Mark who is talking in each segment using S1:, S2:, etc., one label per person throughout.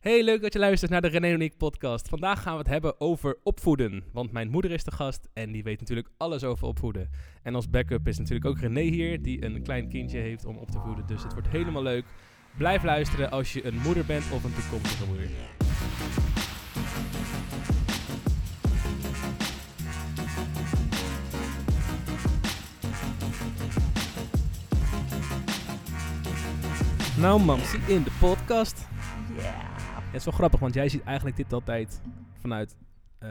S1: Hey, leuk dat je luistert naar de René Uniek podcast. Vandaag gaan we het hebben over opvoeden. Want mijn moeder is de gast en die weet natuurlijk alles over opvoeden. En als backup is natuurlijk ook René hier, die een klein kindje heeft om op te voeden. Dus het wordt helemaal leuk. Blijf luisteren als je een moeder bent of een toekomstige moeder. Nou, mamsie, in de podcast. Ja, Het is wel grappig, want jij ziet eigenlijk dit altijd vanuit eh,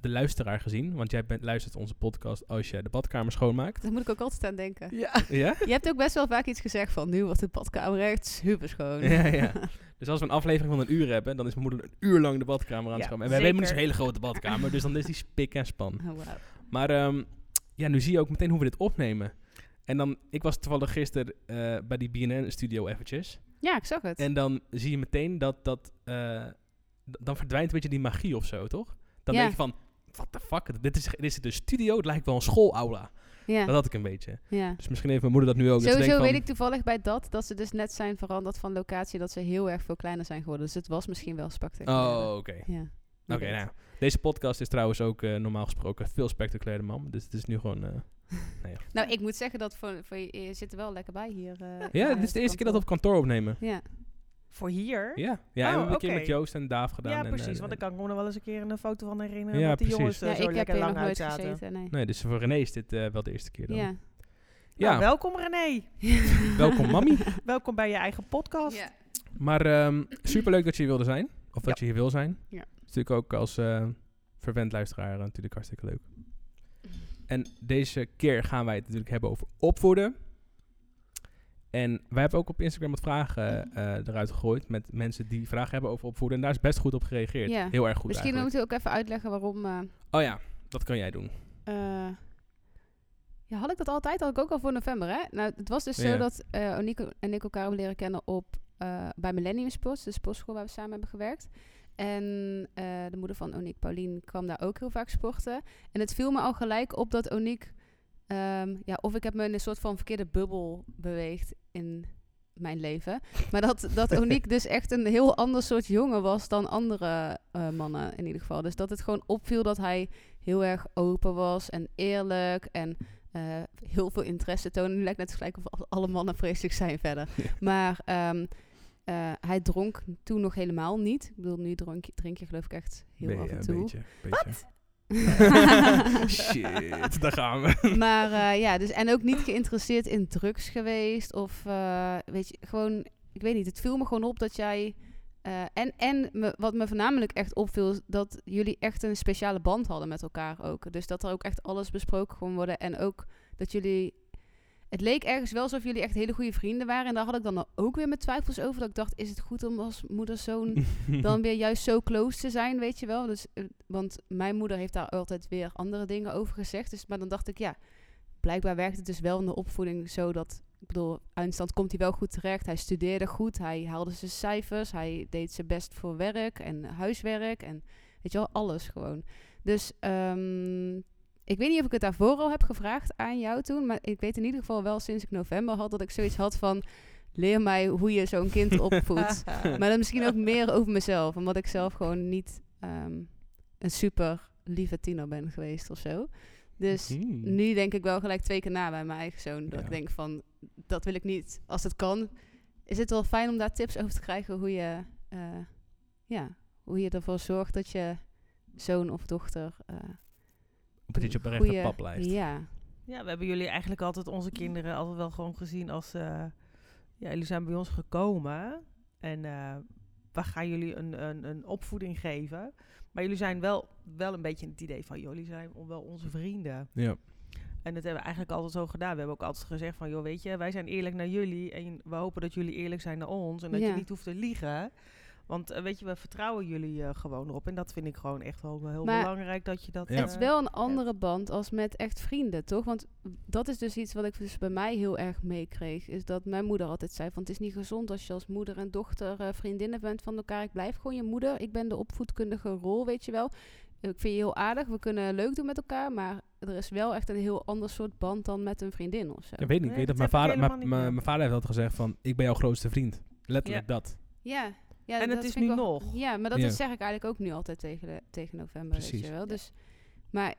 S1: de luisteraar gezien. Want jij bent, luistert onze podcast als jij de badkamer schoonmaakt.
S2: Daar moet ik ook altijd aan denken.
S1: Ja. Ja?
S2: Je hebt ook best wel vaak iets gezegd van nu wordt de badkamer echt super schoon.
S1: ja, ja. Dus als we een aflevering van een uur hebben, dan is mijn moeder een uur lang de badkamer aan het
S2: Ja,
S1: schoonmaken. En wij hebben niet zo'n
S2: zeker.
S1: hele grote badkamer, dus dan is die spik en span.
S2: Oh, wauw.
S1: Maar ehm, ja, nu zie je ook meteen hoe we dit opnemen. En dan, ik was toevallig gisteren eh, bij die BNN-studio eventjes.
S2: Ja, ik zag het.
S1: En dan zie je meteen dat dat. eh, d- dan verdwijnt een beetje die magie of zo, toch? Dan
S2: Ja.
S1: denk je van. What the fuck? Dit is, dit is de studio. Het lijkt wel een schoolaula. Dat
S2: ja,
S1: had ik een beetje.
S2: ja.
S1: Dus misschien heeft mijn moeder dat nu ook. dat ze
S2: Sowieso
S1: denkt
S2: weet
S1: van,
S2: ik toevallig bij dat, dat ze dus net zijn veranderd van locatie, dat ze heel erg veel kleiner zijn geworden. Dus het was misschien wel spectaculair.
S1: Oh, oké.
S2: Ja.
S1: Oké, nou. ja. Deze podcast is trouwens ook eh, normaal gesproken veel spectaculairder, mam. Dus het is nu gewoon. eh,
S2: Nou, ik moet zeggen dat voor, voor, je je zit er wel lekker bij hier. eh,
S1: Ja,
S2: eh,
S1: dit is de
S2: op
S1: eerste keer dat we
S2: kantoor.
S1: op kantoor opnemen.
S2: Ja,
S3: Voor hier?
S1: Ja, ja en we hebben
S3: Oh,
S1: een keer
S3: oké.
S1: met Joost en Daaf gedaan.
S3: Ja,
S1: en, eh,
S3: precies. want ik kan ik me nog wel eens een keer een foto van herinneren.
S1: Ja,
S3: dat die
S1: precies.
S3: jongens eh,
S2: ja
S3: zo
S2: ik heb
S3: lekker
S2: hier nog
S3: lang
S2: nooit
S3: uit zaten.
S2: gezeten. Nee.
S1: Nee, dus voor René is dit eh, wel de eerste keer dan.
S2: Ja.
S1: Ja,
S3: Nou, welkom René.
S1: welkom mami.
S3: Welkom bij je eigen podcast.
S2: ja.
S1: Maar ehm superleuk dat je hier wilde zijn. Of dat je hier wil zijn.
S2: Ja.
S1: Is natuurlijk ook als eh verwend luisteraar eh, natuurlijk hartstikke leuk. En deze keer gaan wij het natuurlijk hebben over opvoeden. En wij hebben ook op Instagram wat vragen eh, eruit gegooid met mensen die vragen hebben over opvoeden. En daar is best goed op gereageerd.
S2: Ja.
S1: Heel erg goed
S2: Misschien
S1: eigenlijk.
S2: moeten we ook even uitleggen waarom... eh,
S1: Oh ja, dat kan jij doen.
S2: Eh, ja, had ik dat altijd? Had ik ook al voor november, hè? Nou, het was dus
S1: Ja.
S2: zo dat eh Onico en ik elkaar hebben leren kennen op, eh, bij Millennium Sports, de sportschool waar we samen hebben gewerkt. En eh, de moeder van Oniek, Paulien, kwam daar ook heel vaak sporten. En het viel me al gelijk op dat Oniek... ehm, ja, of ik heb me in een soort van verkeerde bubbel beweegd in mijn leven. Maar dat, dat Oniek dus echt een heel ander soort jongen was dan andere eh, mannen in ieder geval. Dus dat het gewoon opviel dat hij heel erg open was en eerlijk en eh, heel veel interesse toonde. Nu lijkt het net gelijk of al- alle mannen vreselijk zijn verder.
S1: Ja.
S2: Maar ehm, eh, hij dronk toen nog helemaal niet. Ik bedoel, nu drink je, drink je geloof ik echt heel
S1: Ben je
S2: af en
S1: een
S2: toe.
S1: beetje, een beetje. Shit, daar gaan we.
S2: Maar eh, ja, dus en ook niet geïnteresseerd in drugs geweest. Of eh, weet je, gewoon, ik weet niet. Het viel me gewoon op dat jij. eh, en en me, wat me voornamelijk echt opviel, is dat jullie echt een speciale band hadden met elkaar ook. Dus dat er ook echt alles besproken kon worden. En ook dat jullie. Het leek ergens wel alsof jullie echt hele goede vrienden waren. En daar had ik dan ook weer mijn twijfels over. Dat ik dacht, is het goed om als moeder-zoon dan weer juist zo close te zijn, weet je wel. Dus, eh, want mijn moeder heeft daar altijd weer andere dingen over gezegd. Dus, maar dan dacht ik, ja, blijkbaar werkt het dus wel in de opvoeding zo dat... Ik bedoel, eindstand komt hij wel goed terecht. Hij studeerde goed, hij haalde zijn cijfers, hij deed zijn best voor werk en huiswerk en weet je wel, alles gewoon. Dus ehm, ik weet niet of ik het daarvoor al heb gevraagd aan jou toen, maar ik weet in ieder geval wel sinds ik november had dat ik zoiets had van leer mij hoe je zo'n kind opvoedt. Maar dan misschien ook meer over mezelf. Omdat ik zelf gewoon niet ehm, een super lieve tiener ben geweest of zo. Dus
S1: Hmm.
S2: nu denk ik wel gelijk twee keer na bij mijn eigen zoon. Dat
S1: Ja.
S2: ik denk van, dat wil ik niet. Als het kan, is het wel fijn om daar tips over te krijgen. Hoe je, eh, ja, hoe je ervoor zorgt dat je zoon of dochter... eh
S1: Op het je op een rechte
S2: een goede-
S1: pap blijft.
S2: Ja,
S3: Ja, we hebben jullie eigenlijk altijd onze kinderen altijd wel gewoon gezien als... eh, ja, jullie zijn bij ons gekomen. En eh we gaan jullie een, een, een opvoeding geven. Maar jullie zijn wel, wel een beetje het idee van... joh, jullie zijn wel onze vrienden.
S1: Ja.
S3: En dat hebben we eigenlijk altijd zo gedaan. We hebben ook altijd gezegd van, joh, weet je, wij zijn eerlijk naar jullie en we hopen dat jullie eerlijk zijn naar ons en dat
S2: Ja.
S3: je niet hoeft te liegen. Want eh, weet je, we vertrouwen jullie eh, gewoon erop en dat vind ik gewoon echt wel heel
S2: Maar
S3: belangrijk dat je dat.
S1: Ja.
S2: Het is
S3: eh,
S2: wel een andere band als met echt vrienden, toch? Want dat is dus iets wat ik dus bij mij heel erg meekreeg. Is dat mijn moeder altijd zei: van het is niet gezond als je als moeder en dochter eh, vriendinnen bent van elkaar. Ik blijf gewoon je moeder. Ik ben de opvoedkundige rol, weet je wel. Ik vind je heel aardig. We kunnen leuk doen met elkaar. Maar er is wel echt een heel ander soort band dan met een vriendin of zo.
S1: Ik weet niet. Ik
S3: Nee,
S1: weet dat
S3: dat
S1: mijn
S3: heb ik
S1: vader,
S3: helemaal
S1: mijn,
S3: niet
S1: mijn,
S3: meer.
S1: mijn vader heeft altijd gezegd van, ik ben jouw grootste vriend. Letterlijk dat.
S2: Ja, Ja,
S3: En het
S2: dat
S3: is
S2: vind ik
S3: nu
S2: wel-
S3: nog.
S2: Ja, maar dat
S1: Ja.
S2: is- zeg ik eigenlijk ook nu altijd tegen, de- tegen november, weet
S1: Precies.
S2: je wel. Dus, maar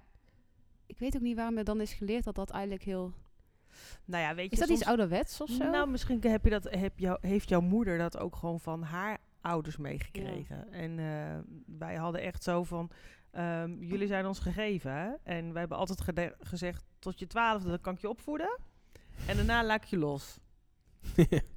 S2: ik weet ook niet waarom er dan is geleerd dat dat eigenlijk heel...
S3: Nou ja, weet je,
S2: Is dat iets
S3: soms-
S2: ouderwets of zo?
S3: Nou, misschien heb je dat, heb jou, heeft jouw moeder dat ook gewoon van haar ouders meegekregen. En eh, wij hadden echt zo van, ehm, jullie zijn ons gegeven. hè? En wij hebben altijd gede- gezegd, tot je twaalfde dan kan ik je opvoeden. En daarna laat ik je los.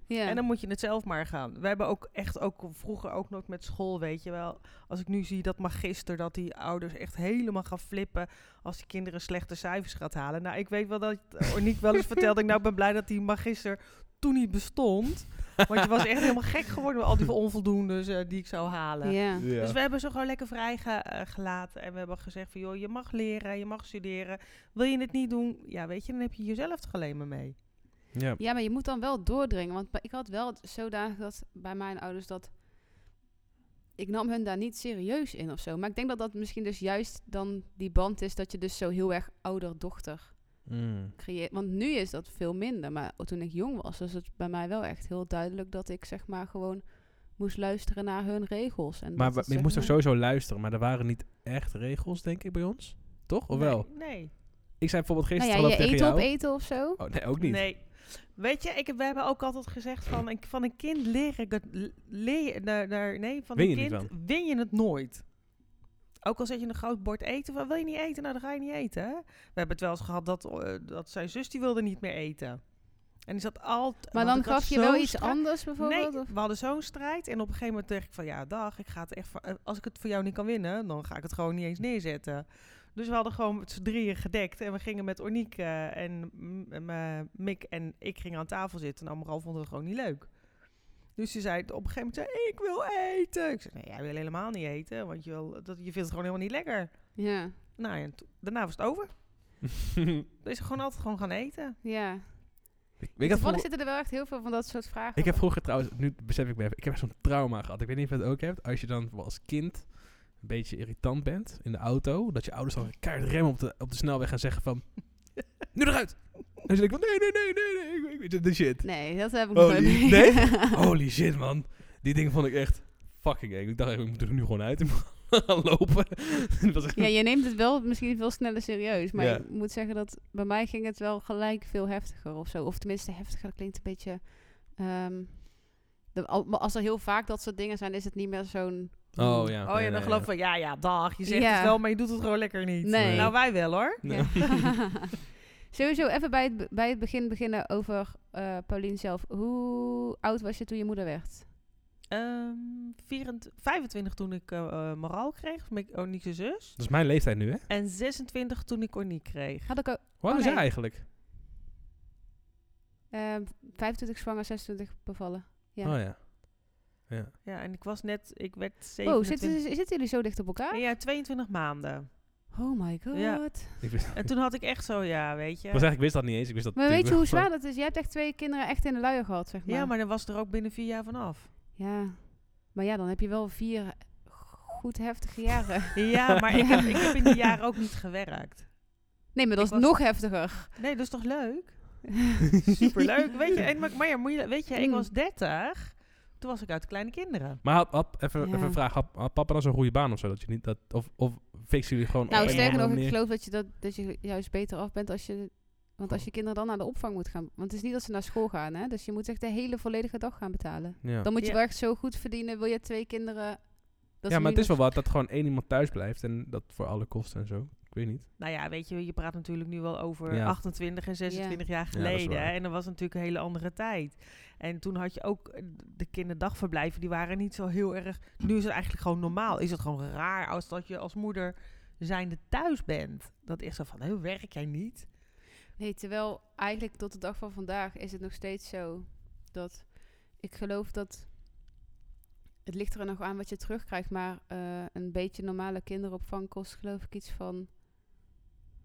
S2: ja.
S3: En dan moet je het zelf maar gaan. We hebben ook echt ook vroeger ook nog met school, weet je wel. Als ik nu zie dat magister, dat die ouders echt helemaal gaan flippen als die kinderen slechte cijfers gaat halen. Nou, ik weet wel dat Orniek wel eens vertelde. Ik nou ik ben blij dat die magister toen niet bestond. Want je was echt helemaal gek geworden met al die onvoldoendes eh, die ik zou halen.
S2: ja.
S3: Dus we hebben ze gewoon lekker vrijgelaten. En we hebben gezegd van, joh, je mag leren, je mag studeren. Wil je het niet doen? Ja, weet je, dan heb je jezelf toch alleen maar mee.
S1: ja.
S2: Ja, maar je moet dan wel doordringen. Want bij- ik had wel het zodanig dat bij mijn ouders dat... Ik nam hun daar niet serieus in of zo. Maar ik denk dat dat misschien dus juist dan die band is... dat je dus zo heel erg ouder-dochter
S1: Mm.
S2: creëert. Want nu is dat veel minder. Maar toen ik jong was, was het bij mij wel echt heel duidelijk... dat ik zeg maar gewoon moest luisteren naar hun regels. En
S1: Maar
S2: dat het,
S1: we- je
S2: zeg
S1: moest toch
S2: maar-
S1: sowieso luisteren, maar er waren niet echt regels, denk ik, bij ons? Toch? Of wel?
S3: Nee, nee.
S1: Ik zei bijvoorbeeld
S2: Nou
S1: gisteren
S2: ja,
S1: geloof
S2: je
S1: ik tegen
S2: eten
S1: jou...
S2: op eten of zo.
S1: Oh, nee, ook niet.
S3: Nee. Weet je, ik heb, we hebben ook altijd gezegd van een, van een kind leren dat leer je daar, daar- nee van
S1: Win
S3: een
S1: je niet
S3: kind win je het nooit. Ook al zet je een groot bord eten van wil je niet eten, nou dan ga je niet eten. hè. We hebben het wel eens gehad dat, eh, dat zijn zus die wilde niet meer eten. En die zat altijd.
S2: Maar
S3: want
S2: dan
S3: ik had
S2: gaf je
S3: zo'n
S2: wel iets
S3: strijd-
S2: anders bijvoorbeeld?
S3: Nee,
S2: of?
S3: we hadden zo'n strijd en op een gegeven moment dacht ik van ja, dag, ik ga het echt van, eh, als ik het voor jou niet kan winnen, dan ga ik het gewoon niet eens neerzetten. Dus we hadden gewoon met z'n drieën gedekt en we gingen met Orniek eh, en m- m- eh, Mick en ik gingen aan tafel zitten en Amaral vond het gewoon niet leuk. Dus ze zei op een gegeven moment, zei, ik wil eten. Ik zei, nee, jij wil helemaal niet eten, want je, wil, dat, je vindt het gewoon helemaal niet lekker.
S2: Ja,
S3: Nou ja, en to- daarna was het over. Dus gewoon altijd gewoon gaan eten.
S2: ja.
S1: ik, ik, had
S2: Toevallig
S1: vroeger,
S2: zitten er wel echt heel veel van dat soort vragen.
S1: ik heb
S2: op.
S1: vroeger trouwens, nu besef ik me even, ik heb zo'n trauma gehad. Ik weet niet of je het ook hebt. Als je dan als kind een beetje irritant bent in de auto, dat je ouders dan keihard remmen op de, op de snelweg gaan zeggen van... nu eruit! En dan zeg ik van, nee, nee, nee, nee, nee, ik- ik weet het, de shit.
S2: Nee, dat heb ik
S1: Oh,
S2: nog nooit
S1: die-
S2: mee-
S1: nee? Holy shit, man. Die dingen vond ik echt fucking eng. Ik dacht, ik moet er nu gewoon uit en gaan lopen. Dat was echt-
S2: ja, je neemt het wel misschien veel sneller serieus. Maar
S1: Ja.
S2: ik moet zeggen dat bij mij ging het wel gelijk veel heftiger of zo. Of tenminste, heftiger dat klinkt een beetje... ehm, de- al- maar als er heel vaak dat soort dingen zijn, is het niet meer zo'n...
S1: Oh ja.
S3: Oh ja, dan geloof ik van, ja, ja, dag, je zegt
S2: Ja.
S3: het wel, maar je doet het gewoon lekker niet.
S2: Nee.
S3: Nou, wij wel hoor.
S2: Ja. Sowieso even bij het, be- bij het begin beginnen over eh Paulien zelf. Hoe oud was je toen je moeder werd?
S3: Ehm 24 25 toen ik eh eh, Moraal kreeg, met Orniek's zus.
S1: Dat is mijn leeftijd nu, hè?
S3: En 26 toen ik Orniek kreeg.
S2: Had ik ook
S1: Hoe oud
S2: Oh,
S1: is
S2: nee.
S1: jij eigenlijk?
S2: ehm, 25 zwanger, 26 bevallen. Ja.
S1: Oh ja. Ja.
S3: Ja, en ik was net, ik werd
S2: Wow,
S3: 27.
S2: Oh, zitten, zitten jullie zo dicht op elkaar?
S3: ja, 22 maanden.
S2: Oh my god.
S3: Ja.
S1: Ik wist,
S3: En toen had ik echt zo, ja, weet
S1: was
S3: je.
S1: eigenlijk, ik wist dat niet eens. Ik wist dat
S2: Maar weet je hoe
S1: natuurlijk wel.
S2: zwaar dat is? Je hebt echt twee kinderen echt in de luier gehad, zeg maar.
S3: Ja, maar dan was er ook binnen vier jaar vanaf.
S2: Ja. Maar ja, dan heb je wel vier goed heftige jaren.
S3: Ja, maar ik heb, ik heb in die jaren ook niet gewerkt.
S2: Nee, maar dat
S3: Ik
S2: is
S3: was-
S2: nog heftiger.
S3: Nee, dat is toch leuk? Superleuk. Weet je, en, maar, maar ja, moet je- weet je, ik
S2: Mm.
S3: was 30. Toen was ik uit kleine kinderen.
S1: Maar had, had- even,
S2: Ja.
S1: even een vraag. Had, had papa dan zo'n goede baan of zo? Dat je niet, dat, of, of fixen jullie gewoon
S2: Nou,
S1: op een
S2: sterker
S1: of
S2: nog,
S1: andere
S2: ik
S1: manier?
S2: geloof dat je, dat, dat je juist beter af bent als je... Want als je kinderen dan naar de opvang moet gaan... Want het is niet dat ze naar school gaan, hè? Dus je moet echt de hele volledige dag gaan betalen.
S1: Ja,
S2: Dan moet je
S3: Ja.
S2: wel echt zo goed verdienen. Wil je twee kinderen... dat
S1: ja
S2: ze
S1: maar
S2: nu
S1: het is
S2: nog-
S1: wel wat dat gewoon één iemand thuis blijft. En dat voor alle kosten en zo. Ik weet niet.
S3: Nou ja, weet je, je praat natuurlijk nu wel over
S1: Ja.
S3: 28 en 26 jaar
S1: Ja, dat is
S3: geleden.
S1: waar.
S3: hè, en dat was natuurlijk een hele andere tijd. En toen had je ook eh, de kinderdagverblijven, die waren niet zo heel erg. Nu is het eigenlijk gewoon normaal. Is het gewoon raar als dat je als moeder zijnde thuis bent? Dat is zo van, hé, werk jij niet?
S2: Nee, terwijl eigenlijk tot de dag van vandaag is het nog steeds zo dat ik geloof dat het ligt er nog aan wat je terugkrijgt, maar eh, een beetje normale kinderopvang kost geloof ik iets van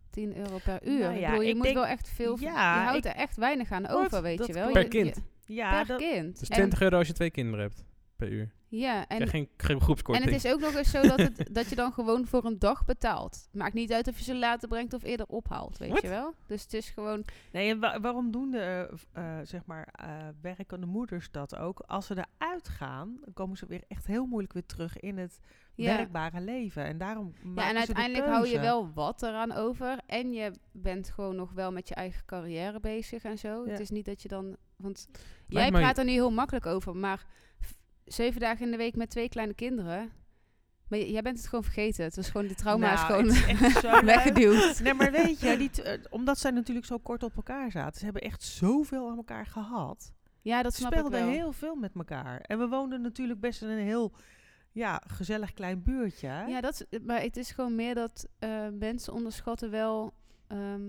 S2: 10 euro per uur.
S3: Nou
S2: ik
S3: ja,
S2: bedoel, je
S3: ik
S2: moet
S3: denk-
S2: wel echt veel, ver-
S3: ja,
S2: je
S3: ik-
S2: houdt er echt weinig aan
S3: Klopt,
S2: over, weet
S3: dat
S2: je wel.
S1: Per
S2: Je-
S1: kind.
S2: je-
S3: Ja,
S2: per
S3: dat,
S2: kind.
S1: Dus
S2: En-
S1: 20 euro als je twee kinderen hebt per uur.
S2: Ja, en
S1: krijg geen, geen
S2: En
S1: groepskorting.
S2: het is ook nog eens zo dat, het, dat je dan gewoon voor een dag betaalt. Maakt niet uit of je ze later brengt of eerder ophaalt, weet
S1: Wat?
S2: je wel? Dus het is gewoon...
S3: Nee, en wa- waarom doen de eh, v- eh, zeg maar, eh, werkende moeders dat ook? Als ze eruit gaan, dan komen ze weer echt heel moeilijk weer terug in het
S2: Ja,
S3: werkbare leven. En daarom
S2: ja
S3: maken
S2: en
S3: ze de
S2: uiteindelijk hou je
S3: keuze.
S2: wel wat eraan over. En je bent gewoon nog wel met je eigen carrière bezig en zo.
S3: Ja.
S2: Het is niet dat je dan... Want jij
S1: mij-
S2: praat er nu heel makkelijk over, maar f- zeven dagen in de week met twee kleine kinderen... Maar j- jij bent het gewoon vergeten. Het was gewoon, de trauma is
S3: Nou,
S2: gewoon
S3: het is echt zo leuk.
S2: weggeduwd.
S3: Nee, maar weet je, die t- eh, omdat zij natuurlijk zo kort op elkaar zaten, ze hebben echt zoveel aan elkaar gehad.
S2: Ja, dat
S3: Ze
S2: snap ik
S3: speelden
S2: wel.
S3: heel veel met elkaar. En we woonden natuurlijk best in een heel ja, gezellig klein buurtje.
S2: Ja, dat, is- maar het is gewoon meer dat eh, mensen onderschatten wel ehm,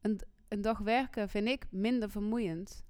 S2: een, een dag werken, vind ik, minder vermoeiend.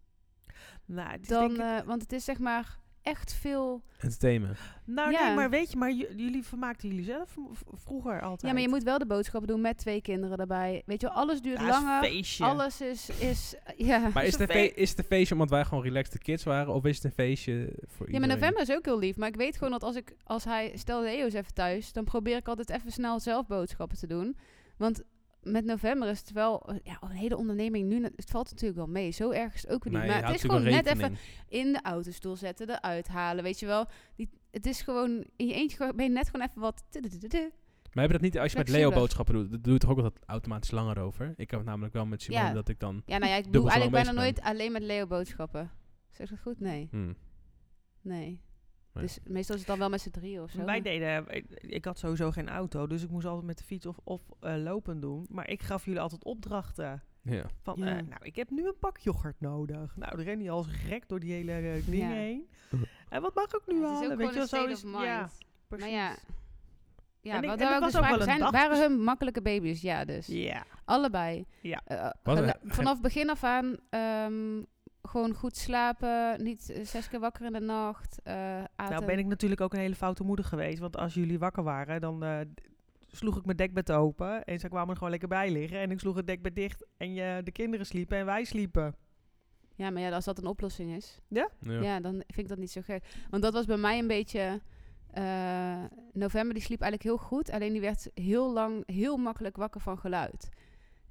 S3: nou, het is
S2: Dan,
S3: denk ik-
S2: eh, want het is zeg maar echt veel...
S1: Entertainment.
S3: nou
S2: ja.
S3: nee, maar weet je, maar j- jullie vermaakten jullie zelf v- v- vroeger altijd.
S2: Ja, maar je moet wel de boodschappen doen met twee kinderen erbij. Weet je wel, alles duurt
S3: Ja, het is een
S2: langer.
S3: feestje.
S2: Alles is... is eh, ja.
S1: Maar is
S3: is
S1: het, een
S3: een
S1: fe- is het een feestje omdat wij gewoon relaxed kids waren? Of is het een feestje voor
S2: ja,
S1: iedereen?
S2: maar november is ook heel lief. Maar ik weet gewoon dat als ik... Als hij... Stel Leo is even thuis. Dan probeer ik altijd even snel zelf boodschappen te doen. Want... Met november is het wel eh, ja, een hele onderneming. Nu, het valt natuurlijk wel mee. Zo erg is het ook weer niet.
S1: Nee, je
S2: maar het
S1: houdt
S2: is gewoon
S1: natuurlijk
S2: net even
S1: rekening.
S2: in de autostoel zetten, eruit halen. Weet je wel, die, het is gewoon in je eentje gewoon- ben je net gewoon even wat. tudududu.
S1: Maar heb je dat niet als je met Leo
S2: Flexibeler.
S1: boodschappen doet? Dat doe je toch ook altijd automatisch langer over? Ik heb het namelijk wel met Simone
S2: Ja.
S1: dat ik dan...
S2: Ja, nou ja, ik
S1: Dubbel
S2: doe
S1: zo lang
S2: eigenlijk bijna
S1: bezig
S2: nooit alleen met Leo boodschappen. Zeg ik dat goed? Nee,
S1: Hmm.
S2: nee.
S1: Nee.
S2: Dus meestal is het dan wel met z'n drieën of zo.
S3: Wij deden, ik- ik had sowieso geen auto, dus ik moest altijd met de fiets of, of eh, lopen doen. Maar ik gaf jullie altijd opdrachten.
S1: Ja.
S3: Van,
S2: Ja.
S3: eh, nou, ik heb nu een pak yoghurt nodig. Nou, dan ren die als een gek door die hele eh, ding
S2: Ja.
S3: heen. En wat mag ik nu
S2: Ja, het is
S3: halen?
S2: ook
S3: Weet
S2: gewoon
S3: je wel,
S2: een
S3: zo
S2: state
S3: is
S2: of mind.
S3: Ja,
S2: maar
S3: precies.
S2: ja, ja
S3: En ik- en
S2: wat we
S3: het
S2: ook
S3: was
S2: dus
S3: ook
S2: vaak
S3: wel een
S2: zijn,
S3: dag,
S2: waren
S3: dus-
S2: hun makkelijke baby's, ja dus.
S3: Ja.
S2: Allebei.
S3: Ja.
S2: Eh,
S1: Wat
S2: gelu-
S1: een-
S2: vanaf begin af aan ehm, gewoon goed slapen, niet eh, zes keer wakker in de nacht. eh
S3: Nou ben ik natuurlijk ook een hele foute moeder geweest. Want als jullie wakker waren, dan eh, d- sloeg ik mijn dekbed open. En ze kwamen er gewoon lekker bij liggen. En ik sloeg het dekbed dicht. En je, de kinderen sliepen en wij sliepen.
S2: Ja, maar ja, als dat een oplossing is.
S1: Ja.
S2: Ja, dan vind ik dat niet zo gek. Want dat was bij mij een beetje. eh, november die sliep eigenlijk heel goed. Alleen die werd heel lang, heel makkelijk wakker van geluid.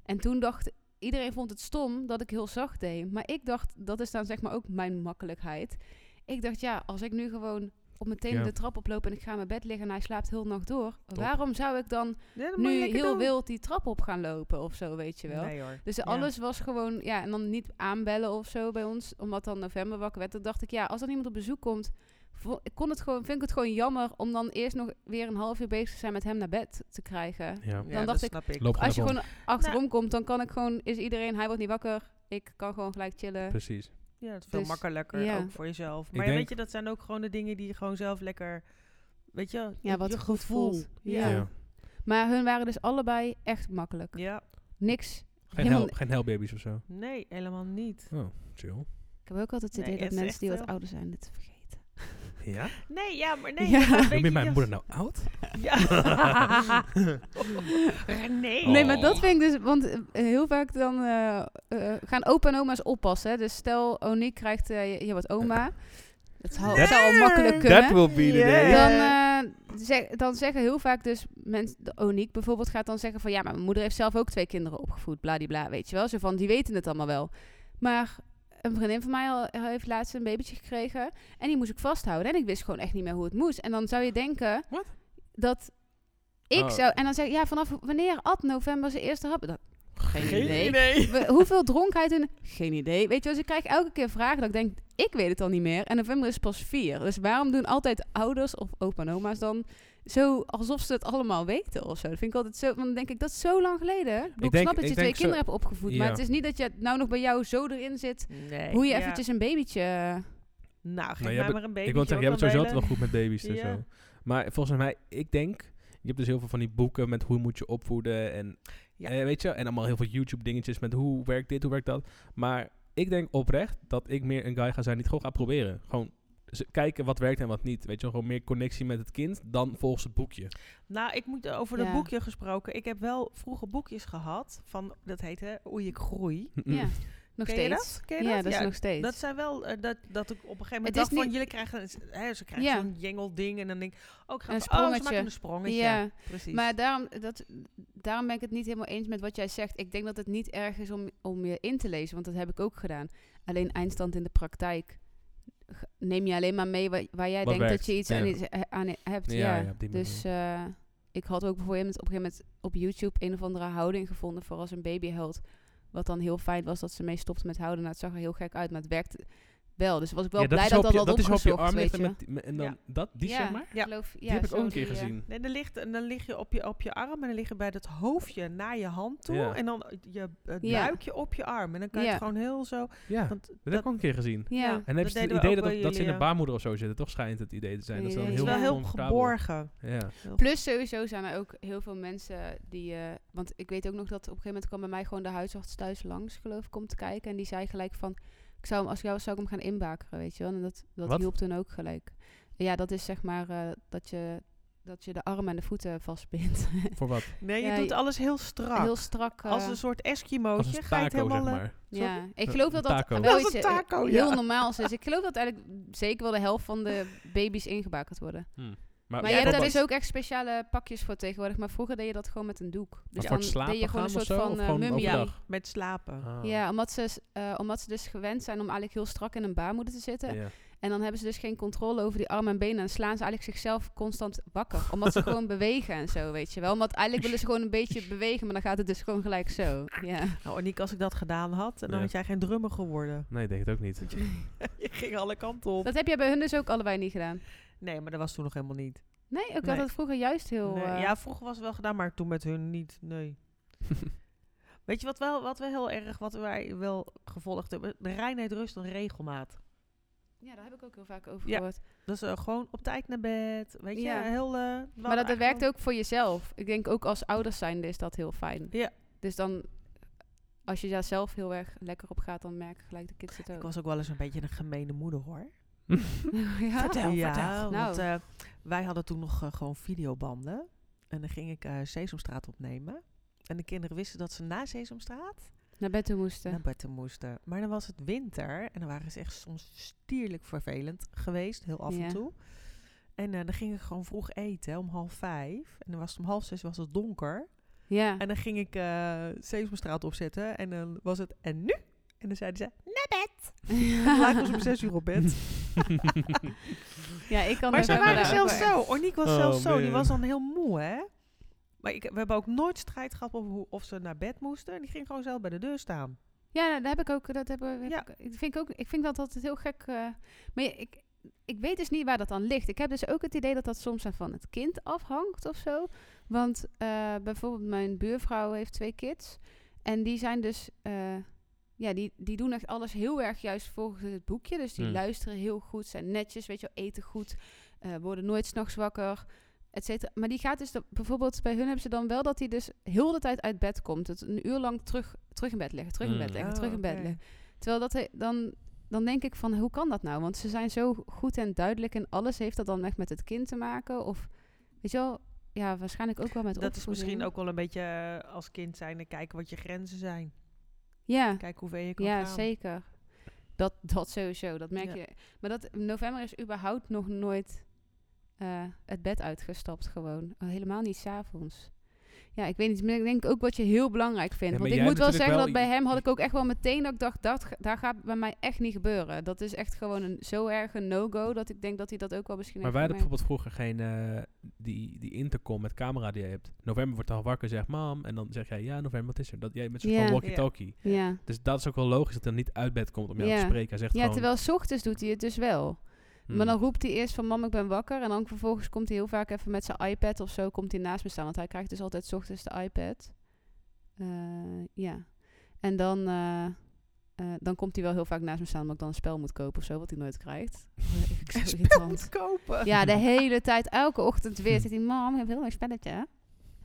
S2: En toen dacht iedereen vond het stom dat ik heel zacht deed. Maar ik dacht, dat is dan zeg maar ook mijn makkelijkheid. Ik dacht, ja, als ik nu gewoon op meteen
S1: Ja.
S2: de trap oploop en ik ga in mijn bed liggen en hij slaapt heel nacht door. Waarom zou ik dan
S3: Ja, dat moet je
S2: nu
S3: lekker
S2: heel
S3: doen.
S2: wild die trap op gaan lopen of zo, weet je wel?
S3: Nee hoor.
S2: Dus
S3: Ja.
S2: alles was gewoon, ja, en dan niet aanbellen of zo bij ons, omdat dan november wakker werd. Dan dacht ik, ja, als er iemand op bezoek komt, vo- ik kon het gewoon, vind ik het gewoon jammer om dan eerst nog weer een half uur bezig te zijn met hem naar bed te krijgen.
S1: Ja.
S3: Ja,
S2: dan
S3: dat
S2: dacht ik,
S3: snap ik.
S1: Loop
S2: Als je
S1: Daarom.
S2: gewoon achterom
S3: Nou-
S2: komt, dan kan ik gewoon, is iedereen, hij wordt niet wakker, ik kan gewoon gelijk chillen.
S1: Precies.
S3: Ja, dat is veel
S2: Dus,
S3: makkelijker
S2: ja.
S3: ook voor jezelf.
S1: Ik
S3: Maar
S1: denk-
S3: weet je, dat zijn ook gewoon de dingen die je gewoon zelf lekker, weet je,
S2: Ja, wat
S3: je
S2: er goed voelt.
S3: Ja.
S2: Ja. Maar hun waren dus allebei echt makkelijk.
S3: Ja.
S2: Niks.
S1: Geen,
S2: Helemaal-
S1: hel, geen helbabies of zo.
S3: nee, helemaal niet.
S1: Oh, chill.
S2: Ik heb ook altijd het
S3: Nee, het
S2: idee dat
S3: is
S2: mensen
S3: echt
S2: die wat
S3: heel-
S2: ouder zijn dit vergeten.
S1: Ja?
S3: Nee, ja, maar nee. dat
S2: Ja.
S3: weet
S1: Noem
S3: je
S1: je mijn
S3: niet
S1: moeder nou oud?
S3: als- Ja. René.
S1: Oh.
S2: Nee, maar dat vind ik dus, want eh, heel vaak dan eh, eh, gaan opa en oma's oppassen. hè. Dus stel, Oniek krijgt, eh, je, je wordt oma. Dat zou,
S1: That-
S2: zou al makkelijk
S1: Dat
S2: kunnen.
S1: will be the day.
S3: Yeah.
S2: Dan, eh, zeg- dan zeggen heel vaak dus mensen, de Oniek bijvoorbeeld gaat dan zeggen van ja, maar mijn moeder heeft zelf ook twee kinderen opgevoed, bladibla, weet je wel. Zo van, die weten het allemaal wel. Maar een vriendin van mij al, eh, heeft laatst een babytje gekregen en die moest ik vasthouden en ik wist gewoon echt niet meer hoe het moest. En dan zou je denken
S1: Wat?
S2: dat ik
S1: Oh.
S2: zou, en dan zeg ik ja, vanaf wanneer at november zijn eerste hap? Dat, geen, idee.
S3: idee.
S2: We- hoeveel dronkenheid in? Geen idee. Weet je, dus ik krijg elke keer vragen dat ik denk, ik weet het al niet meer. En november is pas vier. Dus waarom doen altijd ouders of opa en oma's dan zo alsof ze het allemaal weten of zo? Dat vind ik altijd zo. Want dan denk ik, dat is zo lang geleden. Ik, bedoel, ik
S1: denk-
S2: snap dat
S1: ik
S2: je twee
S1: denk zo-
S2: kinderen hebt opgevoed. Maar
S1: Ja.
S2: het is niet dat je het nou nog bij jou zo erin zit.
S3: Nee.
S2: Hoe je
S3: Eh, ja.
S2: eventjes een babytje... eh,
S3: Nou, geef
S1: jij
S3: mij
S1: bent-
S3: maar een baby.
S1: Ik wil zeggen, jij hebt het sowieso altijd wel goed met baby's en
S3: Ja.
S1: zo. Maar volgens mij, ik denk... Je hebt dus heel veel van die boeken met hoe moet je opvoeden en...
S3: Ja.
S1: eh, weet je, en allemaal heel veel YouTube dingetjes met hoe werkt dit, hoe werkt dat. Maar ik denk oprecht dat ik meer een guy ga zijn die het gewoon gaat proberen. Gewoon z- kijken wat werkt en wat niet. Weet je, wel, gewoon meer connectie met het kind dan volgens het boekje.
S3: Nou, ik moet over
S2: Ja.
S3: dat boekje
S1: Mm.
S3: gesproken. Ik heb wel vroeger boekjes gehad van, dat heette Oei, ik groei.
S2: Ja. Nog
S3: Ken je
S2: steeds.
S3: dat? Ken je
S2: Ja,
S3: dat?
S2: dat is
S3: Ja,
S2: nog steeds.
S3: Dat zijn wel, eh, dat, dat ik op een gegeven moment
S2: Het is
S3: dacht van,
S2: niet-
S3: jullie krijgen, een- hè, ze krijgen
S2: Ja.
S3: zo'n jengelding en dan denk ik, oh, ik ga even-
S2: Een
S3: oh, ze
S2: sprongetje.
S3: maken een sprongetje.
S2: Ja.
S3: precies.
S2: Maar daarom, dat, daarom ben ik het niet helemaal eens met wat jij zegt. Ik denk dat het niet erg is om, om je in te lezen, want dat heb ik ook gedaan. Alleen eindstand in de praktijk g- neem je alleen maar mee wa- waar jij
S1: Wat
S2: denkt
S1: werkt,
S2: dat je iets
S1: ja.
S2: aan, iets- eh, aan hebt.
S1: Ja,
S2: Ja,
S1: ja, op die
S2: dus eh, ik had ook bijvoorbeeld op een gegeven moment op YouTube een of andere houding gevonden voor als een baby huilt. Wat dan heel fijn was dat ze mee stopte met houden. Nou, het zag er heel gek uit, maar het werkte wel. Dus was ik wel
S1: Ja,
S2: blij
S1: is
S2: dat
S1: op
S2: dat
S1: je-
S2: had
S1: dat is op je
S2: opgezocht,
S1: arm
S2: weet
S1: ligt
S2: je.
S1: en, met- met- en dan
S3: Ja.
S1: dat, die
S2: ja,
S1: zeg maar?
S2: ik geloof, ja,
S1: die heb ik
S2: zo
S1: ook een keer
S2: die, eh,
S1: gezien.
S3: Nee, dan, ligt, en dan lig je op je, op je arm en dan liggen bij dat hoofdje naar je hand toe.
S1: Ja.
S3: En dan je, het
S2: Ja.
S3: buikje op je arm. En dan kan je
S2: Ja.
S3: het gewoon heel zo...
S1: Ja,
S3: Want
S1: dat heb ik ook een keer gezien.
S2: ja.
S1: En dan heb je het
S3: deden we
S1: idee
S3: ook
S1: dat, dat
S3: bij
S1: ze in de
S3: jullie,
S1: baarmoeder of zo zitten. Toch schijnt het idee te zijn. Dat ze dan
S2: Ja,
S3: Het
S1: heel
S3: is wel heel
S1: comfortabel-
S3: geborgen.
S1: Ja.
S2: Plus sowieso zijn er ook heel veel mensen die... eh, want ik weet ook nog dat op een gegeven moment kwam bij mij gewoon de huisarts thuis langs, geloof ik, om te kijken. En die zei gelijk van, ik zou hem, als ik jou was, zou ik hem gaan inbakeren, weet je wel. En dat, dat
S1: Wat?
S2: hielp toen ook gelijk. Ja, dat is zeg maar eh, dat, je, dat je de armen en de voeten vastbindt.
S1: Voor wat?
S3: Nee, je
S2: Ja,
S3: doet
S2: je-
S3: alles heel strak.
S2: Heel strak. eh,
S3: Als een soort
S1: Als
S3: Eskimootje
S1: een
S3: ga je het
S1: taco,
S3: helemaal...
S1: zeg
S3: eh,
S1: maar.
S2: Ja, ik
S1: Een
S2: geloof dat dat
S1: taco.
S2: wel
S3: Als
S2: iets
S3: een
S2: eh,
S3: taco,
S2: heel
S3: ja.
S2: normaal is. Dus Ik geloof dat eigenlijk zeker wel de helft van de baby's ingebakerd worden.
S1: Ah,
S2: Maar
S3: Ja,
S2: je hebt
S3: dat
S2: daar
S3: is-
S2: dus ook echt speciale pakjes voor tegenwoordig. Maar vroeger deed je dat gewoon met een doek. Dus
S1: voor het slapen
S2: deed je
S1: gaan
S2: gewoon een soort
S1: of zo? Of
S2: van eh,
S1: gewoon
S2: mummie.
S1: overdag?
S3: Met slapen.
S1: Ah.
S2: Ja, omdat ze, s- eh, omdat ze dus gewend zijn om eigenlijk heel strak in een baarmoeder te zitten. En dan hebben ze dus geen controle over die armen en benen. En slaan ze eigenlijk zichzelf constant wakker. Omdat ze gewoon bewegen en zo, weet je wel. Omdat eigenlijk willen ze gewoon een beetje bewegen, maar dan gaat het dus gewoon gelijk zo. Ja.
S3: Nou, Aniek, als ik dat gedaan had, dan
S1: Nee.
S3: had jij geen drummer geworden.
S1: Nee, ik denk het ook niet.
S3: je ging alle kanten op.
S2: Dat heb jij bij hun dus ook allebei niet gedaan.
S3: Nee, maar dat was toen nog helemaal niet.
S2: Nee, ik
S3: Nee.
S2: had dat vroeger juist heel...
S3: Nee,
S2: eh,
S3: ja, vroeger was het wel gedaan, maar toen met hun niet. Nee. Weet je wat wel, wat we heel erg, wat wij wel gevolgd hebben? De reinheid, rust en regelmaat.
S2: ja, daar heb ik ook heel vaak over
S3: Ja.
S2: gehoord.
S3: Dus eh, gewoon op tijd naar bed. Weet je,
S2: Ja.
S3: heel. eh, wel
S2: Maar dat, dat
S3: eigenlijk
S2: werkt ook voor jezelf. Ik denk ook als ouders zijnde is dat heel fijn.
S3: Ja.
S2: Dus dan, als je daar zelf heel erg lekker op gaat, dan merken gelijk de kids het
S3: wel- Ik
S2: ook.
S3: was ook wel eens een beetje een gemene moeder hoor.
S2: ja.
S3: ja, want
S2: Nou.
S3: eh, wij hadden toen nog eh, gewoon videobanden. En dan ging ik eh, Sesamstraat opnemen. En de kinderen wisten dat ze na Sesamstraat
S2: Naar bed toe moesten.
S3: naar buiten moesten. Maar dan was het winter en dan waren ze echt soms stierlijk vervelend geweest, heel af
S2: Ja.
S3: en toe. En eh, dan ging ik gewoon vroeg eten, hè, om half vijf. En dan was het om half zes was het donker.
S2: Ja.
S3: En dan ging ik eh Sesamstraat opzetten en dan was het en nu? En dan zeiden ze, naar bed. En lagen ze om zes uur op bed.
S2: ja, ik kan
S3: maar
S2: dat
S3: ze
S2: ook wel
S3: waren
S2: daar
S3: zelfs
S2: ook
S3: zo. Orniek was
S1: Oh,
S3: zelfs zo. Die
S1: man.
S3: was dan heel moe, hè? Maar ik, we hebben ook nooit strijd gehad over hoe, of ze naar bed moesten. En die ging gewoon zelf bij de deur staan.
S2: Ja, nou, dat heb ik ook. Dat heb, heb
S3: Ja.
S2: ik, ik vind ik ook. Ik vind dat altijd heel gek. eh, maar ja, ik, ik weet dus niet waar dat aan ligt. Ik heb dus ook het idee dat dat soms van het kind afhangt of zo. Want eh, bijvoorbeeld mijn buurvrouw heeft twee kids. En die zijn dus. eh, ja, die, die doen echt alles heel erg juist volgens het boekje. Dus die
S1: Hmm.
S2: luisteren heel goed, zijn netjes, weet je wel, eten goed, eh, worden nooit s'nachts wakker, et cetera. Maar die gaat dus, dan- bijvoorbeeld bij hun hebben ze dan wel dat hij dus heel de tijd uit bed komt. Het een uur lang terug, terug in bed leggen, terug in
S1: Hmm.
S2: bed leggen,
S3: Oh,
S2: terug in bed
S3: oké.
S2: leggen. Terwijl dat hij- dan, dan denk ik van, hoe kan dat nou? Want ze zijn zo goed en duidelijk en alles. Heeft dat dan echt met het kind te maken? Of, weet je wel, ja, waarschijnlijk ook wel met
S3: Dat is misschien
S2: opvoeding.
S3: ook wel een beetje eh, als kind zijn en kijken wat je grenzen zijn.
S2: Ja,
S3: Kijk hoe ver je kan
S2: ja
S3: gaan.
S2: zeker. Dat, dat sowieso, dat merk
S3: Ja.
S2: je. Maar dat, november is überhaupt nog nooit eh, het bed uitgestapt gewoon. Al Helemaal niet s'avonds. Ja, ik weet niet. maar Ik denk ook wat je heel belangrijk vindt.
S1: Ja, maar
S2: Want ik
S1: jij
S2: moet wel
S1: natuurlijk
S2: zeggen
S1: wel-
S2: dat bij hem had ik ook echt wel meteen dat ik dacht, dat, ga- daar gaat bij mij echt niet gebeuren. Dat is echt gewoon een, zo erg een no-go dat ik denk dat hij dat ook wel misschien
S1: Maar wij
S2: heeft
S1: hadden
S2: gemerkt.
S1: bijvoorbeeld vroeger geen eh, die, die intercom met camera die je hebt. November wordt al wakker, zegt mam. En dan zeg jij, ja, november, wat is er? Dat jij met zo'n
S2: Ja.
S1: van walkie-talkie.
S2: Ja,
S1: Dus dat is ook wel logisch dat hij niet uit bed komt om jou
S2: Ja.
S1: te spreken. Hij zegt
S2: ja
S1: gewoon...
S2: terwijl s ochtends doet hij het dus wel.
S1: hmm,
S2: Maar dan roept hij eerst van mam, ik ben wakker. En dan vervolgens komt hij heel vaak even met zijn iPad of zo komt hij naast me staan. Want hij krijgt dus altijd 's ochtends de iPad. Eh, ja. En dan, eh, eh, dan komt hij wel heel vaak naast me staan omdat ik dan een spel moet kopen of zo, wat hij nooit krijgt. Eh, ik zo
S3: Een spel
S2: irritant.
S3: moet kopen. Hmm.
S2: Ja, de hele tijd, elke ochtend weer zit hij, mam, ik heb een heel leuk spelletje. hè?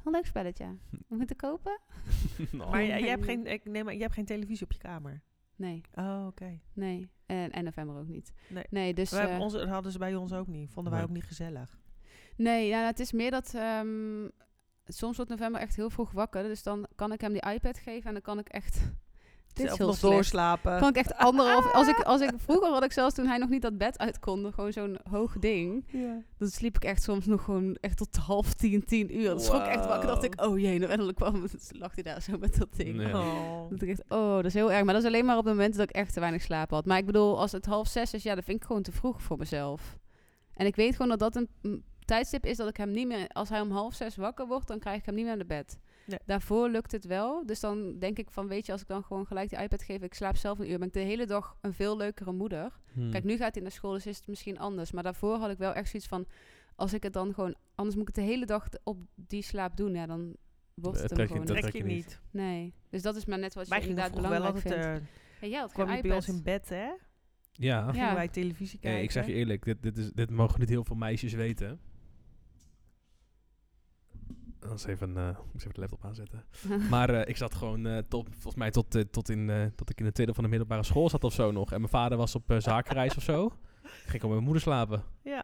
S2: Heel leuk spelletje.
S3: Hmm.
S2: We moeten kopen?
S1: nou,
S3: Maar jij, jij hebt geen, ik neem aan, jij hebt geen televisie op je kamer.
S2: Nee,
S3: Oh, oké.
S2: nee. En, en november ook niet.
S3: Nee.
S2: dus...
S3: We hebben
S2: eh,
S3: onze- dat hadden ze bij ons ook niet. Vonden wij
S1: Nee.
S3: ook niet gezellig.
S2: Nee, ja, nou, het is meer dat ehm, soms wordt november echt heel vroeg wakker. Dus dan kan ik hem die iPad geven en dan kan ik echt Dit is
S3: zelf
S2: heel
S3: nog
S2: slecht.
S3: doorslapen.
S2: Kan ik echt anderhalf... Als ik, als ik, vroeger had ik zelfs toen hij nog niet dat bed uit kon, gewoon zo'n hoog ding.
S3: Ja.
S2: Dan sliep ik echt soms nog gewoon echt tot half tien, tien uur. Dan schrok ik echt wakker. dacht ik, oh jee, nou eindelijk kwam het. lag hij daar zo met dat ding.
S1: Ja.
S3: Oh.
S2: Dat ik echt, oh, dat is heel erg. Maar dat is alleen maar op momenten dat ik echt te weinig slaap had. Maar ik bedoel, als het half zes is, ja, dat vind ik gewoon te vroeg voor mezelf. En ik weet gewoon dat dat een mm, tijdstip is dat ik hem niet meer... Als hij om half zes wakker wordt, dan krijg ik hem niet meer naar bed.
S3: Nee.
S2: Daarvoor lukt het wel. Dus dan denk ik van, weet je, als ik dan gewoon gelijk die iPad geef... Ik slaap zelf een uur, ben ik de hele dag een veel leukere moeder.
S1: Hmm.
S2: Kijk, nu gaat hij naar school, dus is het misschien anders. Maar daarvoor had ik wel echt zoiets van... Als ik het dan gewoon... Anders moet ik het de hele dag op die slaap doen. Ja, dan wordt
S1: Dat
S2: het hem
S1: trek je-
S2: gewoon
S1: dat
S3: Trek
S1: trek
S3: je
S1: je niet.
S3: niet.
S2: Nee. Dus dat is maar net wat je
S3: Wij gingen
S2: inderdaad
S3: vroeger wel
S2: belangrijk
S3: altijd...
S2: vindt.
S3: eh,
S2: ja, jij had geen
S3: kwam je bij ons
S2: iPad.
S3: in bed, hè?
S1: Ja.
S2: Ja.
S3: Gingen wij televisie
S1: Eh,
S3: kijken.
S1: ik zeg je eerlijk, dit, dit, is, dit mogen niet heel veel meisjes weten. Dat is even, eh, ik moet even de laptop aanzetten. Maar eh, ik zat gewoon eh, tot, volgens mij tot, eh, tot in, eh, dat ik in de tweede van de middelbare school zat of zo nog. En mijn vader was op eh, zakenreis of zo. Ik ging gewoon met mijn moeder slapen.
S3: Ja.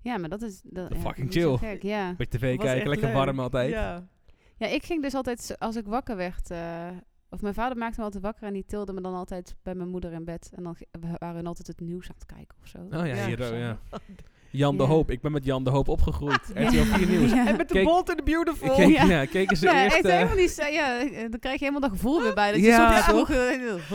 S2: ja, maar dat is... Dat,
S1: Dat
S2: ja,
S1: fucking
S2: dat is zo
S1: chill.
S2: gek, ja.
S1: Beetje tv
S3: Was echt
S1: kijken, lekker
S3: leuk.
S1: warm altijd.
S3: Ja.
S2: ja, ik ging dus altijd, zo- als ik wakker werd... eh, of mijn vader maakte me altijd wakker en die tilde me dan altijd bij mijn moeder in bed. En dan ge- we waren hun altijd het nieuws aan het kijken of zo.
S1: Oh ja,
S3: Ja.
S1: hier, oh, ja. Jan de
S2: Ja.
S1: Hoop. Ik ben met Jan de Hoop opgegroeid. RTL 4 Nieuws.
S2: Ja.
S3: En met de
S1: Kijk-
S3: Bold and
S1: Ik
S3: the Beautiful.
S1: keek,
S2: Ja.
S1: ja. keken ze
S2: Ja,
S1: eerst...
S2: echt
S1: eh,
S2: helemaal niet, zo- ja, eh, dan krijg je helemaal dat gevoel weer bij. Dat je
S1: Ja,
S2: soms
S1: toch?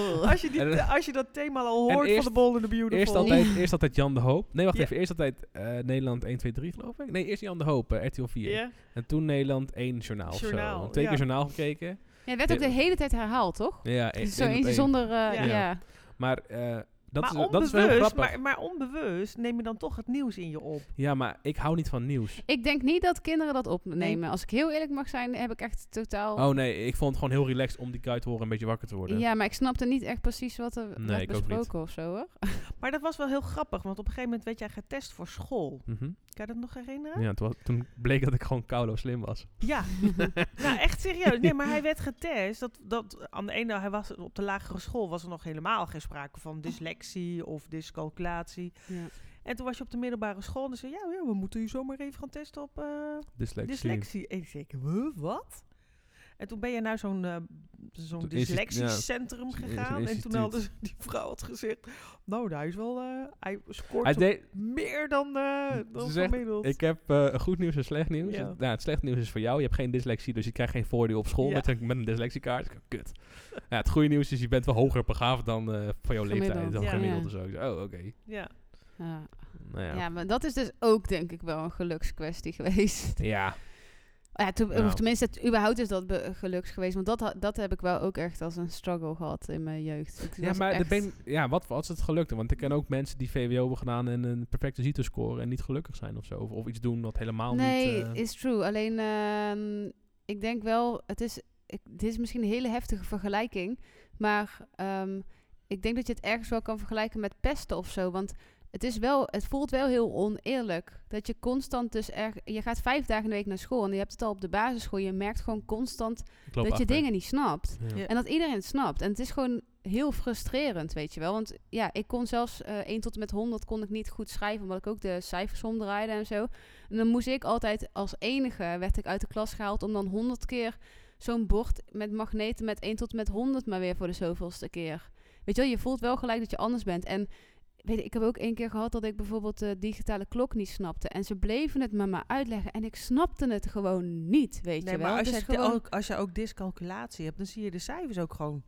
S2: toch?
S3: Als je, die,
S1: En- eh,
S3: als je dat thema al
S1: en
S3: hoort
S1: eerst-
S3: van de Bold and the Beautiful.
S1: Eerst altijd, eerst altijd Jan de Hoop. Nee, wacht
S3: Ja.
S1: even. Eerst altijd eh, Nederland 1, 2, 3 geloof ik. Nee, eerst Jan de Hoop, eh, RTL 4.
S3: Ja.
S1: En toen Nederland 1 journaal, of
S3: Journaal,
S1: zo. Twee
S3: ja.
S1: keer journaal gekeken.
S2: Ja, werd ook de hele tijd herhaald, toch?
S1: Ja, één-
S2: Zo
S1: één op
S2: eentje
S1: één.
S2: zonder... eh,
S3: Ja.
S2: ja.
S1: Maar, eh, dat,
S3: maar
S1: is,
S3: onbewust,
S1: dat is wel heel grappig.
S3: Maar, maar onbewust neem je dan toch het nieuws in je op.
S1: Ja, maar ik hou niet van nieuws.
S2: Ik denk niet dat kinderen dat opnemen. Als ik heel eerlijk mag zijn, heb ik echt totaal...
S1: Oh nee, ik vond het gewoon heel relaxed om die guy te horen en een beetje wakker te worden.
S2: Ja, maar ik snapte niet echt precies wat er
S1: Nee,
S2: werd
S1: ik ook niet.
S2: besproken of zo, hoor.
S3: Maar dat was wel heel grappig, want op een gegeven moment werd jij getest voor school.
S1: Mhm.
S3: Kan je dat nog herinneren?
S1: Ja, toen, was- toen bleek dat ik gewoon koulo slim was.
S3: Ja, nou echt serieus. Nee, maar hij werd getest. Dat, dat, aan de ene hij was op de lagere school was er nog helemaal geen sprake van dyslexie of dyscalculatie.
S2: Ja.
S3: En toen was je op de middelbare school en dan zei je, ja, ja, we moeten je zomaar even gaan testen op eh,
S1: Dyslexie.
S3: dyslexie. En ik zei, "Huh, wat? En toen ben je naar zo'n eh, zo'n
S1: Zo'n insti-
S3: dyslexiecentrum
S1: ja, zo'n
S3: gegaan. En toen
S1: instituut.
S3: had dus die vrouw had gezegd, nou, hij is wel, eh, hij scoort
S1: Hij
S3: zo
S1: deed,
S3: meer dan, eh
S1: Ze
S3: dan
S1: zegt,
S3: gemiddeld.
S1: ik heb eh, goed nieuws en slecht nieuws.
S3: Ja.
S1: Het, nou, het slecht nieuws is voor jou, je hebt geen dyslexie, dus je krijgt geen voordeel op school
S3: Ja.
S1: met, een, met een dyslexiekaart. Kut. ja, het goede nieuws is, je bent wel hoger begaafd dan eh van jouw leeftijd,
S2: Gemiddeld.
S1: dan
S3: Ja.
S1: gemiddeld
S2: Ja.
S1: of zo. Ik zei, Oh, oké.
S3: ja.
S2: Ja.
S1: Nou ja.
S2: Ja. maar dat is dus ook denk ik wel een gelukskwestie geweest.
S1: Ja.
S2: Ja, toen,
S1: Nou.
S2: Of tenminste, het, überhaupt is dat be- geluks geweest. Want dat, ha- dat heb ik wel ook echt als een struggle gehad in mijn jeugd. Ik
S1: Ja,
S2: was
S1: maar
S2: echt-
S1: de ben, ja, wat was het gelukt? Want ik ken ook mensen die VWO hebben gedaan en een perfecte CITO scoren en niet gelukkig zijn of zo. Of, of iets doen wat helemaal
S2: Nee,
S1: niet... eh,
S2: is true. Alleen, ehm, ik denk wel, het is, ik, dit is misschien een hele heftige vergelijking. Maar ehm, ik denk dat je het ergens wel kan vergelijken met pesten of zo. Want het, is wel, het voelt wel heel oneerlijk. Dat je constant dus erg. Je gaat vijf dagen in de week naar school en je hebt het al op de basisschool. Je merkt gewoon constant
S1: ik
S2: dat
S1: loop achter.
S2: je dingen niet snapt.
S1: Ja.
S3: Ja.
S2: En dat iedereen het snapt. En het is gewoon heel frustrerend, weet je wel. Want ja, ik kon zelfs eh 1 tot en met 100 kon ik niet goed schrijven, omdat ik ook de cijfers omdraaide en zo. En dan moest ik altijd als enige, werd ik uit de klas gehaald om dan 100 keer zo'n bord met magneten met 1 tot en met 100 maar weer voor de zoveelste keer. Weet je wel, je voelt wel gelijk dat je anders bent. En weet je, ik heb ook één keer gehad dat ik bijvoorbeeld de digitale klok niet snapte. En ze bleven het me maar uitleggen. En ik snapte het gewoon niet, weet
S3: Nee,
S2: je wel.
S3: maar als,
S2: Het
S3: je
S2: is
S3: jij
S2: gewoon-
S3: ook, als jij ook dyscalculatie hebt, dan zie je de cijfers ook gewoon.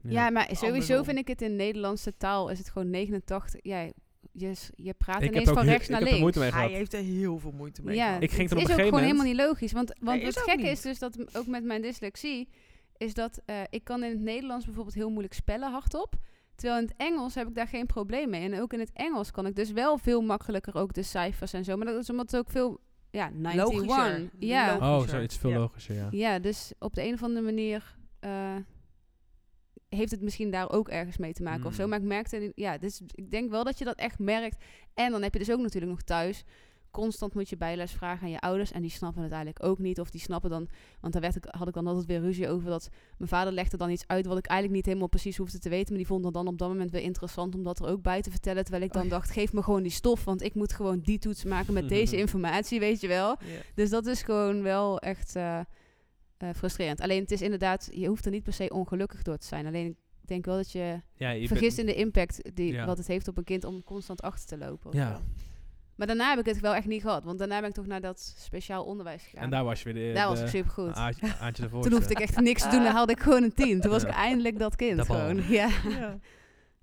S2: Ja, maar sowieso
S3: andersom.
S2: vind ik het in Nederlandse taal is het gewoon 89. Ja, je, s- je praat
S1: Ik heb
S2: ineens
S1: ook
S2: van
S1: heel-
S2: rechts
S1: ik
S2: naar
S1: heb er
S2: links.
S1: moeite mee
S3: Hij
S1: gehad.
S3: heeft er heel veel moeite mee.
S2: ja,
S3: gehad.
S1: Ik ging
S2: het
S1: er op
S2: is
S1: een
S2: ook
S1: gegeven
S2: gewoon helemaal
S1: moment-
S2: niet logisch. Want, want
S3: Nee,
S2: het
S3: is ook
S2: gekke
S3: niet.
S2: is dus dat m- ook met mijn dyslexie is dat eh, ik kan in het Nederlands bijvoorbeeld heel moeilijk spellen hardop. Terwijl in het Engels heb ik daar geen probleem mee. En ook in het Engels kan ik dus wel veel makkelijker ook de cijfers en zo. Maar dat is omdat het ook veel... Ja, 91.
S3: Logischer.
S2: Ja.
S3: Logischer.
S1: Oh, zo, het is veel
S3: Ja.
S1: logischer, ja.
S2: ja, dus op de een of andere manier eh, heeft het misschien daar ook ergens mee te maken of zo.
S1: Mm.
S2: Maar ik merkte, ja, dus ik denk wel dat je dat echt merkt. En dan heb je dus ook natuurlijk nog thuis. Constant moet je bijles vragen aan je ouders. En die snappen het eigenlijk ook niet. Of die snappen dan. Want daar werd ik, had ik dan altijd weer ruzie over. Dat mijn vader legde dan iets uit wat ik eigenlijk niet helemaal precies hoefde te weten. Maar die vond het dan op dat moment weer interessant om dat er ook bij te vertellen. Terwijl ik dan
S3: Oh ja.
S2: dacht, geef me gewoon die stof. Want ik moet gewoon die toets maken met deze informatie, weet je wel.
S3: Ja.
S2: Dus dat is gewoon wel echt eh, eh, frustrerend. Alleen het is inderdaad, je hoeft er niet per se ongelukkig door te zijn. Alleen denk wel dat je,
S1: Ja, je bent-
S2: vergist in de impact die,
S1: Ja.
S2: wat het heeft op een kind om constant achter te lopen. of
S1: Ja.
S2: zo. Maar daarna heb ik het wel echt niet gehad. Want daarna ben ik toch naar dat speciaal onderwijs gegaan.
S1: En daar was je weer de,
S2: Daar was
S1: de-
S2: ik supergoed.
S1: Aantje, Aantje de Voorste.
S2: Toen hoefde ik echt niks te doen. Dan haalde ik gewoon een tien. Toen was
S1: Ja.
S2: ik eindelijk dat kind
S1: Dat bal.
S2: gewoon. Ja.
S3: Ja.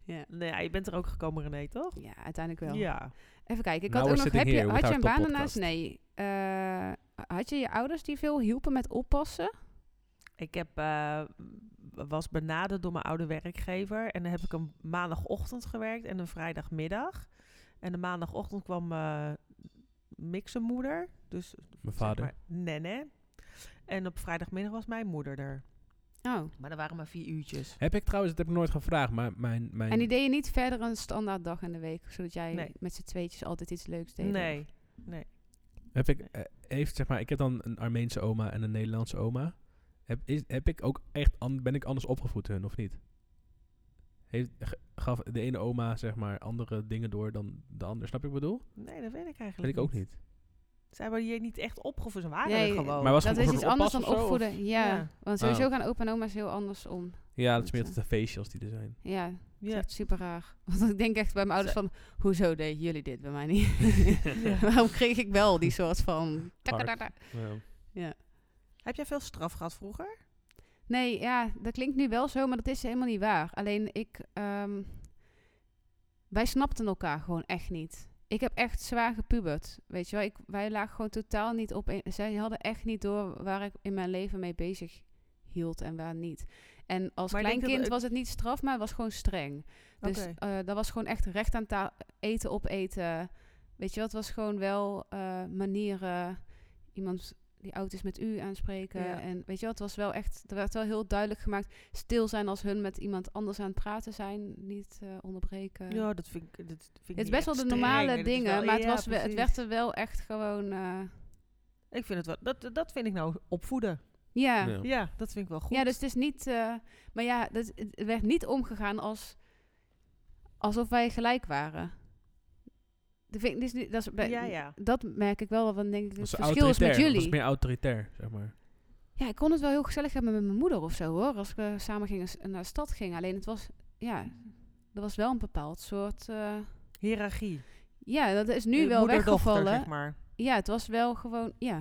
S2: Ja.
S3: Nee, Nou ja, je bent er ook gekomen, René, toch?
S2: ja, uiteindelijk wel.
S3: Ja.
S2: Even kijken. Ik
S1: Nou,
S2: had ook
S1: we're
S2: nog.
S1: sitting
S2: Heb je,
S1: here with
S2: had je
S1: our
S2: een
S1: top
S2: baan
S1: podcast.
S2: daarnaast? Nee. Eh, had je je ouders die veel hielpen met oppassen?
S3: Ik heb, eh, was benaderd door mijn oude werkgever. En dan heb ik een maandagochtend gewerkt en een vrijdagmiddag. En de maandagochtend kwam eh mixenmoeder. Dus
S1: Mijn
S3: zeg
S1: vader.
S3: maar Nenne. En op vrijdagmiddag was mijn moeder er.
S2: Oh.
S3: Maar er waren maar vier uurtjes.
S1: Heb ik trouwens, dat heb ik nooit gevraagd, maar mijn... mijn
S2: En die deed je niet verder een standaard dag in de week? Zodat jij
S3: Nee.
S2: met z'n tweetjes altijd iets leuks deed?
S3: Nee.
S1: heb ik, eh, heeft, zeg maar, ik heb dan een Armeense oma en een Nederlandse oma. Heb, is, heb ik ook echt, an- ben ik anders opgevoed hun, of niet? Heeft, ge- gaf de ene oma, zeg maar, andere dingen door dan de ander. Snap je wat ik bedoel?
S3: Nee, dat weet ik eigenlijk
S1: Dat weet ik ook niet.
S3: Zij hebben je niet echt opgevoed. Ze waren
S2: Nee,
S3: er gewoon.
S1: Maar was
S2: Dat
S1: gewoon
S2: is
S1: een
S2: iets
S1: soort
S2: anders
S1: oppas
S2: dan
S1: of zo, of-
S2: opvoeden. Ja.
S3: Ja.
S2: Want sowieso
S1: Oh.
S2: gaan opa en oma's heel anders om.
S1: Ja, dat is meer
S2: Zo.
S1: tot de feestjes die er zijn.
S2: Ja, dat is
S3: ja.
S2: echt super raar. Want ik denk echt bij mijn ouders van... Hoezo deden jullie dit bij mij niet? Waarom kreeg ik wel die soort van... takadada?
S1: Ja.
S3: Heb jij veel straf gehad vroeger?
S2: Nee, ja, dat klinkt nu wel zo, maar dat is helemaal niet waar. Alleen ik... ehm, wij snapten elkaar gewoon echt niet. Ik heb echt zwaar gepubert, weet je wel. Ik, wij lagen gewoon totaal niet op... een- zij hadden echt niet door waar ik in mijn leven mee bezig hield en waar niet. En als
S3: Maar ik denk
S2: klein
S3: dat
S2: kind
S3: het-
S2: was het niet straf, maar het was gewoon streng. Dus
S3: Oké.
S2: eh, dat was gewoon echt recht aan tafel, eten opeten. Weet je wat, was gewoon wel eh, manieren. Iemand die oud is met u aanspreken.
S3: Ja.
S2: En weet je wat, was wel echt, er werd wel heel duidelijk gemaakt. Stil zijn als hun met iemand anders aan het praten zijn. Niet eh, onderbreken.
S3: Ja, dat vind ik. Dat vind ik
S2: het is
S3: niet
S2: best wel
S3: echt streng.
S2: de normale
S3: Nee, dat is
S2: dingen,
S3: wel-
S2: maar het,
S3: ja,
S2: was, we- het
S3: precies.
S2: werd er wel echt gewoon... eh,
S3: Ik vind het wel. Dat, dat vind ik nou opvoeden.
S2: ja.
S1: Ja.
S3: Ja, dat vind ik wel goed.
S2: Ja, dus het is niet. eh, maar ja, dat, het werd niet omgegaan als. alsof wij gelijk waren. Dat, vind ik, dus, niet- dat, is, bij-
S3: ja, ja.
S2: dat merk ik wel, want dan denk ik.
S1: Dat
S2: Het
S1: is
S2: verschil is
S1: autoritair.
S2: met
S1: Dat
S2: jullie.
S1: is meer autoritair, zeg maar.
S2: Ja, ik kon het wel heel gezellig hebben met mijn moeder of zo hoor. Als we samen gingen, s- naar de stad gingen. Alleen het was. Ja, er was wel een bepaald soort. eh,
S3: Hiërarchie.
S2: ja, dat is nu
S3: Eh,
S2: wel
S3: moeder-dochter,
S2: weggevallen.
S3: zeg maar.
S2: Ja, het was wel gewoon. Ja.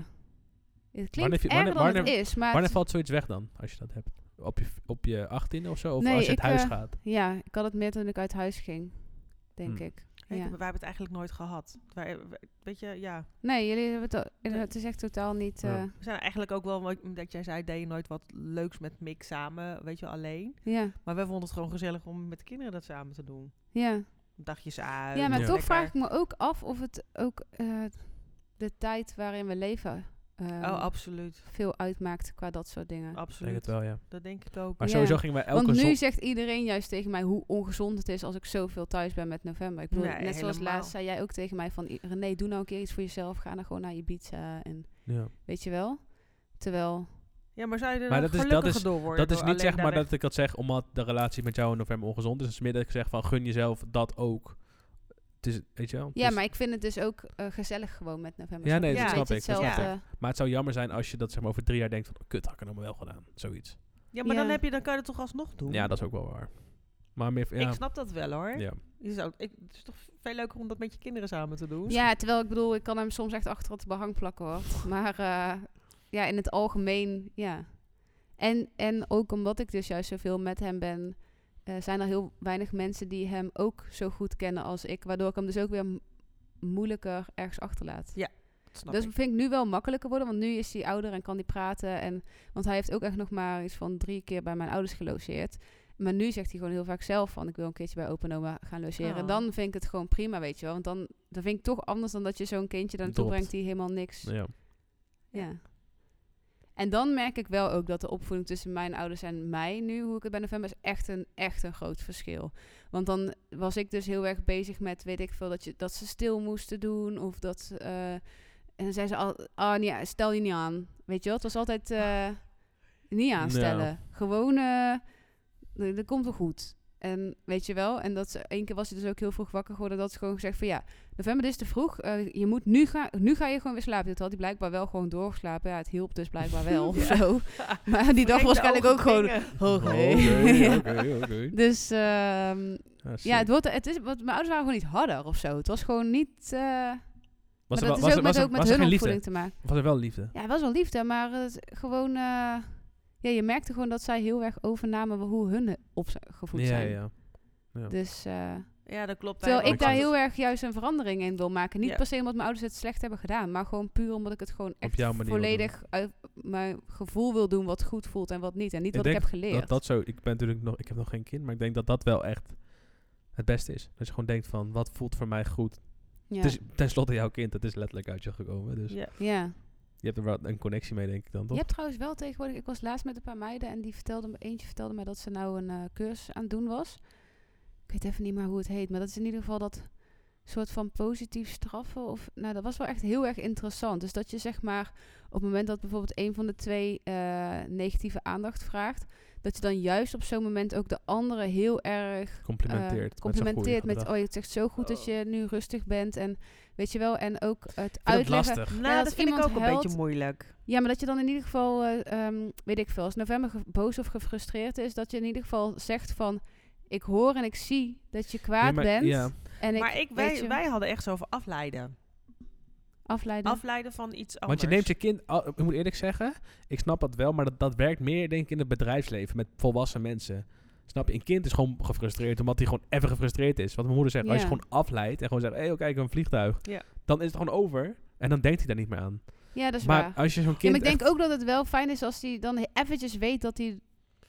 S2: Het klinkt
S1: Wanneer-
S2: erger
S1: wanneer-
S2: dan het
S1: wanneer-
S2: is, maar.
S1: Wanneer
S2: het-
S1: valt zoiets weg dan, als je dat hebt? Op je, op je 18 of zo? Of
S2: Nee,
S1: als je het
S2: ik,
S1: huis
S2: eh,
S1: gaat?
S2: ja, ik had het meer toen ik uit huis ging. Denk
S1: Hmm.
S2: ik.
S3: Ik-
S2: Ja.
S3: Wij hebben het eigenlijk nooit gehad. Wij, wij- weet je, ja.
S2: Nee, jullie hebben het al-
S3: Nee.
S2: Het is echt totaal niet.
S1: Ja.
S2: eh,
S3: We zijn eigenlijk ook wel, wat- omdat jij zei, deed je nooit wat leuks met Mick samen, weet je, wel, alleen.
S2: ja,
S3: Maar wij vonden het gewoon gezellig om met de kinderen dat samen te doen.
S2: ja.
S3: Dagjes uit.
S2: ja, maar
S1: Ja.
S2: toch
S3: lekker.
S2: vraag ik me ook af of het ook eh, de tijd waarin we leven ehm,
S3: Oh, absoluut.
S2: veel uitmaakt qua dat soort dingen.
S1: Ik denk het
S3: Absoluut.
S1: wel, ja.
S3: Dat denk ik ook.
S1: Maar
S2: Ja.
S1: sowieso gingen wij elke
S2: Want nu
S1: zon-
S2: zegt iedereen juist tegen mij hoe ongezond het is als ik zoveel thuis ben met november. Ik bedoel,
S3: Nee,
S2: net zoals
S3: helemaal.
S2: laatst zei jij ook tegen mij van "I- René, doe nou een keer iets voor jezelf. Ga nou gewoon naar je pizza en
S1: Ja.
S2: weet je wel. Terwijl,
S3: Ja, maar zou je er
S1: Maar dat
S3: dan
S1: is- dat
S3: gelukkiger
S1: is-
S3: door worden?
S1: Dat is
S3: door
S1: niet
S3: alleen
S1: zeg maar
S3: daar
S1: dat ik dat zeg omdat de relatie met jou in november ongezond is. Het is meer dat ik zeg van gun jezelf dat ook. Het is, weet je wel? Het
S2: ja,
S1: is-
S2: maar ik vind het dus ook eh, gezellig gewoon met november.
S1: Ja,
S2: Zo'n
S1: nee,
S3: dat
S2: beetje
S3: snap
S1: ik, dat snap
S2: hetzelfde-
S1: maar het zou jammer zijn als je dat zeg maar over drie jaar denkt van oh, kut, had ik het allemaal wel gedaan. Zoiets.
S3: weg- Ja, maar dan,
S2: Ja.
S3: heb je, dan kan je het toch alsnog doen?
S1: Ja, dat is ook wel waar. Maar meer, ja,
S3: Ik snap dat wel hoor.
S1: ja.
S3: Je zou, ik, het is toch veel leuker om dat met je kinderen samen te doen?
S2: Ja, terwijl ik bedoel, ik kan hem soms echt achter het behang plakken hoor. Maar eh, ja, in het algemeen, ja. En, en ook omdat ik dus juist zoveel met hem ben, eh, zijn er heel weinig mensen die hem ook zo goed kennen als ik. Waardoor ik hem dus ook weer mo- moeilijker ergens achterlaat.
S3: Dat snap
S2: dus
S3: ik.
S2: vind ik nu wel makkelijker worden, want nu is hij ouder en kan hij praten. En, want hij heeft ook echt nog maar iets van drie keer bij mijn ouders gelogeerd. Maar nu zegt hij gewoon heel vaak zelf van... ik wil een keertje bij opa en oma gaan logeren.
S3: Oh.
S2: Dan vind ik het gewoon prima, weet je wel. Want dan, dan vind ik toch anders dan dat je zo'n kindje daar naartoe
S1: Dopt.
S2: brengt... die helemaal niks... Ja.
S1: ja.
S2: En dan merk ik wel ook dat de opvoeding tussen mijn ouders en mij nu... hoe ik het bij november is echt een, echt een groot verschil. Want dan was ik dus heel erg bezig met, weet ik veel... dat, je, dat ze stil moesten doen of dat... ze, eh, en dan zei ze al, ah, nee, stel je niet aan. Weet je wel, het was altijd eh, niet aanstellen. Gewoon, eh, d- dat komt wel goed. En weet je wel, en dat ze, één keer was ze dus ook heel vroeg wakker geworden, dat ze gewoon gezegd van ja, november dit is te vroeg, eh, je moet nu gaan, nu ga je gewoon weer slapen. Dit had hij blijkbaar wel gewoon doorgeslapen, ja, het hielp dus blijkbaar wel of
S3: Ja.
S2: zo. Maar die dag
S3: Vreemde
S2: waarschijnlijk ook gewoon
S3: oogdingen.
S2: hoog.
S1: Oké, Oh, oké, oké.
S2: Dus ehm,
S1: Ah, shit.
S2: ja, het wordt, het is, wat, mijn ouders waren gewoon niet harder of zo. Het was gewoon niet. eh,
S1: Was
S2: maar
S1: er
S2: dat
S1: wel- was
S2: is
S1: er-
S2: ook
S1: was
S2: met,
S1: er-
S2: ook met
S1: was er
S2: hun
S1: geen
S2: opvoeding
S1: liefde?
S2: te maken.
S1: Was er wel liefde?
S2: Ja, wel zo'n liefde, maar het, gewoon. eh, ja, je merkte gewoon dat zij heel erg overnamen hoe hun opgevoed
S1: Ja,
S2: zijn.
S1: ja. ja.
S2: Dus, eh,
S3: Ja, dat klopt.
S2: terwijl
S1: ook
S2: ik daar
S1: zo.
S2: heel erg juist een verandering in wil maken. Niet
S3: Ja.
S2: per se omdat mijn ouders het slecht hebben gedaan, maar gewoon puur omdat ik het gewoon echt
S1: jouw manier wil
S2: volledig uit mijn gevoel wil doen wat goed voelt en wat niet. En niet
S1: Ik
S2: wat ik
S1: denk
S2: heb geleerd.
S1: Dat, dat zo, ik ben natuurlijk nog, ik heb nog geen kind, maar ik denk dat dat wel echt het beste is. Dat je gewoon denkt van, wat voelt voor mij goed?
S2: ja.
S1: Het is tenslotte jouw kind, het is letterlijk uit je gekomen. Dus
S3: Ja.
S2: ja.
S1: je hebt er wel een connectie mee, denk ik dan, toch?
S2: Je hebt trouwens wel tegenwoordig... Ik was laatst met een paar meiden en die vertelde me, eentje vertelde mij dat ze nou een eh, cursus aan het doen was. Ik weet even niet meer hoe het heet, maar dat is in ieder geval dat soort van positief straffen. Of, nou, dat was wel echt heel erg interessant. Dus dat je zeg maar op het moment dat bijvoorbeeld een van de twee eh, negatieve aandacht vraagt... dat je dan juist op zo'n moment ook de andere heel erg
S1: Complimenteert.
S2: eh,
S1: met zo'n
S2: complimenteert
S1: goede
S2: met,
S1: gedrag.
S2: oh, je zegt zo goed dat
S3: Oh.
S2: je nu rustig bent en weet je wel en ook het
S1: Ik vind het
S2: uitleggen.
S1: lastig.
S3: Nou,
S2: als
S3: dat vind ik ook
S2: iemand
S3: een
S2: huilt-
S3: beetje moeilijk.
S2: Ja, maar dat je dan in ieder geval, eh, ehm, weet ik veel, als november ge- boos of gefrustreerd is, dat je in ieder geval zegt van, ik hoor en ik zie dat je kwaad
S1: Ja, maar-
S2: bent
S1: ja.
S2: en ik,
S3: maar ik,
S2: weet
S3: wij,
S2: je-
S3: wij hadden echt zo over afleiden.
S2: afleiden.
S3: Afleiden van iets anders.
S1: Want je neemt je kind, al- ik moet eerlijk zeggen, ik snap dat wel, maar dat, dat werkt meer denk ik in het bedrijfsleven met volwassen mensen. Snap je? Een kind is gewoon gefrustreerd omdat hij gewoon even gefrustreerd is. Wat mijn moeder zegt, als je
S2: Ja.
S1: gewoon afleidt en gewoon zegt, hé, hey, oh, kijk, een vliegtuig.
S3: Ja.
S1: Dan is het gewoon over en dan denkt hij daar niet meer aan.
S2: ja, dat is
S1: maar
S2: waar.
S1: als je zo'n
S2: Ja,
S1: kind...
S2: maar ik denk
S1: echt-
S2: ook dat het wel fijn is als hij dan he- eventjes weet dat, hij,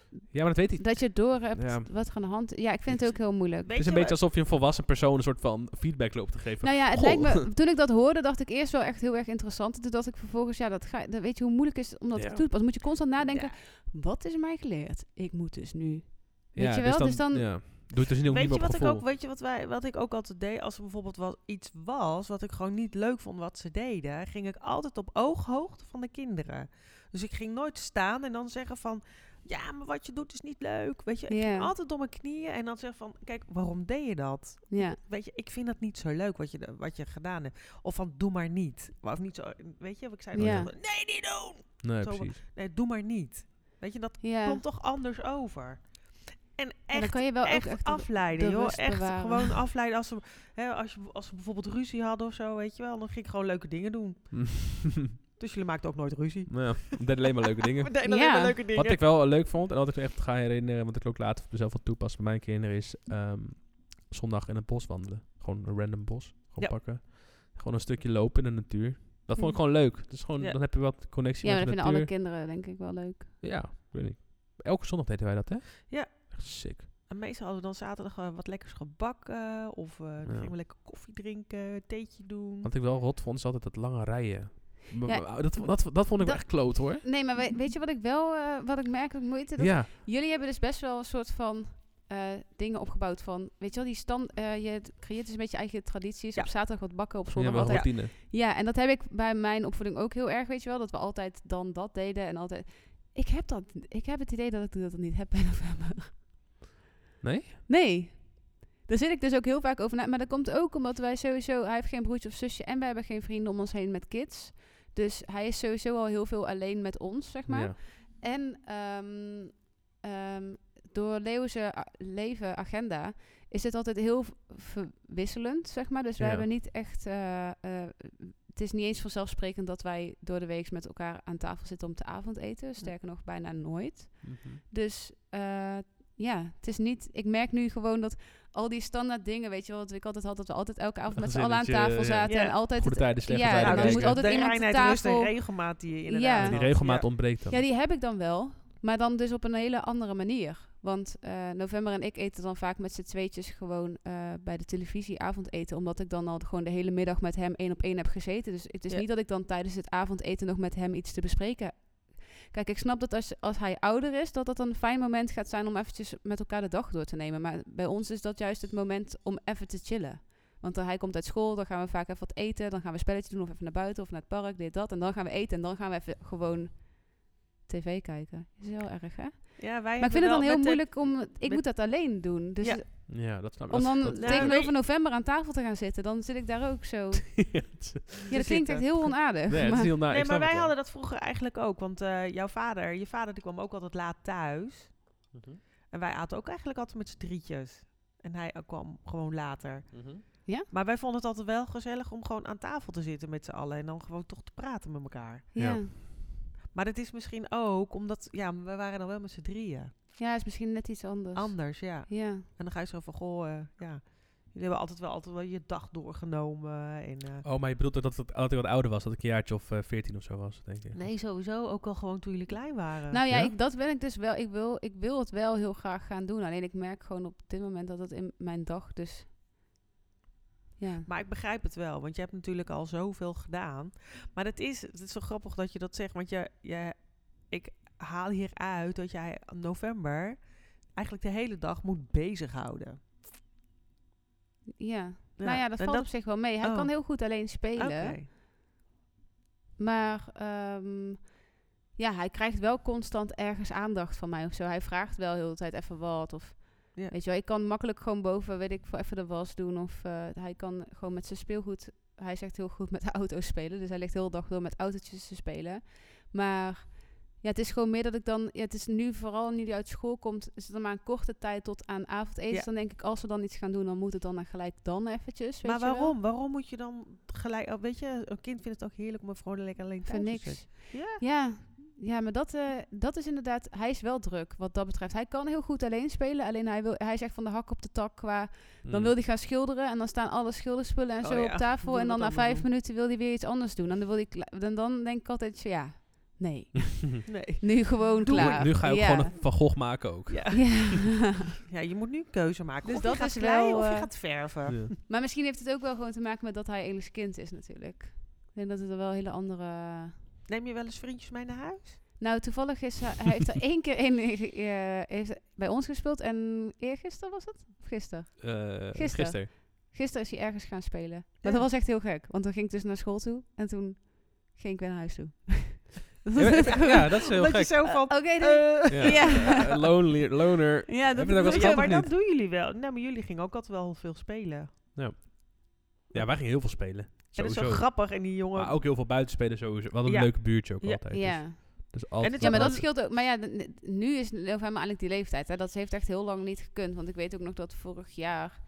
S1: ja, maar dat weet hij.
S2: dat je door hebt
S1: Ja.
S2: wat er aan de hand Ja, ik vind het ook heel moeilijk.
S1: Het is een beetje alsof je een volwassen persoon een soort van feedback loopt te geven.
S2: Nou ja, het
S1: Goh.
S2: lijkt me, toen ik dat hoorde, dacht ik eerst wel echt heel erg interessant. En Toen dacht ik vervolgens, ja, dat ga, dan weet je hoe moeilijk is het om dat
S1: Ja.
S2: te doen. Dan moet je constant nadenken,
S3: Ja.
S2: wat is mij geleerd? Ik moet dus nu.
S1: Ja,
S2: weet je wel, dus dan-
S1: ja. Doe het dus niet, ook
S3: Weet
S1: niet
S3: je,
S1: meer op
S3: wat ik ook,
S1: gevoel.
S3: weet je wat, wij, wat ik ook altijd deed? Als er bijvoorbeeld wel iets was wat ik gewoon niet leuk vond wat ze deden, ging ik altijd op ooghoogte van de kinderen. Dus ik ging nooit staan en dan zeggen van, ja, maar wat je doet is niet leuk. Weet je, ik ging
S2: Ja.
S3: altijd op mijn knieën en dan zeggen van, kijk, waarom deed je dat?
S2: Ja,
S3: Weet je, ik vind dat niet zo leuk wat je, wat je gedaan hebt. Of van, doe maar niet. Of niet zo, weet je, wat ik zei,
S2: Ja.
S3: nee, niet doen.
S1: Nee,
S3: Zo-
S1: precies.
S3: Nee, doe maar niet. Weet je, dat
S2: ja.
S3: komt toch anders over. En
S2: En dan
S3: echt
S2: kan je wel Oh, ook
S3: echt,
S2: echt
S3: afleiden,
S2: de
S3: joh.
S2: rust
S3: Echt
S2: bewaren.
S3: gewoon afleiden. Als ze, hè, als, je, als ze bijvoorbeeld ruzie hadden of zo, weet je wel. Dan ging ik gewoon leuke dingen doen. Dus jullie maakten ook nooit ruzie.
S1: nou ja, we deden alleen maar leuke dingen.
S3: We deden alleen
S2: Ja.
S3: maar leuke dingen.
S1: Wat ik wel leuk vond, en wat ik me echt ga herinneren, want ik ook later op mezelf wat toepas bij mijn kinderen, is ehm, zondag in het bos wandelen. Gewoon een random bos. Gewoon
S3: Ja. Hm.
S1: pakken. Gewoon een stukje lopen in de natuur. Dat vond ik gewoon leuk. Dus gewoon,
S3: Ja.
S1: Dan heb je wat connectie
S2: Ja, maar
S1: met
S2: dat
S1: de
S2: vinden
S1: natuur.
S2: alle kinderen denk ik wel leuk.
S1: ja, ik weet niet. Elke zondag deden wij dat, hè?
S3: Ja.
S1: Echt sick.
S3: En meestal hadden we dan zaterdag eh, wat lekkers gebakken. Of eh, dan
S1: Ja.
S3: gingen we lekker koffie drinken, theetje doen.
S1: Wat ik wel rot vond, is altijd dat lange rijen. M-
S2: Ja,
S1: m- dat, vo- dat, vo- dat vond ik wel echt
S2: dat-
S1: kloot, hoor.
S2: Nee, maar we- weet je wat ik wel, eh, wat ik merk dat ik moeite... dat-
S1: Mm. Ja,
S2: Jullie hebben dus best wel een soort van eh, dingen opgebouwd van... Weet je wel, die stand, eh, je creëert dus een beetje eigen tradities.
S3: Ja.
S2: Op zaterdag wat bakken, op
S1: ja
S2: zondag
S1: wel
S2: wat. Ja.
S1: routine.
S2: en dat heb ik bij mijn opvoeding ook heel erg, weet je wel. Dat we altijd dan dat deden en altijd... Ik heb, dat, ik heb het idee dat ik dat niet heb bij november.
S1: Nee?
S2: Nee. Daar zit ik dus ook heel vaak over na. Maar dat komt ook omdat wij sowieso... Hij heeft geen broertje of zusje en wij hebben geen vrienden om ons heen met kids. Dus hij is sowieso al heel veel alleen met ons, zeg maar.
S1: Ja.
S2: En ehm, ehm, door Leo's eh, a- leven agenda is het altijd heel v- verwisselend, zeg maar. Dus we
S1: Ja.
S2: hebben niet echt... eh, eh, het is niet eens vanzelfsprekend dat wij door de week met elkaar aan tafel zitten om te avondeten. Sterker nog, bijna nooit.
S1: Mhm.
S2: Dus eh, ja, het is niet... Ik merk nu gewoon dat al die standaard dingen, weet je wel... Wat ik altijd had, dat we altijd elke avond
S1: Een
S2: met z'n allen aan
S1: gezinnetje,
S2: tafel
S1: ja.
S2: zaten.
S3: Ja.
S2: En altijd...
S1: Goede
S2: het-
S1: tijden, slechte
S2: Ja,
S1: tijden.
S2: dan
S1: denk
S2: moet
S1: ik.
S2: altijd
S3: de
S2: iemand aan
S3: reinheid, rust en
S2: tafel.
S3: regelmaat die je inderdaad
S2: Ja.
S1: En die
S3: had.
S1: regelmaat
S3: Ja.
S1: ontbreekt dan.
S2: Eh, Ja, die heb ik dan wel. Maar dan dus op een hele andere manier. Want eh, November en ik eten dan vaak met z'n tweetjes gewoon eh, bij de televisie avondeten. Omdat ik dan al gewoon de hele middag met hem één op één heb gezeten. Dus het is
S3: Ja.
S2: niet dat ik dan tijdens het avondeten nog met hem iets te bespreken. Kijk, ik snap dat als, als hij ouder is, dat dat een fijn moment gaat zijn om eventjes met elkaar de dag door te nemen. Maar bij ons is dat juist het moment om even te chillen. Want dan, hij komt uit school, dan gaan we vaak even wat eten. Dan gaan we spelletje doen of even naar buiten of naar het park, dit, dat. En dan gaan we eten en dan gaan we even gewoon tv kijken. Is heel erg, hè?
S3: Ja, wij
S2: Maar
S3: hebben
S2: ik vind het
S3: wel
S2: dan heel
S3: met de-
S2: moeilijk om... Ik
S3: met-
S2: moet dat alleen doen. Dus
S3: Ja.
S1: Ja, dat snap ik.
S2: om dan
S1: dat, dat,
S3: tegen-
S2: tegenover
S3: nee.
S2: november aan tafel te gaan zitten, dan zit ik daar ook zo...
S1: ja, het-
S2: Ja, dat klinkt
S3: zitten.
S2: echt heel onaardig.
S1: nee, het is
S2: maar-
S1: heel naar.
S3: nee, maar wij hadden dat vroeger eigenlijk ook. Want eh, jouw vader, je vader die kwam ook altijd laat thuis. En wij aten ook eigenlijk altijd met z'n drietjes. En hij eh, kwam gewoon later. Maar wij vonden het altijd wel gezellig om gewoon aan tafel te zitten met z'n allen. En dan gewoon toch te praten met elkaar.
S1: Ja.
S2: ja.
S3: Maar dat is misschien ook omdat, ja, we waren dan wel met z'n drieën.
S2: ja, is misschien net iets anders.
S3: Anders, ja.
S2: ja.
S3: En dan ga je zo van, goh, eh, ja. Jullie hebben altijd wel, altijd wel je dag doorgenomen. En, eh,
S1: Oh, maar je bedoelt dat het altijd wat ouder was, dat ik een jaartje of eh, 14 of zo was, denk ik.
S3: Nee, sowieso. Ook al gewoon toen jullie klein waren.
S2: Nou ja,
S1: Ja?
S2: Ik, dat ben ik dus wel. Ik wil, ik wil het wel heel graag gaan doen. Alleen ik merk gewoon op dit moment dat het in mijn dag dus... Ja.
S3: Maar ik begrijp het wel, want je hebt natuurlijk al zoveel gedaan. Maar het is, het is zo grappig dat je dat zegt, want je, je, ik haal hieruit dat jij in november eigenlijk de hele dag moet bezighouden.
S2: ja. Nou ja, dat
S3: en
S2: valt op zich wel mee. Hij
S3: Oh.
S2: kan heel goed alleen spelen.
S3: oké.
S2: Maar ehm, ja, hij krijgt wel constant ergens aandacht van mij of zo. Hij vraagt wel heel de tijd even wat. Of,
S3: Ja.
S2: Weet je wel, ik kan makkelijk gewoon boven, weet ik, voor even de was doen. Of eh, hij kan gewoon met zijn speelgoed... Hij zegt heel goed met de auto's spelen. Dus hij ligt heel de dag door met autootjes te spelen. Maar ja, het is gewoon meer dat ik dan... Ja, het is nu vooral nu hij uit school komt... is het dan maar een korte tijd tot aan avondeten.
S3: Ja.
S2: Dus dan denk ik, als we dan iets gaan doen... dan moet het dan en gelijk dan eventjes, weet
S3: Maar
S2: je wel.
S3: waarom? Waarom moet je dan gelijk... oh, weet je, een kind vindt het ook heerlijk om gewoon lekker alleen
S2: Voor
S3: thuis te
S2: niks.
S3: zitten. Ja.
S2: Ja, ja maar dat, eh, dat is inderdaad... Hij is wel druk wat dat betreft. Hij kan heel goed alleen spelen. Alleen hij, wil, hij is echt van de hak op de tak. Qua,
S1: Hmm.
S2: Dan wil hij gaan schilderen. En dan staan alle schilderspullen en
S3: Oh
S2: zo
S3: ja,
S2: op tafel.
S3: doen
S2: en dan
S3: dat
S2: na vijf
S3: allemaal.
S2: minuten wil hij weer iets anders doen. En dan, wil hij kla- dan, dan denk ik altijd... zo, Ja, nee.
S3: Nee.
S2: Nu gewoon
S3: Doe
S2: klaar.
S1: Nu ga je ook
S2: Ja.
S1: gewoon een Van Gogh maken ook.
S3: Ja.
S2: Ja.
S3: ja, je moet nu een keuze maken.
S2: Dus
S3: of
S2: dat
S3: je gaat
S2: is
S3: kleien
S2: wel,
S3: of je
S2: eh,
S3: gaat verven.
S1: Ja.
S2: maar misschien heeft het ook wel gewoon te maken met dat hij Engels kind is natuurlijk. Ik denk dat het er wel hele andere...
S3: Neem je wel eens vriendjes mee naar huis?
S2: Nou, toevallig is hij, hij heeft er één keer in, eh, heeft bij ons gespeeld. En eergisteren was het? Of gisteren?
S1: Eh,
S2: Gisteren.
S1: gisteren.
S2: Gisteren is hij ergens gaan spelen.
S3: Ja.
S2: Maar dat was echt heel gek. Want dan ging ik dus naar school toe. En toen ging ik weer naar huis toe. Dat was echt
S1: Ja,
S2: gewoon-
S1: ja, dat is heel
S3: Dat je
S1: gek.
S3: zo van...
S2: Oké, dan-
S3: eh,
S1: Ja.
S2: ja.
S1: Eh, lonely- loner.
S2: Ja,
S1: Heb je dat ook
S2: dat-
S1: als
S3: Ja,
S1: kat
S3: maar
S1: of
S3: dat
S1: niet?
S3: doen jullie wel. Nee, maar jullie gingen ook altijd wel veel spelen.
S1: Ja, wij gingen heel veel spelen.
S3: En dat is
S1: Sowieso.
S3: zo grappig. En die jongen...
S1: maar ook heel veel buiten spelen sowieso. Wat een
S3: Ja.
S1: leuke buurtje ook
S3: Ja.
S1: altijd. dus-
S2: ja.
S1: Dus altijd
S3: het is
S2: ja,
S1: wel
S2: maar dat
S1: wat-
S2: scheelt ook. Maar ja, n- n- nu is november eigenlijk die leeftijd. Hè. Dat heeft echt heel lang niet gekund. Want ik weet ook nog dat vorig jaar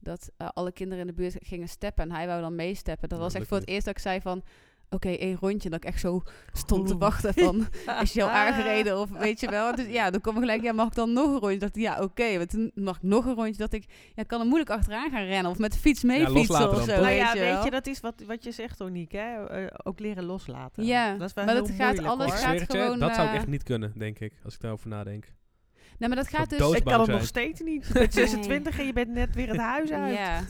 S2: dat eh, alle kinderen in de buurt gingen steppen. En hij wou dan meesteppen. Dat
S1: Ja,
S2: was
S1: dat
S2: echt voor
S1: lukt
S2: het eerst dat ik zei van... Oké, één rondje. Dat ik echt zo stond te wachten van... Is
S1: Ah.
S2: je al aangereden of weet je wel. Dus ja, dan kwam ik gelijk, ja, mag ik dan nog een rondje? Dacht ik, ja, oké. want toen mag ik nog een rondje. Dacht ik, ja, ik kan er moeilijk achteraan gaan rennen. Of met de fiets mee
S1: Ja,
S2: fietsen
S1: loslaten
S2: of
S1: dan
S2: zo,
S1: toch?
S3: Nou ja,
S2: weet je
S3: weet
S2: wel.
S3: je, dat is wat, wat je zegt, Oniek. Hè? Eh, ook leren loslaten.
S2: Ja,
S3: dat is wel
S2: maar
S3: heel
S2: dat gaat
S3: moeilijk,
S2: alles-
S1: Ik
S2: gaat
S3: hoor.
S1: zweer het je,
S2: gewoon,
S1: dat zou ik
S2: eh,
S1: echt niet kunnen, denk ik. Als ik daarover nadenk.
S2: Nee, maar dat gaat
S1: Zo'n
S2: dus...
S1: doos-
S3: Ik kan het
S1: zijn.
S3: nog steeds niet. Je bent
S2: Nee.
S3: 26 en je bent net weer het huis uit.
S2: Ja,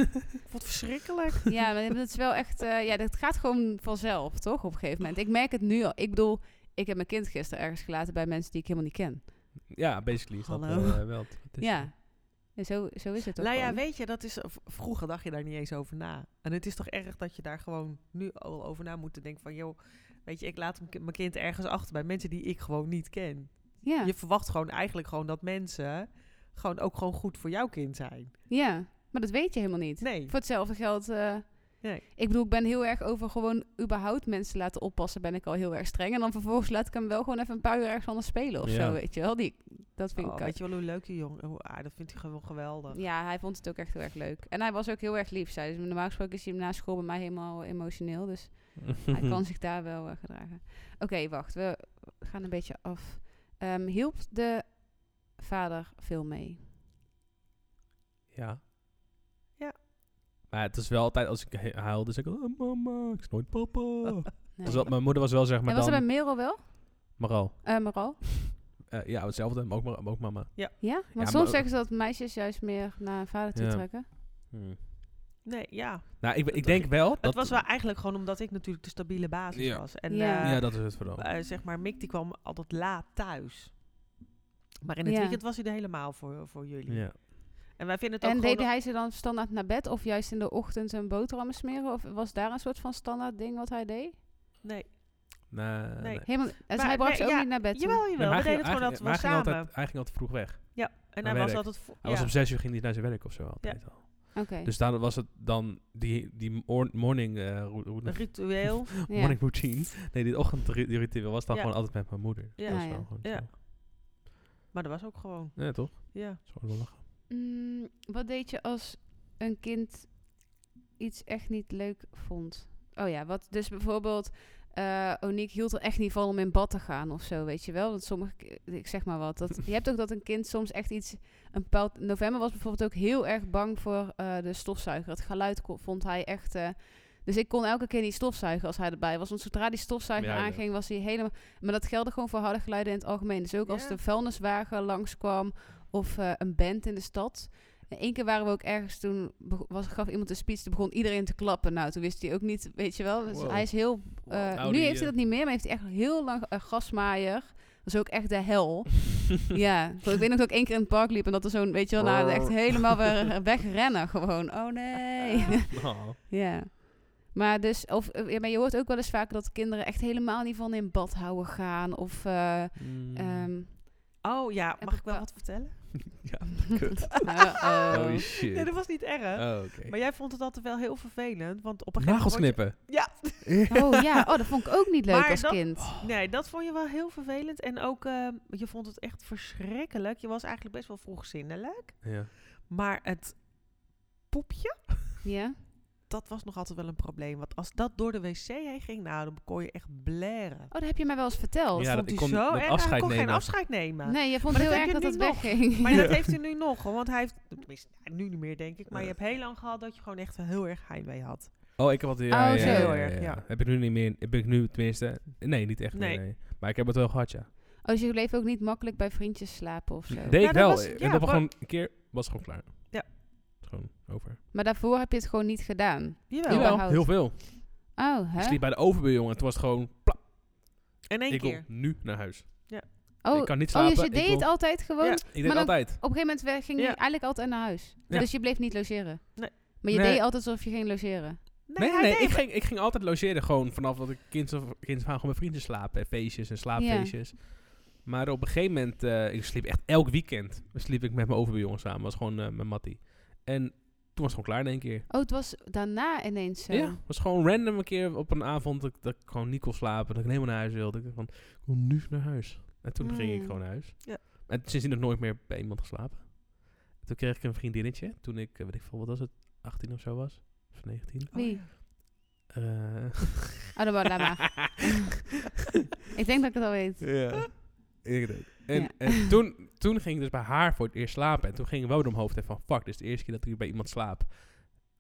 S3: Wat verschrikkelijk.
S2: ja, maar dat is wel echt... eh, ja, dat gaat gewoon vanzelf, toch? Op een gegeven moment. Ik merk het nu al. Ik bedoel, ik heb mijn kind gisteren ergens gelaten bij mensen die ik helemaal niet ken.
S1: Ja, basically is dat
S3: Hallo.
S1: eh, wel. het- het is-
S2: Ja. En zo, zo is het ook
S3: Nou ja,
S2: gewoon.
S3: weet je, dat is, v- vroeger dacht je daar niet eens over na. En het is toch erg dat je daar gewoon nu al over na moet denken van... joh, weet je, ik laat m- mijn kind ergens achter bij mensen die ik gewoon niet ken.
S2: Ja,
S3: Je verwacht gewoon eigenlijk gewoon dat mensen gewoon ook gewoon goed voor jouw kind zijn.
S2: ja, maar dat weet je helemaal niet.
S3: Nee.
S2: Voor hetzelfde geld. eh,
S3: Nee.
S2: Ik bedoel, ik ben heel erg over gewoon überhaupt mensen laten oppassen. Ben ik al heel erg streng. En dan vervolgens laat ik hem wel gewoon even een paar uur ergens anders spelen of
S1: Ja.
S2: zo. Weet je wel? Die, dat vind
S3: Oh,
S2: ik
S3: weet
S2: ook.
S3: je eh. wel hoe leuk die jongen, hoe aardig, dat vindt hij gewoon geweldig.
S2: Ja, hij vond het ook echt heel erg leuk. En hij was ook heel erg lief. Zei. Dus normaal gesproken is hij na school bij mij helemaal emotioneel. Dus hij
S1: Mhm.
S2: kan zich daar wel eh, gedragen. Oké, wacht. We gaan een beetje af. Ehm, hielp de vader veel mee?
S1: Ja.
S3: Ja.
S1: Maar het is wel altijd, als ik he- huilde, zeg ik, oh, mama, ik is nooit papa.
S3: Oh.
S2: Nee.
S1: Dus dat, mijn moeder was wel, zeg maar,
S2: en was dat
S1: dan...
S2: bij Merel wel?
S1: Maral.
S2: Eh Merel?
S1: Eh, ja, hetzelfde, maar ook, maar ook mama.
S2: Ja? Want
S1: maar
S2: soms
S1: ook-
S2: zeggen ze dat meisjes juist meer naar hun vader toe
S1: Ja.
S2: trekken.
S3: Nee, ja.
S1: Nou, ik, ik
S3: Het-
S1: denk wel...
S3: Het was wel eigenlijk gewoon omdat ik natuurlijk de stabiele basis
S1: Ja.
S3: was. En
S2: Ja.
S3: eh,
S1: Ja, dat is het vooral.
S3: eh, zeg maar, Mick die kwam altijd laat thuis. Maar in het
S2: Ja.
S3: weekend was hij er helemaal voor, voor jullie.
S1: Ja.
S3: En wij vinden het ook
S2: En
S3: gewoon...
S2: deed hij ze dan standaard naar bed of juist in de ochtend een boterham smeren? Of was daar een soort van standaard ding wat hij deed?
S3: Nee,
S1: Nee, Nou, nee.
S3: Nee.
S2: Helemaal, dus
S3: Maar-
S2: hij bracht
S3: nee,
S2: ze ook
S3: ja,
S2: niet naar bed toe.
S3: Jawel,
S1: Nee,
S3: jawel.
S1: maar
S3: We
S1: hij, ging-
S3: deden het gewoon
S1: hij
S3: dat
S1: ging-
S3: we
S1: maar hij ging
S3: samen.
S1: altijd, hij ging altijd vroeg weg.
S3: ja, en
S1: naar
S3: hij was
S1: werk.
S3: altijd... vo-
S1: Hij
S3: ja.
S1: was om zes uur ging hij naar zijn werk of zo altijd al.
S2: Oké.
S1: Dus daardoor was het dan die, die or- morning, eh, ro- ro-
S3: Een ritueel.
S2: ja.
S1: morning routine. Nee, dit ochtendritueel was dan
S3: Ja.
S1: gewoon altijd met mijn moeder.
S3: Ja.
S1: Dat
S2: Ja,
S1: is wel
S2: ja.
S1: gewoon
S3: Ja.
S1: zo.
S3: maar dat was ook gewoon,
S1: Ja, toch?
S3: ja.
S1: Dat is gewoon wel lachen.
S2: Mm, wat deed je als een kind iets echt niet leuk vond? Oh ja, wat dus bijvoorbeeld. eh Oniek hield er echt niet van om in bad te gaan of zo, weet je wel. Want sommige, ki- ik zeg maar wat. Dat, je hebt ook dat een kind soms echt iets. Een bepaald, november was bijvoorbeeld ook heel erg bang voor eh, de stofzuiger. Het geluid ko- vond hij echt. eh, dus ik kon elke keer niet stofzuigen als hij erbij was. Want zodra die stofzuiger
S1: Ja, ja.
S2: aanging, was hij helemaal. Maar dat geldde gewoon voor harde geluiden in het algemeen. Dus ook als
S3: Ja.
S2: de vuilniswagen langskwam of eh, een band in de stad. En één keer waren we ook ergens, toen bego- was, gaf iemand een speech, toen begon iedereen te klappen. Nou, toen wist hij ook niet, weet je wel. Dus
S1: Wow.
S2: Hij is heel, eh,
S1: Nou,
S2: nu
S1: die,
S2: heeft hij
S1: eh,
S2: dat niet meer, maar heeft hij echt heel lang een gasmaaier. Dat is ook echt de hel. ja, ik weet nog dat ik één keer in het park liep en dat er zo'n, weet je wel, nou, echt helemaal weer wegrennen gewoon. Oh nee.
S1: Oh.
S2: ja. Maar dus, of, eh, ja, maar je hoort ook wel eens vaker dat kinderen echt helemaal niet van in bad houden gaan. Of, eh,
S1: Mm.
S2: ehm,
S3: Oh ja,
S2: Heb
S3: mag ik
S2: ik
S3: wel
S2: wel-
S3: wat vertellen?
S1: ja, kut.
S2: uh-oh.
S1: Oh shit.
S3: Nee, dat was niet erg.
S1: Oh, oké.
S3: Maar jij vond het altijd wel heel vervelend, want op een gegeven
S1: Nagels
S3: moment... word
S1: knippen.
S3: je- Ja,
S2: Oh ja, oh, dat vond ik ook niet leuk
S3: Maar
S2: als
S3: dat- Oh.
S2: kind.
S3: Nee, dat vond je wel heel vervelend. En ook, ehm, je vond het echt verschrikkelijk. Je was eigenlijk best wel vroeg zinnelijk.
S1: Ja.
S3: Maar het poepje,
S2: Ja?
S3: dat was nog altijd wel een probleem. Want als dat door de wc heen ging, nou, dan kon je echt blaren.
S2: Oh, dat heb je mij wel eens verteld.
S1: Ja,
S3: vond
S1: dat- ik kon
S3: hij zo
S1: dat
S3: erg. hij
S1: afscheid
S3: kon geen
S1: nemen.
S3: afscheid nemen.
S2: nee, je vond
S3: Maar
S2: heel
S3: dat
S2: erg
S3: heb
S2: dat
S3: je
S2: dat
S3: nu nog.
S2: wegging.
S3: Maar dat
S1: Ja.
S3: heeft hij nu nog, hoor, want hij heeft... tenminste, nou, nu niet meer, denk ik. Maar je
S1: Ja.
S3: hebt heel lang gehad dat je gewoon echt wel heel erg heimwee had.
S1: Oh, ik heb wat... Ja,
S2: Oh,
S1: ja,
S2: zo.
S1: ja, ja,
S3: Heel erg,
S1: ja.
S3: ja.
S1: Heb ik nu niet meer... Heb ik nu tenminste... Nee, niet echt. Nee.
S3: Nee.
S1: nee. Maar ik heb het wel gehad, ja.
S2: Als Oh, dus je bleef ook niet makkelijk bij vriendjes slapen of zo. Nou,
S1: Deed ik
S3: dat
S1: wel.
S3: was-
S1: en
S3: ja,
S1: op een
S3: wa-
S1: gewoon een keer was het gewoon klaar.
S3: Ja.
S1: Gewoon over.
S2: Maar daarvoor heb je het gewoon niet gedaan.
S3: Jawel.
S2: Jawel. Überhaupt.
S1: heel veel.
S2: Oh,
S1: Ik
S2: hè?
S1: sliep bij de overbuur, jongen. Het was gewoon... plap,
S3: In één
S1: ik
S3: keer.
S1: wil nu naar huis.
S2: Oh,
S1: ik kan niet
S2: oh
S1: slapen.
S2: dus je
S1: ik
S2: deed
S1: wil-
S2: het altijd gewoon.
S3: Ja.
S1: Ik deed
S2: maar dan-
S1: altijd.
S2: Op een gegeven moment weg- ging je
S3: Ja.
S2: eigenlijk altijd naar huis.
S1: Ja.
S2: Dus je bleef niet logeren.
S3: Nee.
S2: Maar je
S1: Nee.
S2: deed altijd alsof je ging logeren.
S1: Nee, nee,
S3: hij
S1: nee,
S3: deed
S1: ik, ging, ik ging altijd logeren. Gewoon vanaf dat ik kind of kind of aan gewoon met vrienden slapen. En feestjes en slaapfeestjes. Maar op een gegeven moment, eh, ik sliep echt elk weekend. Sliep ik met mijn overbuurjongen samen. was gewoon eh mijn mattie. En toen was het gewoon klaar in één keer.
S2: Oh, het was daarna ineens eh. zo.
S1: Ja, was gewoon random een keer op een avond dat, ik- dat ik gewoon niet kon slapen. Dat ik helemaal naar huis wilde. Ik dacht van, ik wil nu naar huis. En toen
S2: Ah,
S1: ging ik
S2: ja.
S1: gewoon naar huis.
S3: Mm. Ja.
S1: En sindsdien nog nooit meer bij iemand geslapen. Toen kreeg ik een vriendinnetje. Toen ik, eh, weet ik veel, wat was het? 18 of zo was. Of 19.
S3: Oh, ja.
S2: Wie?
S1: Eh
S2: Oh, dat was laat maar. ik denk dat ik het al weet.
S1: Ja. Ik denk. En,
S2: Ja.
S1: en toen, toen ging ik dus bij haar voor het eerst slapen. En toen ging ik wel door mijn hoofd en van fuck, dit is de eerste keer dat ik hier bij iemand slaap.